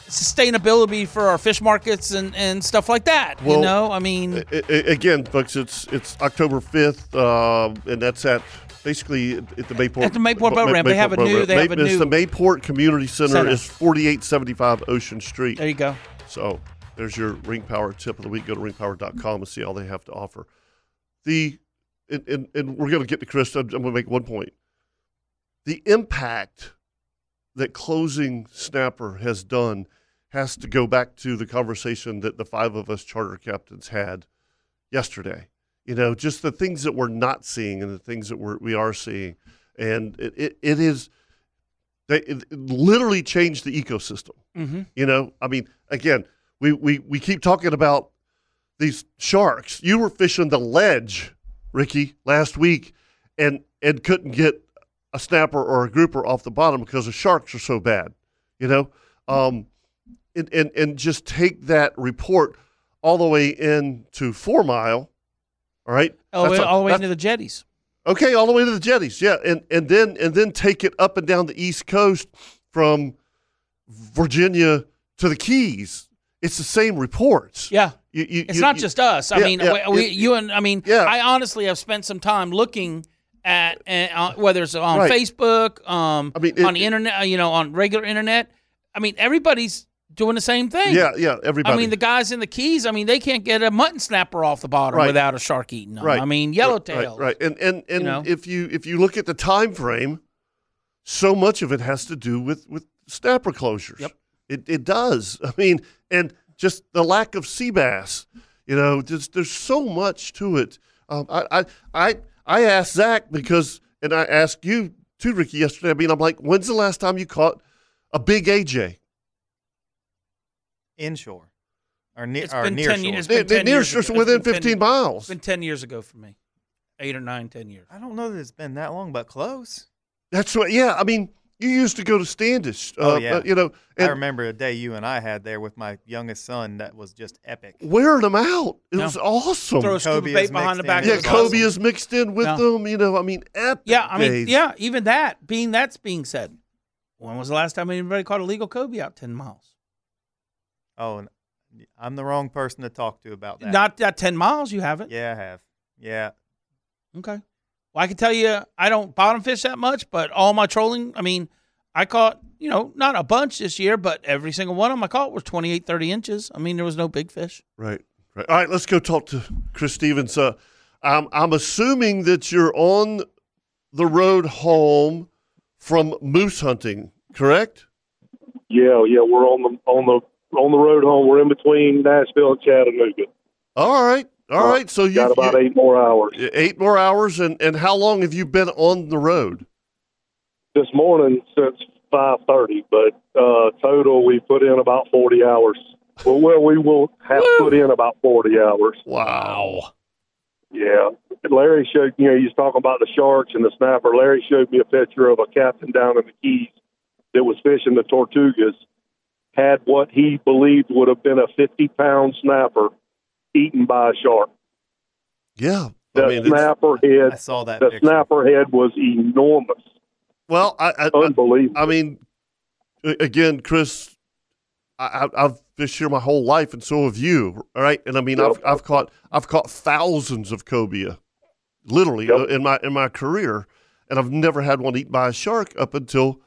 sustainability for our fish markets and and stuff like that. you know, I mean, a- a- again, folks, it's it's October fifth, um, and that's at basically at the Mayport. At the Mayport Boat Ma- Ramp. They have a Boat new- Ramp. they have a it's new- the Mayport Community Center, Center. is forty eight seventy five Ocean Street. There you go. So there's your Ring Power tip of the week. Go to ringpower.com and see all they have to offer. The and, and, and we're going to get to Chris. I'm, I'm going to make one point. The impact that closing snapper has done has to go back to the conversation that the five of us charter captains had yesterday. You know, just the things that we're not seeing and the things that we're, we are seeing. and it, it, it is they it it literally changed the ecosystem. Mhm. You know, I mean, again, we, we we keep talking about these sharks. You were fishing the ledge, Ricky, last week, and and couldn't get a snapper or a grouper off the bottom because the sharks are so bad. You know, um, and and and just take that report all the way into four mile. All right, All the way- That's a- all the way that's- into the jetties. Okay, all the way to the jetties. Yeah, and and then and then take it up and down the East Coast from Virginia to the Keys. It's the same reports. Yeah, you, you, It's you- not you- just us. I Yeah, mean, yeah, we, it- you and I mean, I honestly have spent some time looking at and, uh, whether it's on Right. Facebook, um, I mean, it- on the internet, uh, you know, on regular internet. I mean, everybody's doing the same thing. Yeah, yeah, everybody. I mean, the guys in the Keys. I mean, they can't get a mutton snapper off the bottom Right. without a shark eating them. I mean, yellowtail. Right, right. and and and know? if you if you look at the time frame, so much of it has to do with with snapper closures. Yep, it it does. I mean, and just the lack of sea bass. You know, just there's so much to it. Um, I I I I asked Zach because, and I asked you too, Ricky, yesterday. I mean, I'm like, when's the last time you caught a big AJ? Inshore or near It's or been near ten shore. years. It's been 10 years ago. It's within been 15 miles. It's been ten years ago for me, eight or nine, ten years. I don't know that it's been that long, but close. That's what. Yeah, I mean, you used to go to Standish. Oh uh, yeah, uh, you know. I and- remember a day you and I had there with my youngest son. That was just epic. wearing them out. It was awesome. Throw a scoop of Cobias bait behind the mixed in. back of Yeah, the bottle. Kobe is mixed in with Yeah. them. You know, I mean, epic. Yeah, I mean, days. yeah, even that being that's being said. When was the last time anybody caught a legal Kobe out ten miles? Oh, and I'm the wrong person to talk to about that. Not that ten miles, you haven't. Yeah, I have. Yeah. Okay. Well, I can tell you, I don't bottom fish that much, but all my trolling, I mean, I caught, you know, not a bunch this year, but every single one of them I caught was 28, 30 inches. I mean, there was no big fish. Right, right. All right, let's go talk to Chris Stevens. Uh, I'm, I'm assuming that you're on the road home from moose hunting, correct? Yeah, yeah, we're on the on the on the road home. We're in between Nashville and Chattanooga. All right, all right. So you got about eight more hours. E, Eight more hours, and, and how long have you been on the road? This morning since five thirty, but uh, total we put in about forty hours. Well, well, we will have put in about forty hours. Wow. Yeah, Larry showed you know he's talking about the sharks and the snapper. Larry showed me a picture of a captain down in the Keys that was fishing the tortugas. Had what he believed would have been a fifty-pound snapper eaten by a shark. Yeah, The snapper head. I saw that. The snapper head was enormous. Well, I, I unbelievable. I, mean, a- again, Chris, I, I, I've fished here my whole life, and so have you. All right, and I mean, I've I've caught I've caught thousands of cobia, literally uh, in my in my career, and I've never had one eaten by a shark up until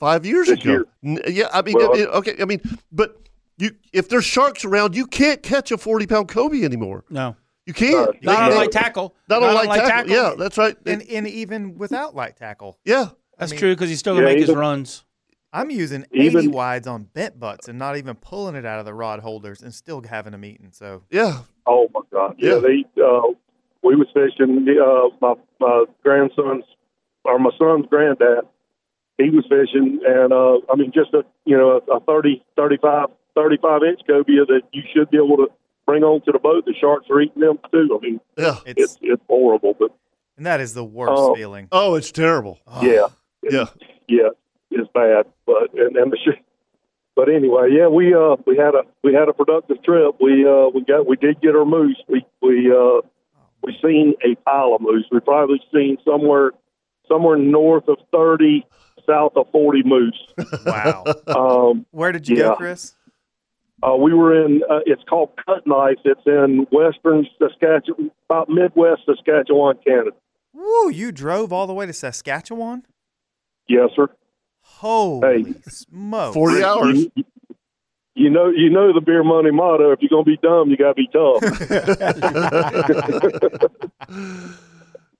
five years This ago. year. N- Yeah, I mean, Well, it- it- okay, I mean, but you if there's sharks around, you can't catch a forty pound cobia anymore. No. You can't. They- Not on they- light tackle. Not on light tackle. Yeah, that's right. And and even without light tackle. Yeah. That's I mean- true because he's still going to make his runs. I'm using eighty Even- wides on bent butts and not even pulling it out of the rod holders and still having them eaten. So Yeah. Oh my God! Yeah, they. Uh, we was fishing. Uh, my my grandson's or my son's granddad. He was fishing, and uh, I mean, just a you know a, a 30, 35, 35 inch cobia that you should be able to bring onto the boat. The sharks are eating them too. I mean, yeah, it's it's horrible, but and that is the worst Oh. feeling. Oh, it's terrible. yeah, yeah, yeah, it's bad. But and, and the sh- but anyway, yeah, we uh we had a we had a productive trip. We uh we got we did get our moose. We we uh we seen a pile of moose. We probably seen somewhere somewhere north of thirty, south of forty *laughs* moose. Wow. Um, Where did you go, yeah. Chris? Uh, we were in. Uh, it's called Cut Knife. It's in western Saskatchewan, about Midwest Saskatchewan, Canada. Woo! You drove all the way to Saskatchewan. Yes, sir. Holy smokes! *laughs* You, you know, you know the beer money motto. If you're gonna be dumb, you gotta be tough.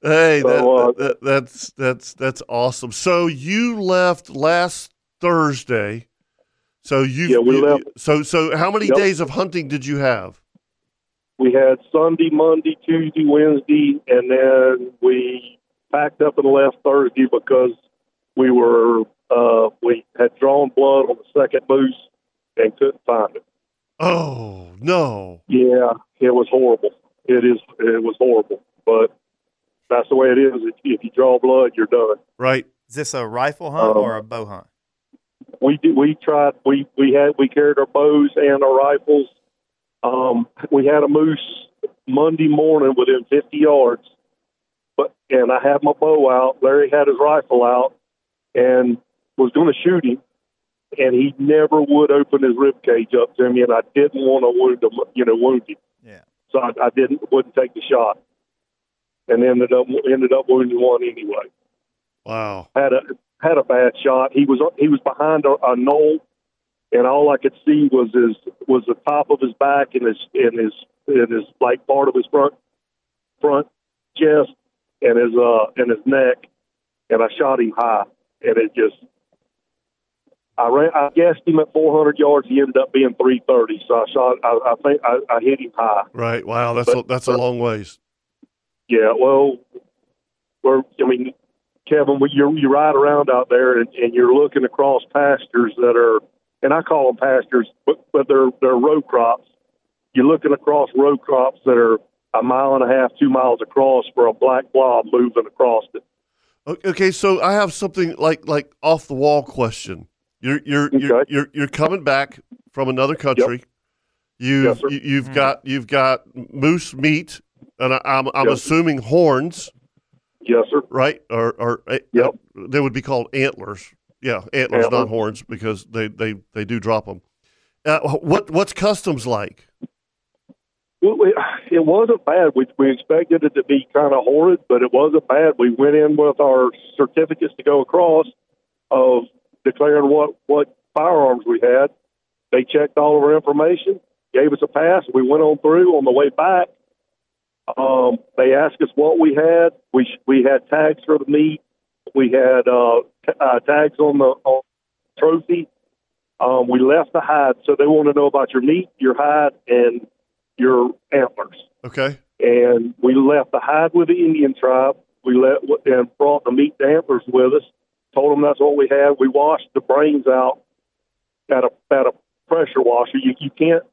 Hey, So, that, uh, that- that's that's that's awesome. So you left last Thursday. So you Yeah, we you- left. So so how many Yep. days of hunting did you have? we had Sunday, Monday, Tuesday, Wednesday, and then we packed up and left Thursday because we were uh, we had drawn blood on the second moose and couldn't find it. Oh no! Yeah, it was horrible. It is it was horrible, but that's the way it is. If, if you draw blood, you're done. *laughs* Right. Is this a rifle hunt Oh. or a bow hunt? Um, we did, we tried we we had we carried our bows and our rifles. Um, we had a moose Monday morning within 50 yards, but and I had my bow out. Larry had his rifle out and was going to shoot him, and he never would open his rib cage up to me, and I didn't want to wound him, you know, wound him. Yeah. So I, I didn't wouldn't take the shot, and ended up ended up wounding one anyway Wow. had a had a bad shot. He was he was behind a, a knoll, and all I could see was his was the top of his back and his and his and his like part of his front front chest and his uh and his neck, and I shot him high, and it just I ran I guessed him at 400 yards. He ended up being 330, so I shot I, I think I, I hit him high. Right. Wow. That's a, that's a long ways. Yeah, well, we're, I mean, Kevin, we, you you ride around out there and, and you're looking across pastures that are, and I call them pastures, but, but they're they're row crops. You're looking across row crops that are a mile and a half, two miles across for a black blob moving across it. O- Okay. So I have something like like off the wall question. You're you're you're, you're you're coming back from another country. You've Yes, sir. you, you've Mm-hmm. got you've got moose meat, and I, I'm I'm Yes. assuming horns. Yes, sir. Right. Or or uh, uh, they would be called antlers. Yeah, antlers, not Antlers. horns, because they they they do drop them. Uh, wh- what what's customs like? Well, we, it wasn't bad. We, we expected it to be kind of horrid, but it wasn't bad. We went in with our certificates to go across of declaring what, what firearms we had. They checked all of our information, gave us a pass. We went on through on the way back. Um, they asked us what we had. We, sh- we had tags for the meat. We had uh, t- uh, tags on the on trophy. Um, we left the hide, so they want to know about your meat, your hide, and your antlers. Okay. And we left the hide with the Indian tribe. We let and brought the meat and antlers with us. Told them that's what we had. We washed the brains out at a at a pressure washer. You you can't.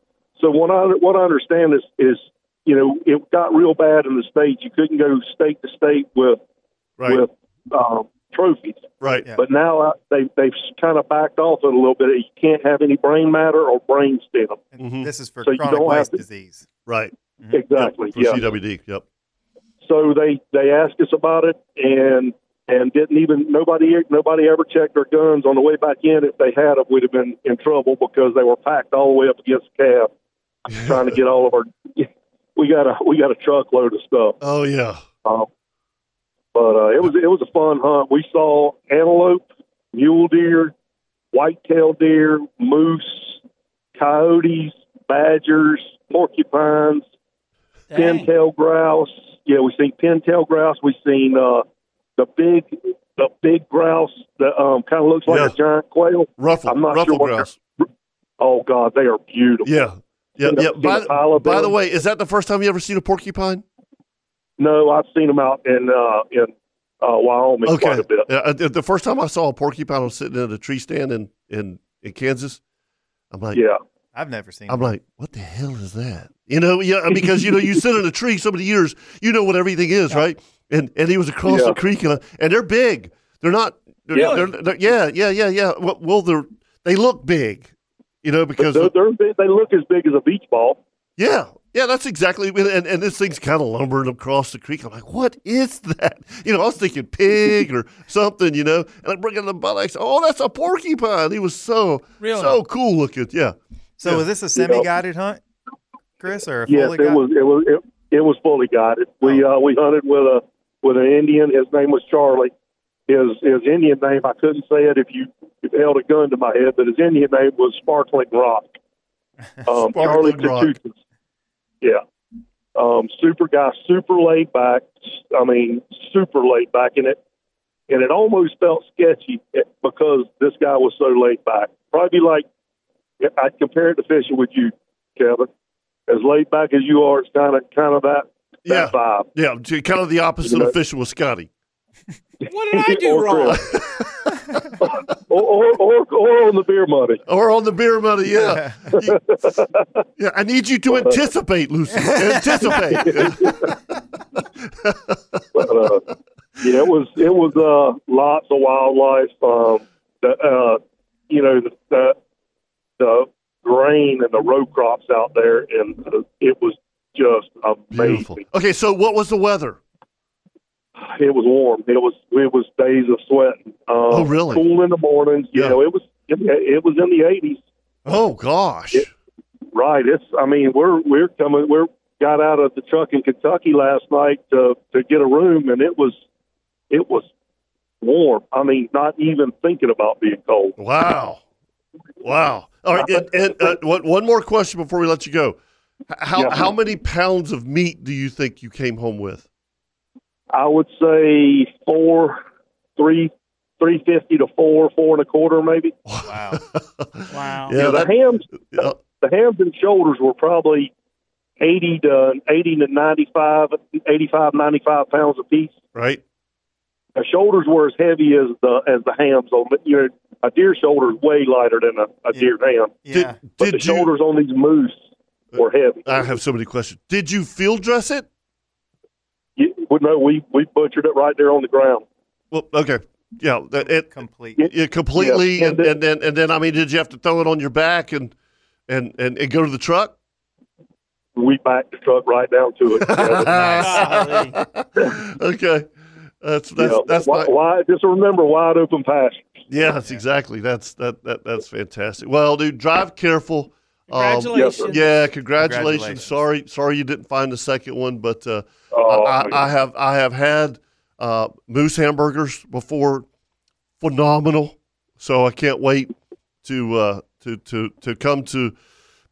So what I what I understand is is you know it got real bad in the states. You couldn't go state to state with Right. with um, trophies. Right. But now I, they they've kind of backed off it a little bit. You can't have any brain matter or brain stem. This is for So you chronic don't have waist to- disease. Mm-hmm. Mm-hmm. Right. Exactly. For yeah. CWD. Yep. So they they asked us about it and and didn't even nobody nobody ever checked our guns on the way back in. If they had them, we'd have been in trouble because they were packed all the way up against the cab, trying to get all of our. *laughs* We got a we got a truckload of stuff. Oh yeah. Um, but uh, it was it was a fun hunt. We saw antelope, mule deer, white-tailed deer, moose, coyotes, badgers, porcupines, pintail grouse. Yeah, we seen pintail grouse. We seen uh, the big the big grouse that um, kind of looks like a giant quail. Ruffle. I'm not ruffle sure what. grouse. Oh God, they are beautiful. Yeah. Yeah. Seen a- Yeah. seen By, a pile the- of by the them. way, is that the first time you ever seen a porcupine? No, I've seen them out in uh, in uh, Wyoming Okay. quite a bit. Yeah, uh, the- the first time I saw a porcupine, I was sitting in a tree stand in in, in Kansas. I'm like, Yeah. I've never seen. I'm like, what the hell is that? You *laughs* know, yeah, because you know you sit in a tree so many years, you know what everything is, right? And and he was across Yeah. the creek, and, I- and they're big. They're not. They're, Yeah. they're- they're- yeah, yeah, yeah, yeah. Well, well, they're they look big, you know, because they're, they're big, they look as big as a beach ball. Yeah, yeah, that's exactly. And and this thing's kind of lumbering across the creek. I'm like, what is that? You know, I was thinking pig or something, you know. And I bring it in the buttocks. Oh, that's a porcupine. He was so Really? so cool looking. Yeah. So yeah. was this a semi-guided hunt, Chris, or a Yes, fully it guided? was it was it, it was fully guided. We Oh. uh, we hunted with a with an Indian. His name was Charlie. His his Indian name I couldn't say it if you if you held a gun to my head, but his Indian name was Sparkling *laughs* Rock. Um, Charlie Sparkling Rock. Tatutas. Yeah. Um, super guy, super laid back. I mean, super laid back in it. And it almost felt sketchy eh, because this guy was so laid back. Probably like I'd compare it to fishing with you, Kevin. As laid back as you are, it's kind of kind of that, that vibe. Yeah, j- kind of the opposite You know? of fishing with Scotty. What did I do wrong? or, or, or, or on the beer money. Or on the beer money, *laughs* yeah. You- yeah, I need you to anticipate, *laughs* Lucy. Anticipate. but, uh, yeah, it was it was uh, lots of wildlife. Um, the uh, you know the, the the grain and the row crops out there, and uh, it was just amazing. okay, so what was the weather? It was warm. It was it was days of sweating. Um, oh, really? Cool in the mornings. You know, it was it, it was in the eighties. Oh gosh. right. It's. I mean, we're we're coming. We're got out of the truck in Kentucky last night to to get a room, and it was it was warm. I mean, not even thinking about being cold. Wow. Wow. All right, and, and uh, one, one more question before we let you go. H- How how many pounds of meat do you think you came home with? I would say four, three, three fifty to four, four and a quarter, maybe. Wow. wow. Yeah, the hams, the hams and shoulders were probably eighty to eighty to 95, 85, 95 pounds a piece. Right. The shoulders were as heavy as the as the hams on the- you know a deer shoulder is way lighter than a, a deer ham. Yeah. Did, but the shoulders on these moose were heavy. I have so many questions. Did you field dress it? You, well, no, we we butchered it right there on the ground. Well, okay. Yeah, that, it completely. Yeah, completely, Yeah, and, and then and then I mean, did you have to throw it on your back and and and, and go to the truck? We backed the truck right down to *laughs* it. *laughs* okay, that's that's You know, that's why, my, why- just remember wide open pasture. Yeah, that's exactly. That's that, that that's fantastic. Well, dude, drive careful. Um, Congratulations. yeah, congratulations. Congratulations. Sorry, sorry you didn't find the second one, but uh, Oh, I, man. I, I have I have had uh, moose hamburgers before, phenomenal. So I can't wait to uh, to to to come to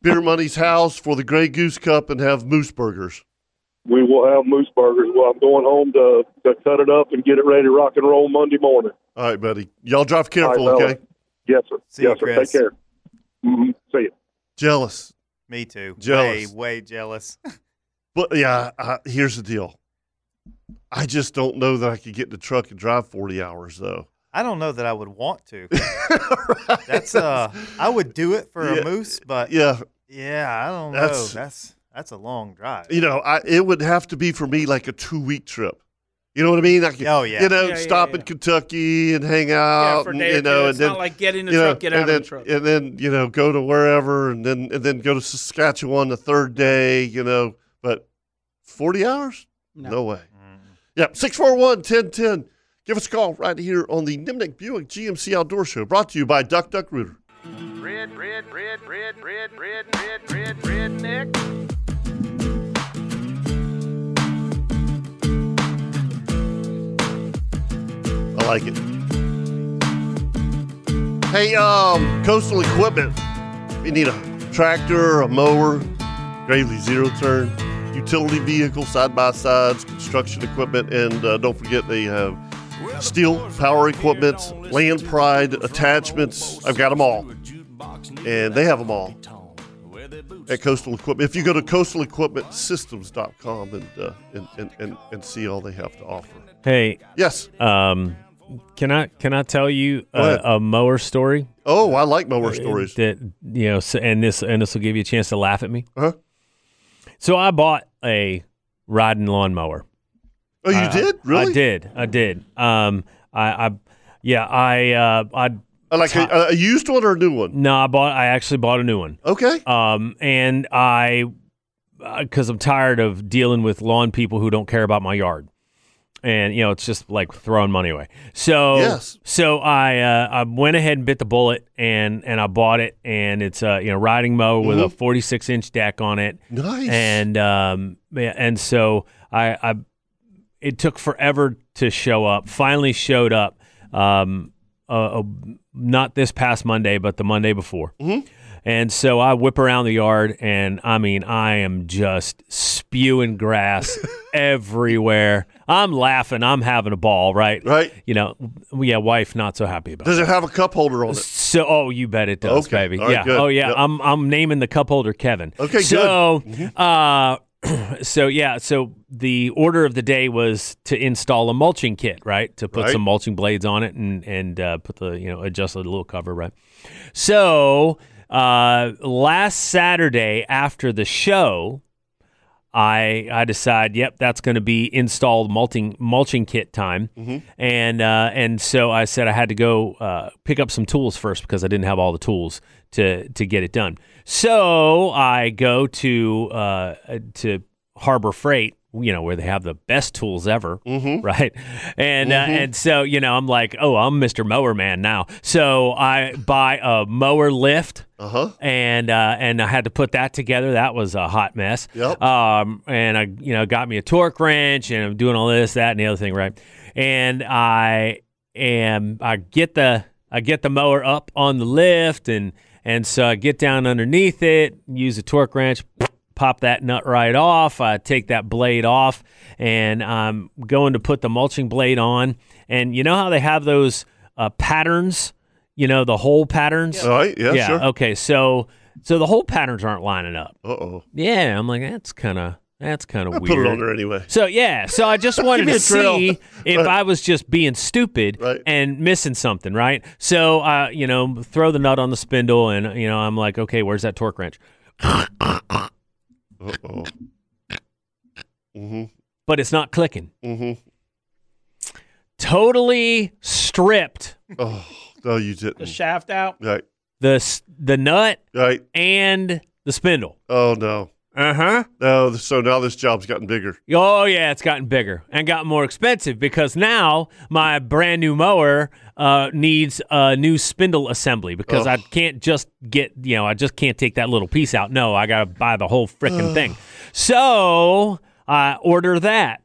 Beer Money's house for the Grey Goose Cup and have moose burgers. We will have moose burgers. Well, I'm going home to, to cut it up and get it ready to rock and roll Monday morning. All right, buddy. Y'all drive careful, All right, fella. okay? Yes, sir. See yes, you, sir. Chris. Take care. Mhm. See you. Jealous. Me too. Jealous. Way, way jealous. *laughs* But yeah, I, here's the deal. I just don't know that I could get in the truck and drive 40 hours though. I don't know that I would *laughs* want to. That's uh, I would do it for Yeah, a moose, but yeah. yeah, I don't That's- know. That's that's a long drive. You know, I it would have to be for me like a two week trip. You know what I mean? Like, Oh, yeah. You know, Yeah, yeah, stop in Kentucky and hang out. for a and, day or you know, two. and It's then, not like get in the you know, truck, get and out of the then- truck. and then you know go to wherever, and then and then go to Saskatchewan the third day. You know, but forty hours? No, way. Yep, 641-1010. Give us a call right here on the Nimnik Buick GMC Outdoor Show, brought to you by Duck Duck Rooter. Red, red, red, red, red, red, red, red, redneck. I like it. Hey, um, coastal equipment. You need a tractor, a mower, gravely zero turn, utility vehicle, side by sides, construction equipment, and uh, don't forget they have steel power equipment, land pride attachments. I've got them all, and they have them all at Coastal Equipment. If you go to coastalequipmentsystems.com and uh, and, and, and and see all they have to offer. Hey. Yes. Um, can I can I tell you Go ahead. a, a mower story? Uh, Oh, I like mower stories. That you know, so, and this and this will give you a chance to laugh at me. Uh-huh. So I bought a riding lawnmower. Oh, you I- did? I- Really? I did. I did. Um, I, I yeah, I uh, I like a, a used one or a new one? No, I bought. I actually bought a new one. Okay. Um, and I because uh, I'm tired of dealing with lawn people who don't care about my yard. And you know it's just like throwing money away. So Yes. so I uh, I went ahead and bit the bullet and and I bought it and it's a you know riding mower with a Mhm. 46 inch deck on it. Nice. And um yeah, and so I I it took forever to show up. Finally showed up. Um, uh, uh, not this past Monday, but the Monday before. Mm-hmm. And so I whip around the yard, and I mean, I am just *laughs* spewing grass everywhere. I'm laughing. I'm having a ball, right? Right. You know, yeah. Wife not so happy about. Does that. it have a cup holder on it? So, oh, you bet it does, Okay. baby. All right, yeah. good. Oh, yeah. Yep. I'm I'm naming the cup holder Kevin. Okay, So, uh, *clears throat* so yeah, so the order of the day was to install a mulching kit, right? To put Right. some mulching blades on it and and uh, put the you know adjust the little cover, right? So uh, last Saturday after the show, I I decide, yep, that's going to be installed mulching mulching kit time, and uh, and so I said I had to go uh, pick up some tools first because I didn't have all the tools to to get it done. So I go to uh, to Harbor Freight, you know, where they have the best tools ever, right? And uh, Mhm. and so you know, I'm like, oh, I'm Mr. Mower Man now. So I buy a mower lift. Uh-huh. And uh, and I had to put that together. That was a hot mess. Yep. Um, and I you know got me a torque wrench and I'm doing all this, that, and the other thing, right? And I am I get the I get the mower up on the lift and and so I get down underneath it, use a torque wrench, pop that nut right off. I take that blade off, and I'm going to put the mulching blade on. And you know how they have those uh, patterns, you know, the hole patterns. All right, yeah, sure. Okay, so so the hole patterns aren't lining up. Uh oh. Yeah, I'm like that's kind of that's kind of put weird. it on there anyway. So yeah, so I just *laughs* wanted Give me to a drill. see if I was just being stupid and missing something, right? So I, you know, throw the nut on the spindle, and you know, I'm like, okay, where's that torque wrench? Uh-oh. Mm-hmm. But it's not clicking. Mm-hmm. Totally stripped. Oh, no, you didn't. The shaft out. Right. The s- the nut. Right. And the spindle. Oh no. Uh huh. No. So now this job's gotten bigger. Oh yeah, it's gotten bigger and gotten more expensive because now my brand new mower uh, needs a new spindle assembly because I can't just get you know I just can't take that little piece out. No, I gotta buy the whole freaking thing. So I order that,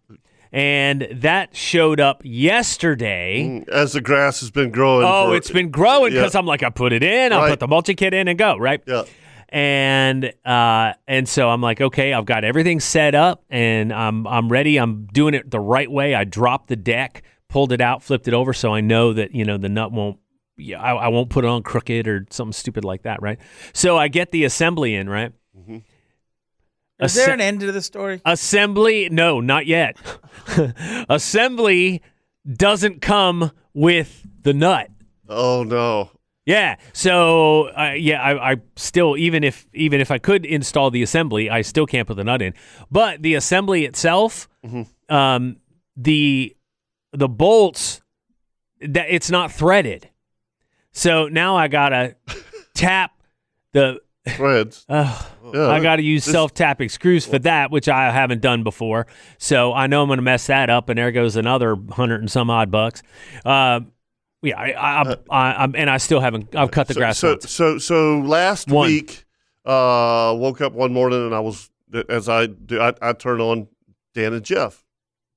and that showed up yesterday. Mm, As the grass has been growing. Oh, for- it's been growing because Yeah. I'm like, I put it in, I Right. put the multi kit in, and go right. Yeah. And uh, and so I'm like, okay, I've got everything set up, and I'm I'm ready. I'm doing it the right way. I dropped the deck, pulled it out, flipped it over, so I know that you know the nut won't. Yeah, I, I won't put it on crooked or something stupid like that, right? So I get the assembly in, right? Is there Asse- an end to the story? Assembly, no, not yet. *laughs* Assembly doesn't come with the nut. Oh no. Yeah. So uh, yeah, I, I still even if even if I could install the assembly, I still can't put the nut in. But the assembly itself, Mm-hmm. um, the the bolts that it's not threaded. So now *laughs* I gotta tap the threads. Yeah. *sighs* I gotta use This- self tapping screws for that, which I haven't done before. So I know I'm gonna mess that up, and there goes another hundred and some odd bucks. Uh, yeah, I, I, I, I'm, and I still haven't. I've cut Uh, the so, grass So, once. so, so last One. week, uh, woke up one morning and I was, as I do, I, I turn on Dan and Jeff,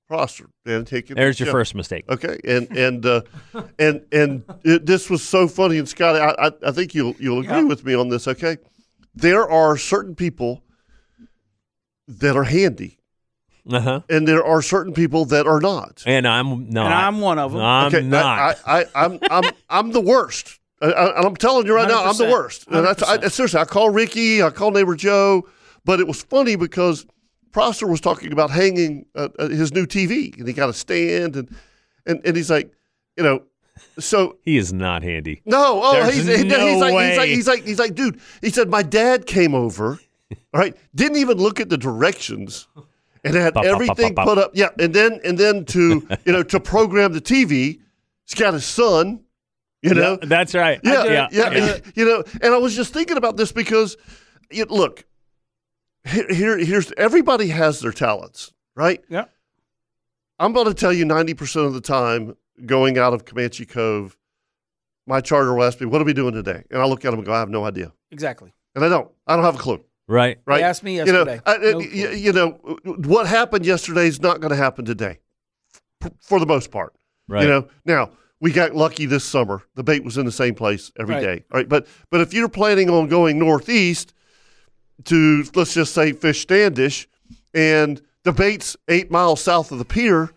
Proster, Dan and Hickey. There's your Jeff. first mistake. Okay, and and uh, *laughs* and and it, this was so funny. And Scotty, I, I, I think you'll you'll agree with me on this. Okay, there are certain people that are handy. Uh-huh. And there are certain people that are not. And I'm not. And I'm one of 'em. I'm okay, I- not. I, I, I'm, I'm, I'm the worst. I, I, and I'm telling you right now, I'm the 100%. worst. And that's, I, seriously, I call Ricky, I call neighbor Joe, but it was funny because Prosser was talking about hanging uh, uh, his new TV, and he got a stand, and and, and he's like, you know, so he is not handy. no, oh, There's he's, he- no he's, like, he's like, way. he's like, he's like, dude. He said my dad came *laughs* over, all right, didn't even look at the directions, and had Bop, bop, everything bop, bop, put bop. up. Yeah, and then and then to you know to program the TV, he's got his son, you know. Yeah, that's right. I Yeah, do yeah, it. I do You know, and I was just thinking about this because, you, look, here, here, here's everybody has their talents, right? Yeah. I'm about to tell you 90% of the time going out of Comanche Cove, my charter will ask me, What are we doing today? And I look at them and go, I have no idea. Exactly. And I don't. I don't have a clue. Right. Right. They asked me You know, yesterday. I- No y- clue. y- you know, what happened yesterday is not going to happen today f- for the most part. Right. You know, now we got lucky this summer. The bait was in the same place every Right. day. All right. But, but if you're planning on going northeast to, let's just say, Fish Standish, and the bait's eight miles south of the pier,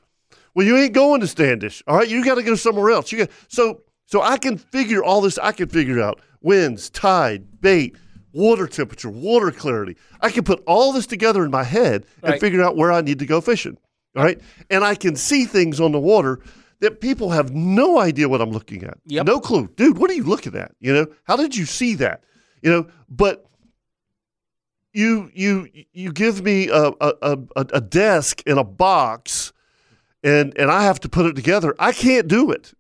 well, you ain't going to Standish. All right. You got to go somewhere else. You got, so, so I can figure all this. I can figure out winds, tide, bait, water temperature, water clarity. I can put all this together in my head and Right. figure out where I need to go fishing. All right. And I can see things on the water that people have no idea what I'm looking at. No clue. Dude, what are you looking at? You know, how did you see that? You know, but you you you give me a a, a, a desk and a box and and I have to put it together. I can't do it.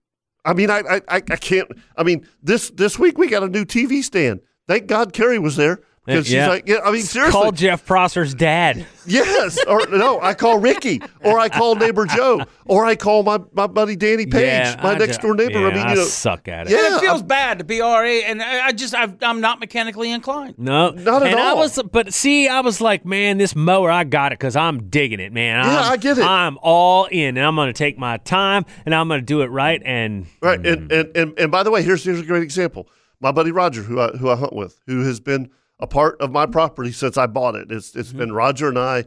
I mean, I I, I I can't. I mean, this this week we got a new TV stand. Thank God Carrie was there because she's Yeah. like, yeah. I mean, seriously, Call Jeff Prosser's dad. yes, or no, I call Ricky, or I call neighbor Joe, or I call my, my buddy Danny Page, Yeah, my I next door don't- neighbor. I yeah, mean, I you know, suck at it. Yeah, it feels bad to be *laughs* RA, and I I just I've, I'm not mechanically inclined. No, Not at and I all. was, but see, I was like, man, this mower, I got it because I'm digging it, man. Yeah, I'm, I get it. I'm all in, and I'm going to take my time, and I'm going to do it right. And Right, and, and and and by the way, here's here's a great example. My buddy Roger, who I who I hunt with, who has been a part of my property since I bought it. It's it's been Roger and I,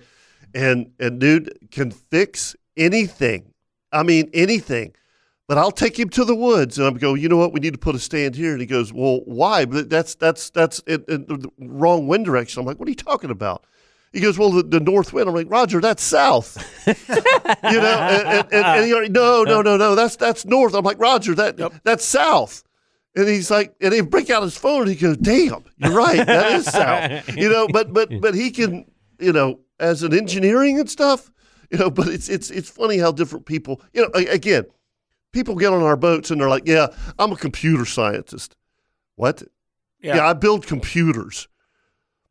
and and dude can fix anything. I mean anything. But I'll take him to the woods, and I'm going. You know what? We need to put a stand here. And he goes, "Well, why? But that's that's that's in, in the wrong wind direction." I'm like, "What are you talking about?" He goes, "Well, the, the north wind." I'm like, "Roger, that's south." you know, and, and, and, and he already, no, no, no, no, that's that's north. I'm like, Roger, that that's south. And he's like, and he break out his phone. He goes, damn, you're right, that is south. You know, but but but he can, you know, as an engineering and stuff, you know. But it's it's it's funny how different people, you know, a- again, people get on our boats and they're like, yeah, I'm a computer scientist. What? Yeah. yeah I build computers,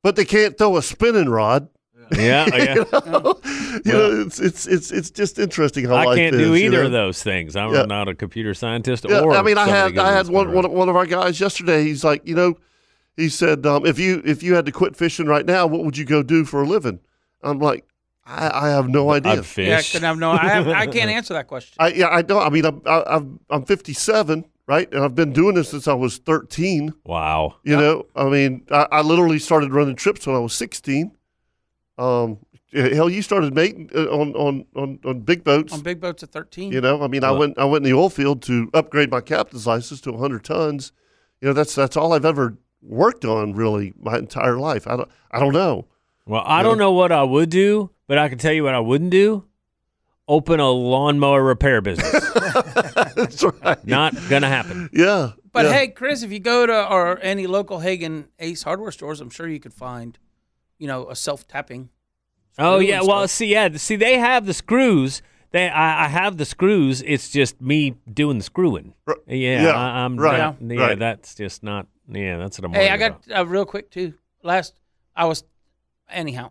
but they can't throw a spinning rod. *laughs* Yeah, oh, yeah. you know, *laughs* You know, it's it's it's it's just interesting how I life can't is, do you either know? of those things. I'm Yeah. not a computer scientist Yeah, or. I mean, I somebody had good I with had spin one, around. one one of our guys yesterday. He's like, you know, he said um, if you if you had to quit fishing right now, what would you go do for a living? I'm like, I, I have no idea. I'd fish. Yeah, I couldn't have no. I, have, I *laughs* can't answer that question. I yeah, I don't. I mean, I'm I, I'm I'm 57, right? And I've been doing this since I was 13. Wow. You know, I mean, I, I literally started running trips when I was 16. Um, hell, you started mating uh, on on on on big boats. On big boats at 13. You know, I mean, I went I went in the oil field to upgrade my captain's license to 100 tons. You know, that's that's all I've ever worked on really my entire life. I don't I don't know. Well, I don't know what I would do, but I can tell you what I wouldn't do. Open a lawnmower repair business. *laughs* That's right. Not gonna happen. Yeah. But hey, Chris, if you go to or any local Hagen Ace hardware stores, I'm sure you could find, you know, a self tapping. Oh screw yeah, and well see yeah, see they have the screws. They I, I have the screws. It's just me doing the screwing. Yeah, Yeah, I, I'm right, not- yeah, right. that's just not. Yeah, that's what I'm. Hey, worried I about. got uh, real quick too. Last, I was, anyhow,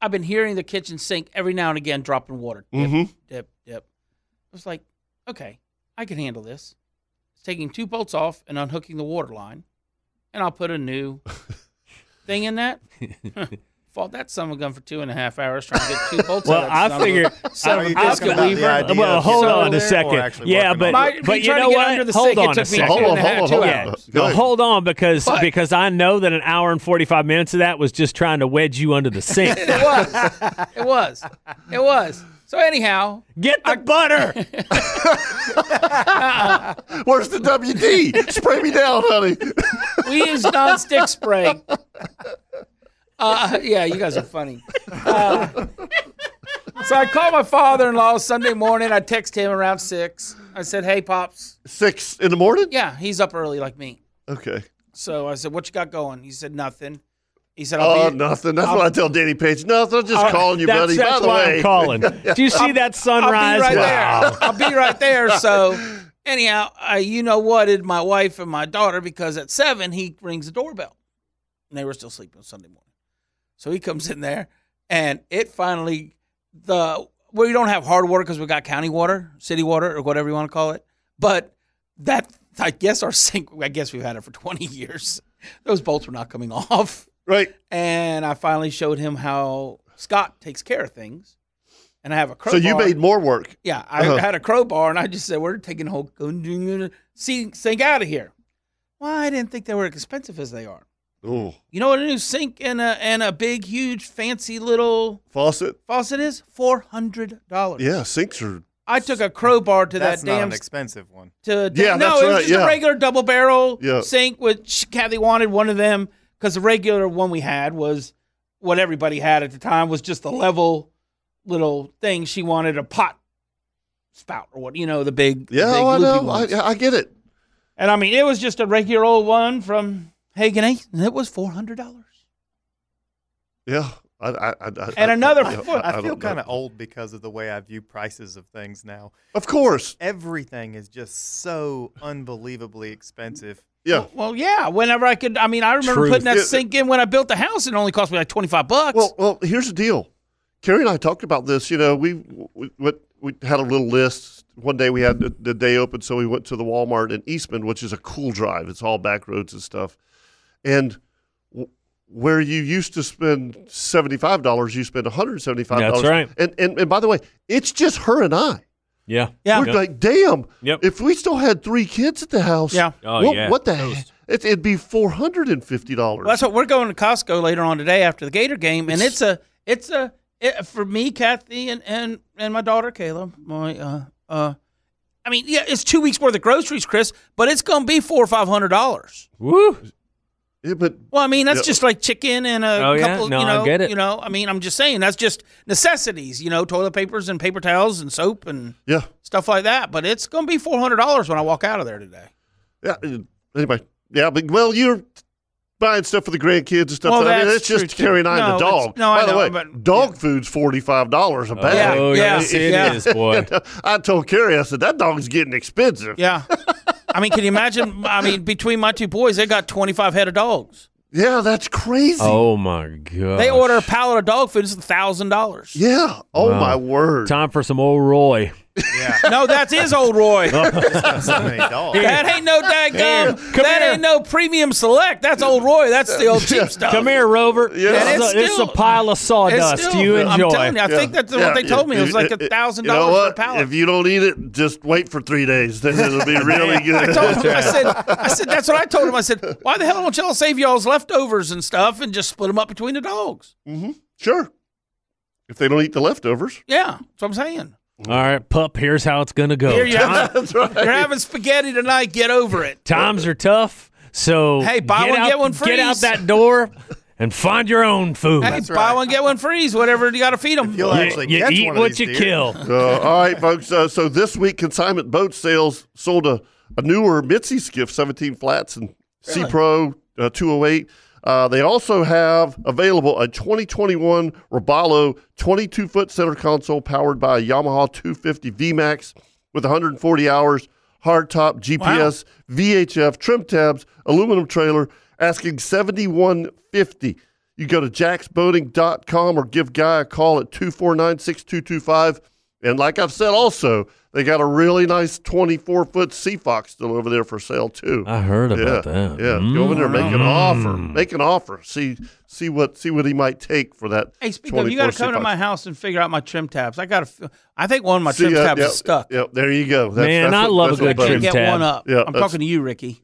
I've been hearing the kitchen sink every now and again dropping water. Dip, Mm-hmm. Mhm. dip, dip. I was like, okay, I can handle this. It's taking two bolts off and unhooking the water line, and I'll put a *laughs* new thing in that. Fought that son of a gun for two and a half hours trying to *laughs* get two bolts Well, out. I figure. *laughs* So I believe. Well, hold on a second. Yeah, but but you know what? Hold on a second. Yeah. No, hold on because But- because I know that an hour and forty five minutes of that was just trying to wedge you under the *laughs* sink. it was. It was. It was. So anyhow, get the butter. *laughs* Where's the WD? Spray me down, honey. we use non-stick spray. *laughs* Uh, yeah, you guys are funny. Uh, so I called my father-in-law Sunday morning. I text him around six. I said, "Hey, pops." Six in the morning. Yeah, he's up early like me. Okay. So I said, "What you got going?" He said, "Nothing." He said, I'll Oh, be- nothing. That's I'll- Oh, what I tell Danny Page. Nothing. I'm just I'll- calling you, buddy. By the way, *laughs* *laughs* I'll be right there. I'll be right there. So, anyhow, I you know what? It my wife and my daughter because at seven he rings the doorbell, and they were still sleeping on Sunday morning. So he comes in there, and it finally the we don't have hard water because we got county water, city water, or whatever you want to call it. But that I guess our sink. I guess we've had it for twenty *laughs* years. Those bolts were not coming *laughs* off. Right. And I finally showed him how Scott takes care of things. And I have a So crowbar. you made *laughs* more work. Yeah, I Uh-huh. had a crowbar, and I just said, "We're taking the whole go- sink sink out of here." Well, I didn't think they were as expensive as they are. Ooh. You know what a new sink and a and a big, huge, fancy little Faucet. faucet is four hundred dollars. Yeah, sinks are. I took a crowbar to That's that not damn an expensive one. to Yeah, no, that's it was right, just yeah. a regular double barrel Yeah. sink, which Kathy wanted one of them. because the regular one we had was what everybody had at the time was just a level little thing. She wanted a pot spout or what you know the big Yeah, the big oh, I loopy know. ones. I, I get it. And I mean, it was just a regular old one from Hagen Eight, and it was four hundred dollars. Yeah. I, I, I, I- And another I- I- foot- I I feel don't know. kind of old because of the way I view prices of things now. Of course. Everything is just so unbelievably expensive. Yeah. Well, yeah. Whenever I could, I mean, I remember Truth. putting that Yeah. sink in when I built the house. It only cost me like twenty five bucks. Well, well, here's the deal. Carrie and I talked about this. You know, we we, what- we had a little list. One day we had the, the day open, so we went to the Walmart in Eastman, which is a cool drive. It's all back roads and stuff. And w- where you used to spend seventy five dollars, you spend one hundred seventy five dollars. That's right. And, and and by the way, it's just her and I. Yeah. We're like, damn. Yep. If we still had three kids at the house, Yeah. Oh, what, yeah. what the heck? It, it'd be four hundred and fifty dollars. Well, that's what we're going to Costco later on today after the Gator game, and it's a it's a it, for me, Kathy, and and and my daughter Caleb. My uh uh, I mean, yeah, it's two weeks worth of groceries, Chris, but it's going to be four or five hundred dollars. Woo. Yeah, but Well, I mean, that's Yeah. just like chicken and a Oh, yeah? couple. No, you I know, get it. You know, I mean, I'm just saying that's just necessities. You know, toilet papers and paper towels and soap and Yeah. stuff like that. But it's going to be four hundred dollars when I walk out of there today. Yeah. uh, Anyway. Yeah, but well, you're buying stuff for the grandkids and stuff. Well, I mean, that's it's just true, too. carrying on No, the it's- dog. no, By I the know, way, but- dog food's forty five dollars a bag. Oh, Yeah, yes, yeah, it yeah. is, boy. *laughs* I told Carrie, I said that dog's getting expensive. Yeah. I mean, can you imagine? I mean, between my two boys, they got 25 head of dogs. Yeah, that's crazy. Oh my god. They order a pallet of dog food, it's $1,000. Yeah. Oh my word. Time for some old Roy. No, that's his old *laughs* Roy. dogs. That ain't no daggum. Come that here. ain't no premium select. That's old Roy. That's the old cheap stuff. Come here, Rover. Yeah. This, And is it's a, this is a still- pile of sawdust. still- you I'm enjoy. telling you, I think that's what they told me. *laughs* It was like it- it- *laughs* $1,000 you know for a what? pallet. If you don't eat it, just wait for three days. Then it'll be really good. *laughs* I told him, I said, I said, that's what I told him. I said, why the hell don't y'all save y'all's leftovers and stuff and just split them up between the dogs? Mm-hmm. Sure. if they don't eat the leftovers. Yeah, that's what I'm saying. All right, pup. Here's how it's gonna go. Here *laughs* you Time- are. You're having spaghetti tonight. Get over it. times are tough, so Hey, buy get one, out, get one free. Get out that door and find your own food. Hey, buy one, get one freeze, whatever you got to feed them. You'll You- actually you catch eat one of what these you *laughs* deer. kill. Uh, all right, folks. Uh, so this week, consignment boat sales sold a, a newer Mitzi skiff, 17 flats and C Pro uh, 208. Uh, they also have available a 2021 Robalo 22 foot center console powered by a Yamaha 250 VMAX with 140 hours, hardtop, GPS, VHF, trim tabs, aluminum trailer, asking 7150 you go to jacksboating.com or give Guy a call at 249 6225. And like I've said, also, they got a really nice 24 foot Sea Fox still over there for sale, too. I heard about yeah, that. Yeah, go over there, make an offer. Mm. Make an offer. See see what see what he might take for that. Hey, speaking of, you got to 24 come to Seafox. my house and figure out my trim tabs. I got to. I think one of my See, trim uh, tabs yep, is stuck. Yep, there you go. Man, I love a that's what good boat trim is. Get one up. Yeah, I'm that's- talking to you, Ricky.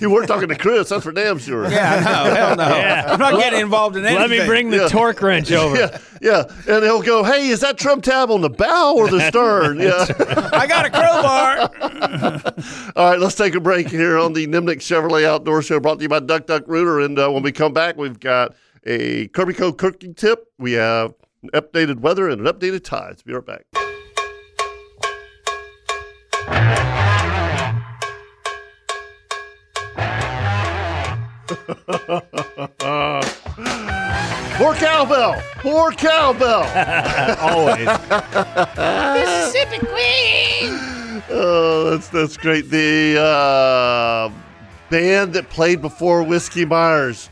You weren't talking to Chris, that's for damn sure. Yeah, *laughs* no, hell no. I'm not getting involved in anything. Let me bring the Yeah. torque wrench over. Yeah, yeah, and he'll go, "Hey, is that trim tab on the bow *laughs* or the stern?" Yeah, I got a crowbar. *laughs* All right, let's take a break here on the Nimnik Chevrolet Outdoor Show brought to you by Duck Duck Rooter. And uh, when we come back, we've got a Kirby Co cooking tip. We have an updated weather and an updated tides. Be right back. *laughs* More cowbell! More cowbell! *laughs* *laughs* Always. Mississippi Queen! Oh, that's that's great. The uh, band that played before Whiskey Myers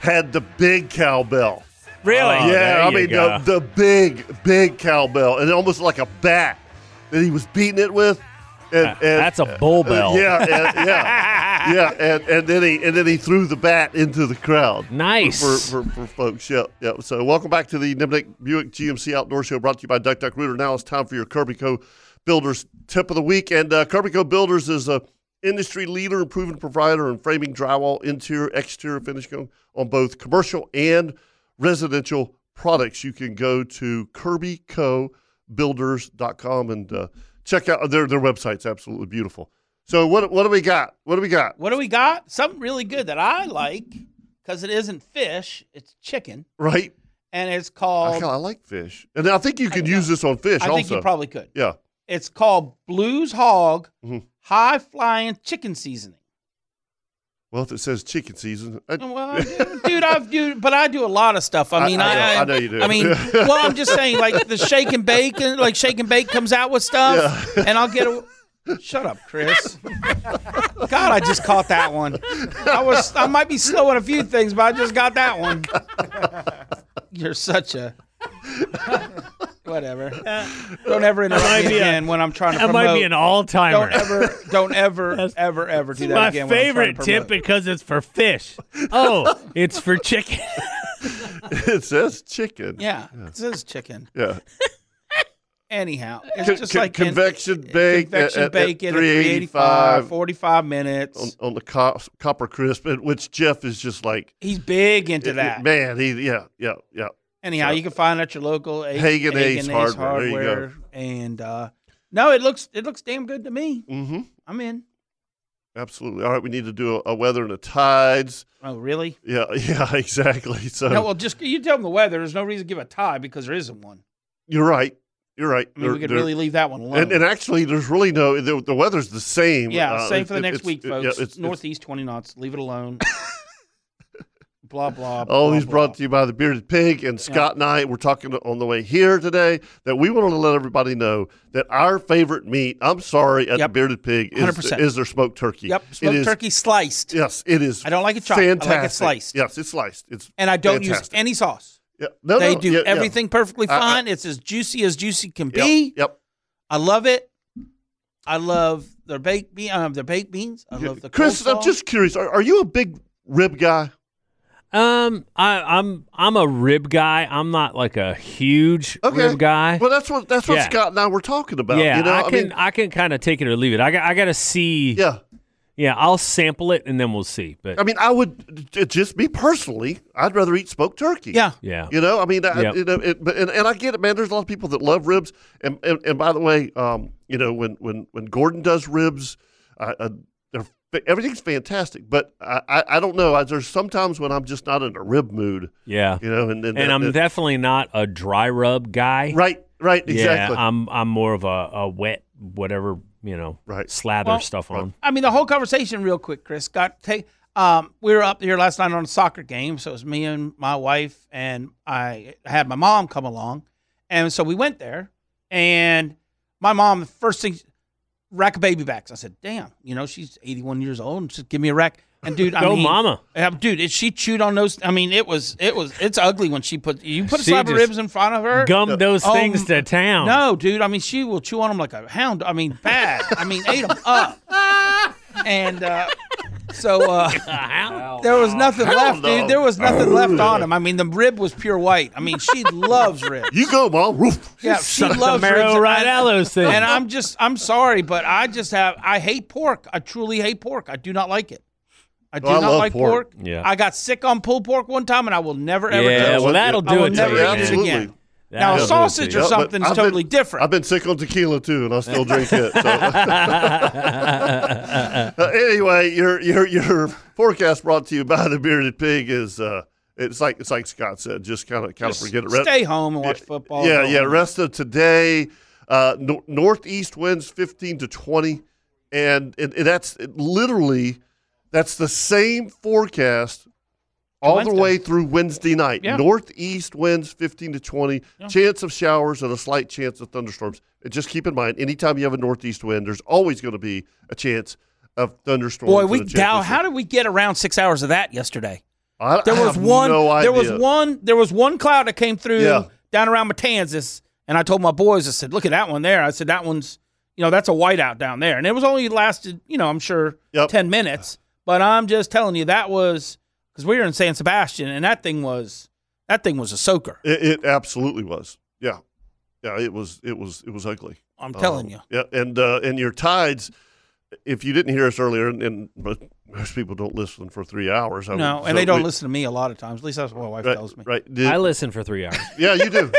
had the big cowbell. Really? Oh, there yeah, I you mean go. the, the big, big cowbell, and almost like a bat that he was beating it with. And, and, uh, that's a bull bell. yeah, and, yeah, *laughs* yeah, and, and then he and then he threw the bat into the crowd. Nice. for, for, for folks. Yep, yep. So welcome back to the Nimnik Buick GMC Outdoor Show, brought to you by Duck Duck Rooter. Now it's time for your Kirby Co. Builders tip of the week, and uh, Kirby Co. Builders is a industry leader and proven provider in framing, drywall, interior, exterior finishing on both commercial and residential products. You can go to kirbycobuilders.com and uh, check out their their website's absolutely beautiful. So what what do we got? What do we got? Uh, What do we got? Something really good that I like because it isn't fish; it's chicken, Right. and it's called. I like fish, and I think you could use this on fish. I also. think you probably could. Yeah. It's called Blues Hog Mm-hmm. High Flying Chicken Seasoning. Well, if it says chicken season, uh, I, Well, dude, dude, I've do, but I do a lot of stuff. I I- mean, I I, know- I, I know you do. *laughs* I mean, well, I'm just saying, like the shake and bake, and like shake and bake comes out with stuff, and I'll get a. Shut up, Chris. God, I just caught that one. I was, I might be slow on a few things, but I just got that one. You're such a. *laughs* Whatever. Don't ever interrupt Uh, might me be a- again when I'm trying to that promote. might be an all-timer. Don't ever, don't ever, ever, ever do that my again. when I'm trying to favorite tip promote. because it's for fish. Oh, it's for chicken. *laughs* it says chicken. Yeah, it says chicken. Yeah. Anyhow, it's Con- just con- like in- convection bake convection at, at, bake it at at 385, 45 minutes on, on the cop, copper crisp, and- which Jeff is just like he's big into it- it- that. man, he yeah yeah yeah. Anyhow, So- you can find it at your local A- Hagen Ace Hardware, there you go. and uh, no, it looks it looks damn good to me. Mm-hmm. I'm in. absolutely. All right, we need to do a, a weather and a tides. Oh, really? Yeah, *laughs* yeah, exactly. So no, well, just you tell them the weather. There's no reason to give a tie because there isn't one. you're right. You're right. I mean, we could really leave that one alone. And, and actually, there's really no the, the weather's the same. Yeah, uh, same it- for the it- next it's- week, it- yeah, folks. it's- it's- Northeast 20 knots. Leave *laughs* it alone. blah blah. blah, Always blah. brought to you by the Bearded Pig and Scott and I. We're talking on the way here today that we want to let everybody know that our favorite meat. I'm sorry, at the Bearded Pig is 100%. is their smoked turkey. Yep, It smoked is turkey sliced. Yes, it is. I don't like it chopped. I like it fantastic. sliced. Yes, it's sliced. It's and I don't use fantastic. any sauce. Yeah, no, they no, do yeah, yeah. everything perfectly I- I- fine. it's as juicy as juicy can Yep, be. Yep. I love it. I love their baked bean. Um, their baked beans. I love the Chris, I'm coleslaw. just curious. Are, are you a big rib guy? Um, I, I'm I'm a rib guy. I'm not like a huge rib guy. Well, that's what that's what Yeah. Scott and I were talking about. yeah, you know, I can I, mean, can kind of take it or leave it. I got I got to see. Yeah, yeah. I'll sample it and then we'll see. But I mean, I would j- just me personally. I'd rather eat smoked turkey. Yeah, Yeah. You know, I mean, I, Yep. you know, it, but, and, and I get it, man. There's a lot of people that love ribs, and and, and by the way, um, you know, when when when Gordon does ribs, I, I, they're, everything's fantastic. But I, I, I don't know. I, there's sometimes when I'm just not in a rib mood. yeah, You know, and and, and I'm that- definitely not a dry rub guy. Right, right, exactly. Yeah, I'm I'm more of a, a wet whatever you know right. slather Well, stuff on. I mean, the whole conversation, real quick, Chris. Got take. Um, we were up here last night on a soccer game, so it was me and my wife, and I had my mom come along, and so we went there, and my mom, the first thing, rack of baby backs. I said, "Damn, you know, she's 81 years old, and just give me a rack." And dude, I Go mean, mama. yeah, dude, it, she chewed on those. I mean, it was, it was, it's ugly when she put you put a She slab of just ribs in front of her. Um, gummed those things to town. No, dude. I mean, she will chew on them like a hound. I mean, bad. *laughs* I mean, ate them *laughs* up. And uh, so uh, there was nothing Hell left, no. dude. There was nothing left on him. I mean, the rib was pure white. I mean, *laughs* she loves ribs. You go, mom. Woof. *laughs* Yeah, Just she suck the loves marrow ribs. right And- out of those things. And I'm just, I'm sorry, but I just have, I hate pork. I truly hate pork. I do not like it. I do Oh, I not love like pork. pork. Yeah. I got sick on pulled pork one time, and I will never ever. touch Yeah, it. well, that'll I do will it to never you, eat it man. again. That'll Now, do it a to sausage you. or Yeah, but something's I've been- totally different. I've been sick on tequila too, and I still drink it. So. *laughs* *laughs* Uh, anyway, your your your forecast brought to you by the bearded pig is uh, it's like it's like Scott said, just kind of kind of Just forget it. stay home and watch football. Yeah, Go yeah. home. Rest of today, uh, nor- northeast winds fifteen to twenty, and, and, and that's literally that's the same forecast all the Wednesday. way through Wednesday night. Yeah. Northeast winds 15 to 20, chance of showers and a slight chance of thunderstorms. And just keep in mind, anytime you have a northeast wind, there's always going to be a chance of thunderstorms. Boy, and we a chance Dow, of- how did we get around six hours of that yesterday? I- there I was have one. no There was idea. one. There was one cloud that came through Yeah. down around Matanzas, and I told my boys, I said, "Look at that one there." I said, "That one's, you know, that's a whiteout down there," and it was only lasted, you know, I'm sure ten minutes. But I'm just telling you, that was because we were in San Sebastian, and that thing was, that thing was a soaker. It, it absolutely was. Yeah, yeah. It was. It was. It was ugly. I'm telling you. Yeah, and uh, and your tides. If you didn't hear us earlier, and, and but most people don't listen for three hours. I no, would- so and they don't we- listen to me a lot of times. At least that's what my wife Right, tells me. right. Did- I listen for three hours. Yeah, you *laughs* do.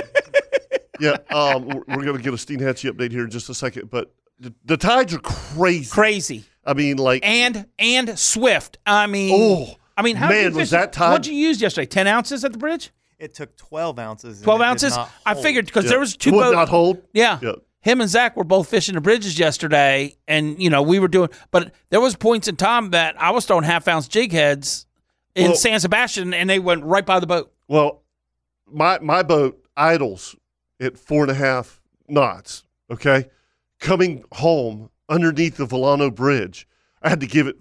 yeah, um, we're, we're going to get a Steen Hatchie update here in just a second, but the, the tides are crazy. Crazy. I mean, like and and Swift. I mean, oh, I mean, how Man, did you was fish- that time- What'd you use yesterday? Ten ounces at the bridge? It took 12 ounces. and Twelve it did ounces? not I hold. figured because there was two boats. Yeah. Him and Zach were both fishing the bridges yesterday, and you know we were doing. But there was points in time that I was throwing half ounce jig heads in Well- San Sebastian, and they went right by the boat. Well, my my boat idles at four and a half knots. Okay, coming home underneath the Volano Bridge, I had to give it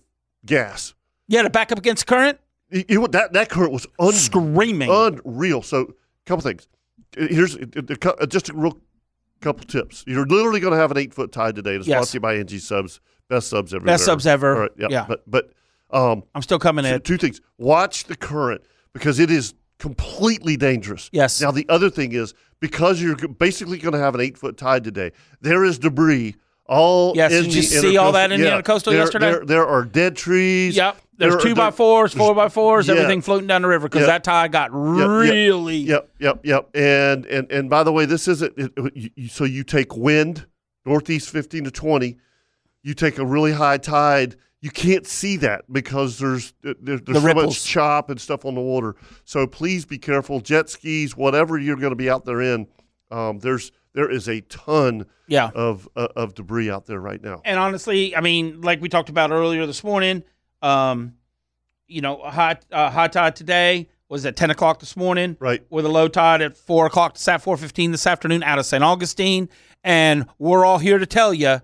gas. Yeah, to back up against current. that that current was un- screaming, unreal. So, a couple things. Here's uh, just a real couple tips. You're literally going to have an eight foot tide today. It's Yes. brought to you by NG Subs, best subs ever. Best subs ever. All right, yeah, Yeah. But but um, I'm still coming in. Two things. Watch the current because it is completely dangerous. Yes. Now the other thing is because you're g- basically going to have an eight foot tide today. There is debris. All Yes, in did the you see all that in the intercoastal There- yesterday? There, there are dead trees. Yep. There's There- two by there- fours, four by fours, Yeah. everything floating down the river because Yeah. that tide got Yep, yep, really. Yep, yep, yep. And and and by the way, this isn't. It, you, you, so you take wind, northeast fifteen to twenty. You take a really high tide. You can't see that because there's there, there's The so ripples. much chop and stuff on the water. So please be careful. Jet skis, whatever you're going to be out there in, um, there's there is a ton Yeah. of uh, of debris out there right now. And honestly, I mean, like we talked about earlier this morning, um, you know, a high uh, high tide today was at ten o'clock this morning, right? With a low tide at four o'clock this at four fifteen this afternoon out of St. Augustine, and we're all here to tell you,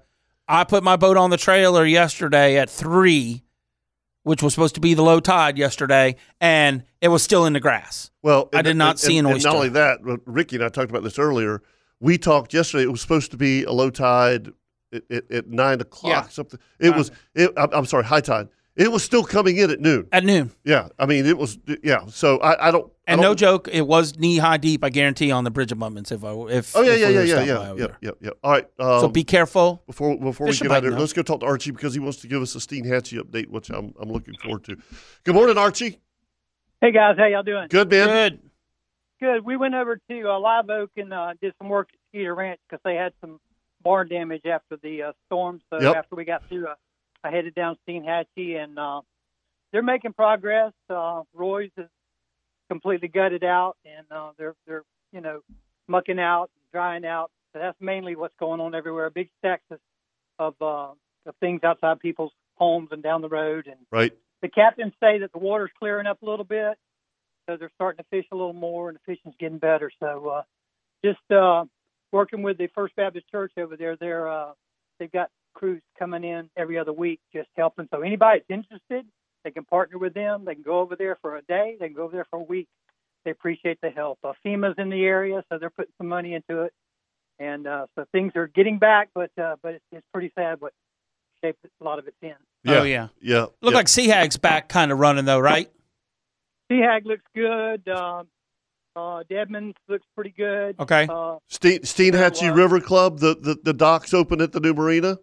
I put my boat on the trailer yesterday at three, which was supposed to be the low tide yesterday, and it was still in the grass. Well, I Oh, and- did not and- see and- an and oyster. not only that, but Ricky and I talked about this earlier. We talked yesterday. It was supposed to be a low tide at, at, at nine o'clock. Yeah. Something. It was. It, I'm, I'm sorry, high tide. It was still coming in at noon. At noon. Yeah. I mean, it was. Yeah. So I, I don't. and I no don't, joke, it was knee high deep. I guarantee on the bridge abutments. If I if Oh yeah, if yeah, we yeah, were yeah, stopped by yeah, over yeah, there. yeah, yeah. All right. Um, so be careful before before we Fish are get out of biting here. up. Let's go talk to Archie because he wants to give us a Steen Hatchie update, which I'm I'm looking forward to. Good morning, Archie. Hey guys, how y'all doing? Good man. Good. Good. We went over to uh, Live Oak and uh, did some work at Skeeter Ranch because they had some barn damage after the uh, storm. So Yep. after we got through, uh, I headed down Steen Hatchie, and uh, they're making progress. Uh, Roy's is completely gutted out, and uh, they're they're you know mucking out, drying out. So that's mainly what's going on everywhere. Big stacks of of, uh, of things outside people's homes and down the road, and Right. the captains say that the water's clearing up a little bit, so they're starting to fish a little more, and the fishing's getting better. So uh, just uh, working with the First Baptist Church over there, they're uh, they've got crews coming in every other week, just helping. So anybody that's interested, they can partner with them. They can go over there for a day. They can go over there for a week. They appreciate the help. Uh, FEMA's in the area, so they're putting some money into it, and uh, so things are getting back. But uh, but it's, it's pretty sad what shape a lot of it's in. Oh yeah. Yeah. Look like Sea Hag's back kind of running though, right? Seahag looks good. Um, uh, Deadman looks pretty good. Uh, Steen Steen Hatchie River Club. The, the the docks open at the new marina.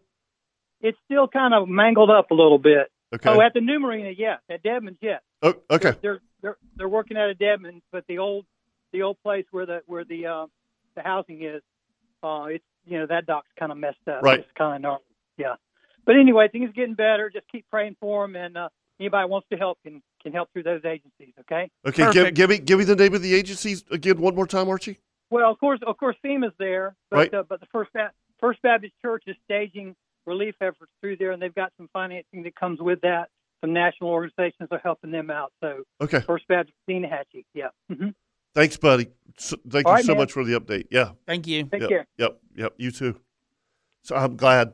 it's still kind of mangled up a little bit. Okay. Oh, at the new marina, yes. At Deadman's, yes. Oh, okay. They're they're they're working out of Deadman's, but the old the old place where the where the uh, the housing is, uh, it's you know that dock's kind of messed up. Right. It's kind of yeah. But anyway, things are getting better. Just keep praying for them, and uh, anybody wants to help can can help through those agencies. Okay. Okay, give, give me give me the name of the agencies again one more time, Archie. Well, of course, of course, FEMA's there, but Right. uh, but the First Ba- First Baptist Church is staging relief efforts through there, and they've got some financing that comes with that. Some national organizations are helping them out. So Okay. First Baptist Hatchie, yeah. hmm Thanks, buddy. So, thank All you right, so man. much for the update. Yeah. Thank you. Take yep, care. Yep. Yep. You too. So I'm glad.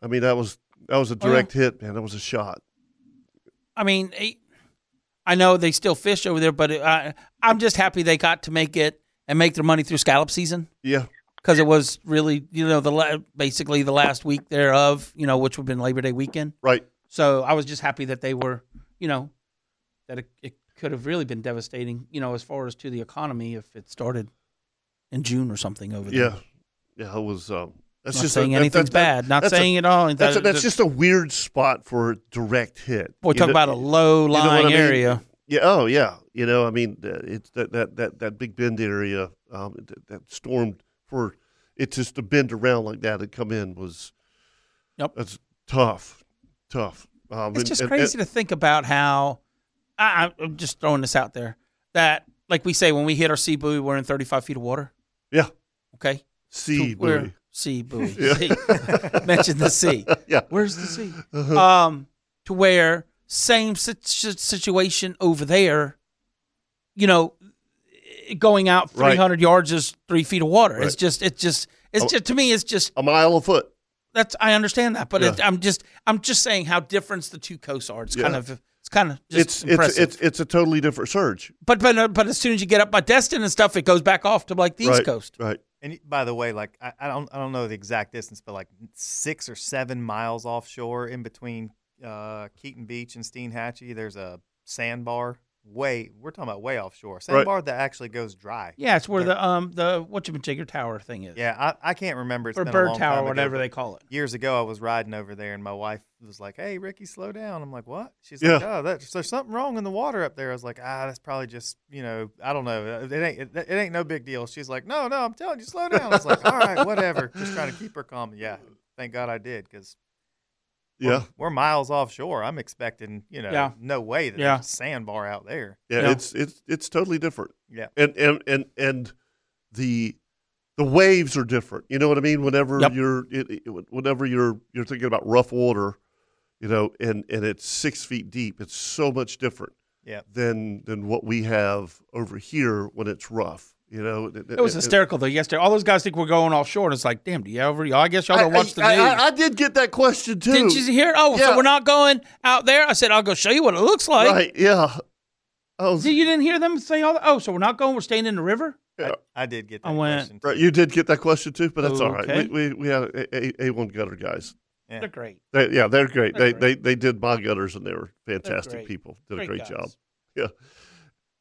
I mean, that was that was a Oh, yeah. direct hit, man. That was a shot. I mean, eh, I know they still fish over there, but it, I, I'm just happy they got to make it and make their money through scallop season. Yeah. Because it was really, you know, the la- basically the last week thereof, you know, which would have been Labor Day weekend. Right. So I was just happy that they were, you know, that it, it could have really been devastating, you know, as far as to the economy if it started in June or something over there. Yeah. Yeah. It was. Um, that's Not just saying that- anything's bad, not that's a- saying at all. That's, a, That- that's just a weird spot for a direct hit. Boy, You talk know- about a low-lying what area. Yeah. Oh, yeah. You know, I mean, uh, it's that that that, that Big Bend area. Um, that, that storm for it just to bend around like that and come in was. Yep. That's tough, tough. Um, It's and- just and- crazy to think about how I, I- I'm just throwing this out there that, like we say, when we hit our sea buoy, we're in 35 feet of water. Yeah. Okay. Sea So we're- buoy. Sea buoy. *laughs* Yeah. Sea. *laughs* Mention the sea. *laughs* Yeah. Where's the sea? Uh-huh. Um, to where same sit- sit- situation over there. You know, going out Right. 300 yards is three feet of water. It's Right. just, it's just, it's A- just to me, it's just a mile a foot. That's I understand that, but it, Yeah. I'm just, I'm just saying how different the two coasts are. It's kind Yeah. of, it's kind of just It's it's impressive. it's it's a totally different surge. But but uh, but as soon as you get up by Destin and stuff, it goes back off to like the East Coast. Right. And y- by the way, like I, I don't I don't know the exact distance, but like six or seven miles offshore, in between uh, Keaton Beach and Steenhatchee, there's a sandbar. Way we're talking about way offshore sandbar that actually goes dry. Yeah, it's where the um the what you jigger tower thing is. Yeah, I, I can't remember. It's Or been bird a long tower, time ago, whatever but they call it. Years ago, I was riding over there, and my wife was like, "Hey, Ricky, slow down." I'm like, "What?" She's like, Yeah. "Oh, that, there's something wrong in the water up there." I was like, "Ah, that's probably just you know, I don't know. uh, It ain't it, it ain't no big deal." She's like, "No, no, I'm telling you, slow down." I was like, "All right, whatever." Just trying to keep her calm. Yeah, thank God I did because. Yeah. we're miles offshore. I'm expecting, you know, Yeah. no way that Yeah. there's a sandbar out there. Yeah, it's it's it's totally different. Yeah. and and and and the the waves are different. You know what I mean? Whenever you're it, it- whenever you're you're thinking about rough water, you know, and and it's six feet deep. It's so much different. Yep. Than than what we have over here when it's rough. You know, It was hysterical though yesterday. All those guys think we're going offshore, and it's like, damn, do you ever? I guess y'all don't I- watch the I- news. I- I did get that question too. Did you hear? it? Oh, so Yeah. we're not going out there. I said, I'll go show you what it looks like. Right? Yeah. Oh, you didn't hear them say all that? Oh, so we're not going. We're staying in the river. I did get I went. Right, you did get that question too, but that's all Okay. right. We we, we have a, a, one gutter guys. Yeah. They're great. They, yeah, they're great. They're they, they they did my gutters and they were fantastic great. people. Did Great a great guys. job. Yeah,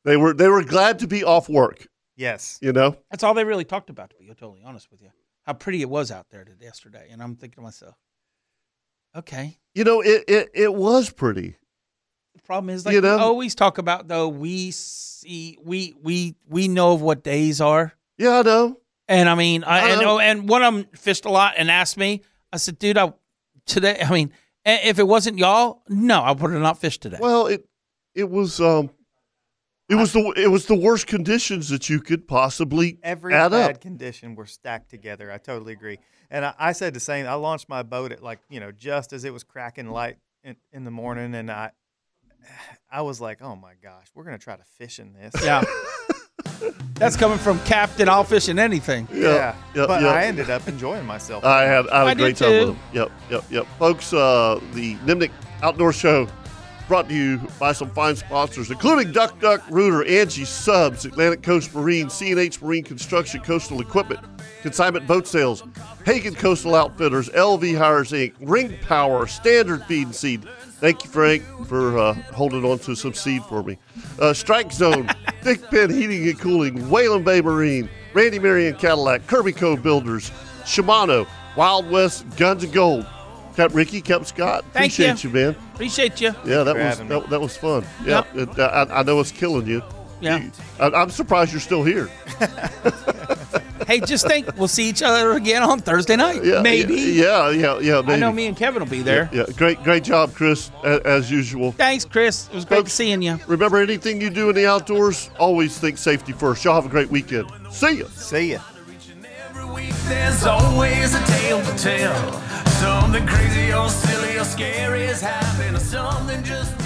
they were they were glad to be off work. Yes, you know. That's all they really talked about. To be totally honest with you, how pretty it was out there today- yesterday. And I'm thinking to myself, okay. You know, it it, it was pretty. The problem is, like You know? we always talk about, though we see we we we know of what days are. Yeah, I know. And I mean, I, I and, know. oh, and one of them fished a lot and asked me. I said, dude, I today. I mean, a- if it wasn't y'all, no, I would have not fished today. Well, it it was um it was the it was the worst conditions that you could possibly every add bad up. condition were stacked together. I totally agree. And I, I said the same. I launched my boat at like you know just as it was cracking light in, in the morning, and I *sighs* I was like, oh my gosh, we're gonna try to fish in this. *laughs* Yeah. That's coming from Captain. I'll fish in anything. yeah. yeah, but yeah. I ended up enjoying myself. I had I had a I did great time with too. them. Yep, yep, yep. Folks, uh, the Nimnik Outdoor Show brought to you by some fine sponsors, including Duck Duck Rooter, Angie Subs, Atlantic Coast Marine, CNH Marine Construction, Coastal Equipment, Consignment Boat Sales, Hagen Coastal Outfitters, LV Hires Inc., Ring Power, Standard Feed and Seed. Thank you, Frank, for uh, holding on to some seed for me. Uh, Strike Zone, *laughs* Dick Penn Heating and Cooling, Whalen Bay Marine, Randy Marion Cadillac, Kirby Co. Builders, Shimano, Wild West Guns and Gold. Captain Ricky, Captain Scott, Thank appreciate you. you man. Appreciate you. Yeah, that for was having me. that, that was fun. Yeah, it- I, I know it's killing you. Yeah. You- I, I'm surprised you're still here. hey, just think we'll see each other again on Thursday night. Yeah, maybe. Yeah, yeah, yeah. Maybe. I know me and Kevin will be there. Yeah, yeah. great, great job, Chris, as, as usual. Thanks, Chris. It was great seeing you. Remember, anything you do in the outdoors, always think safety first. Y'all have a great weekend. See ya. See ya. There's always a tale to tell. Something crazy or silly or scary is happening. Something just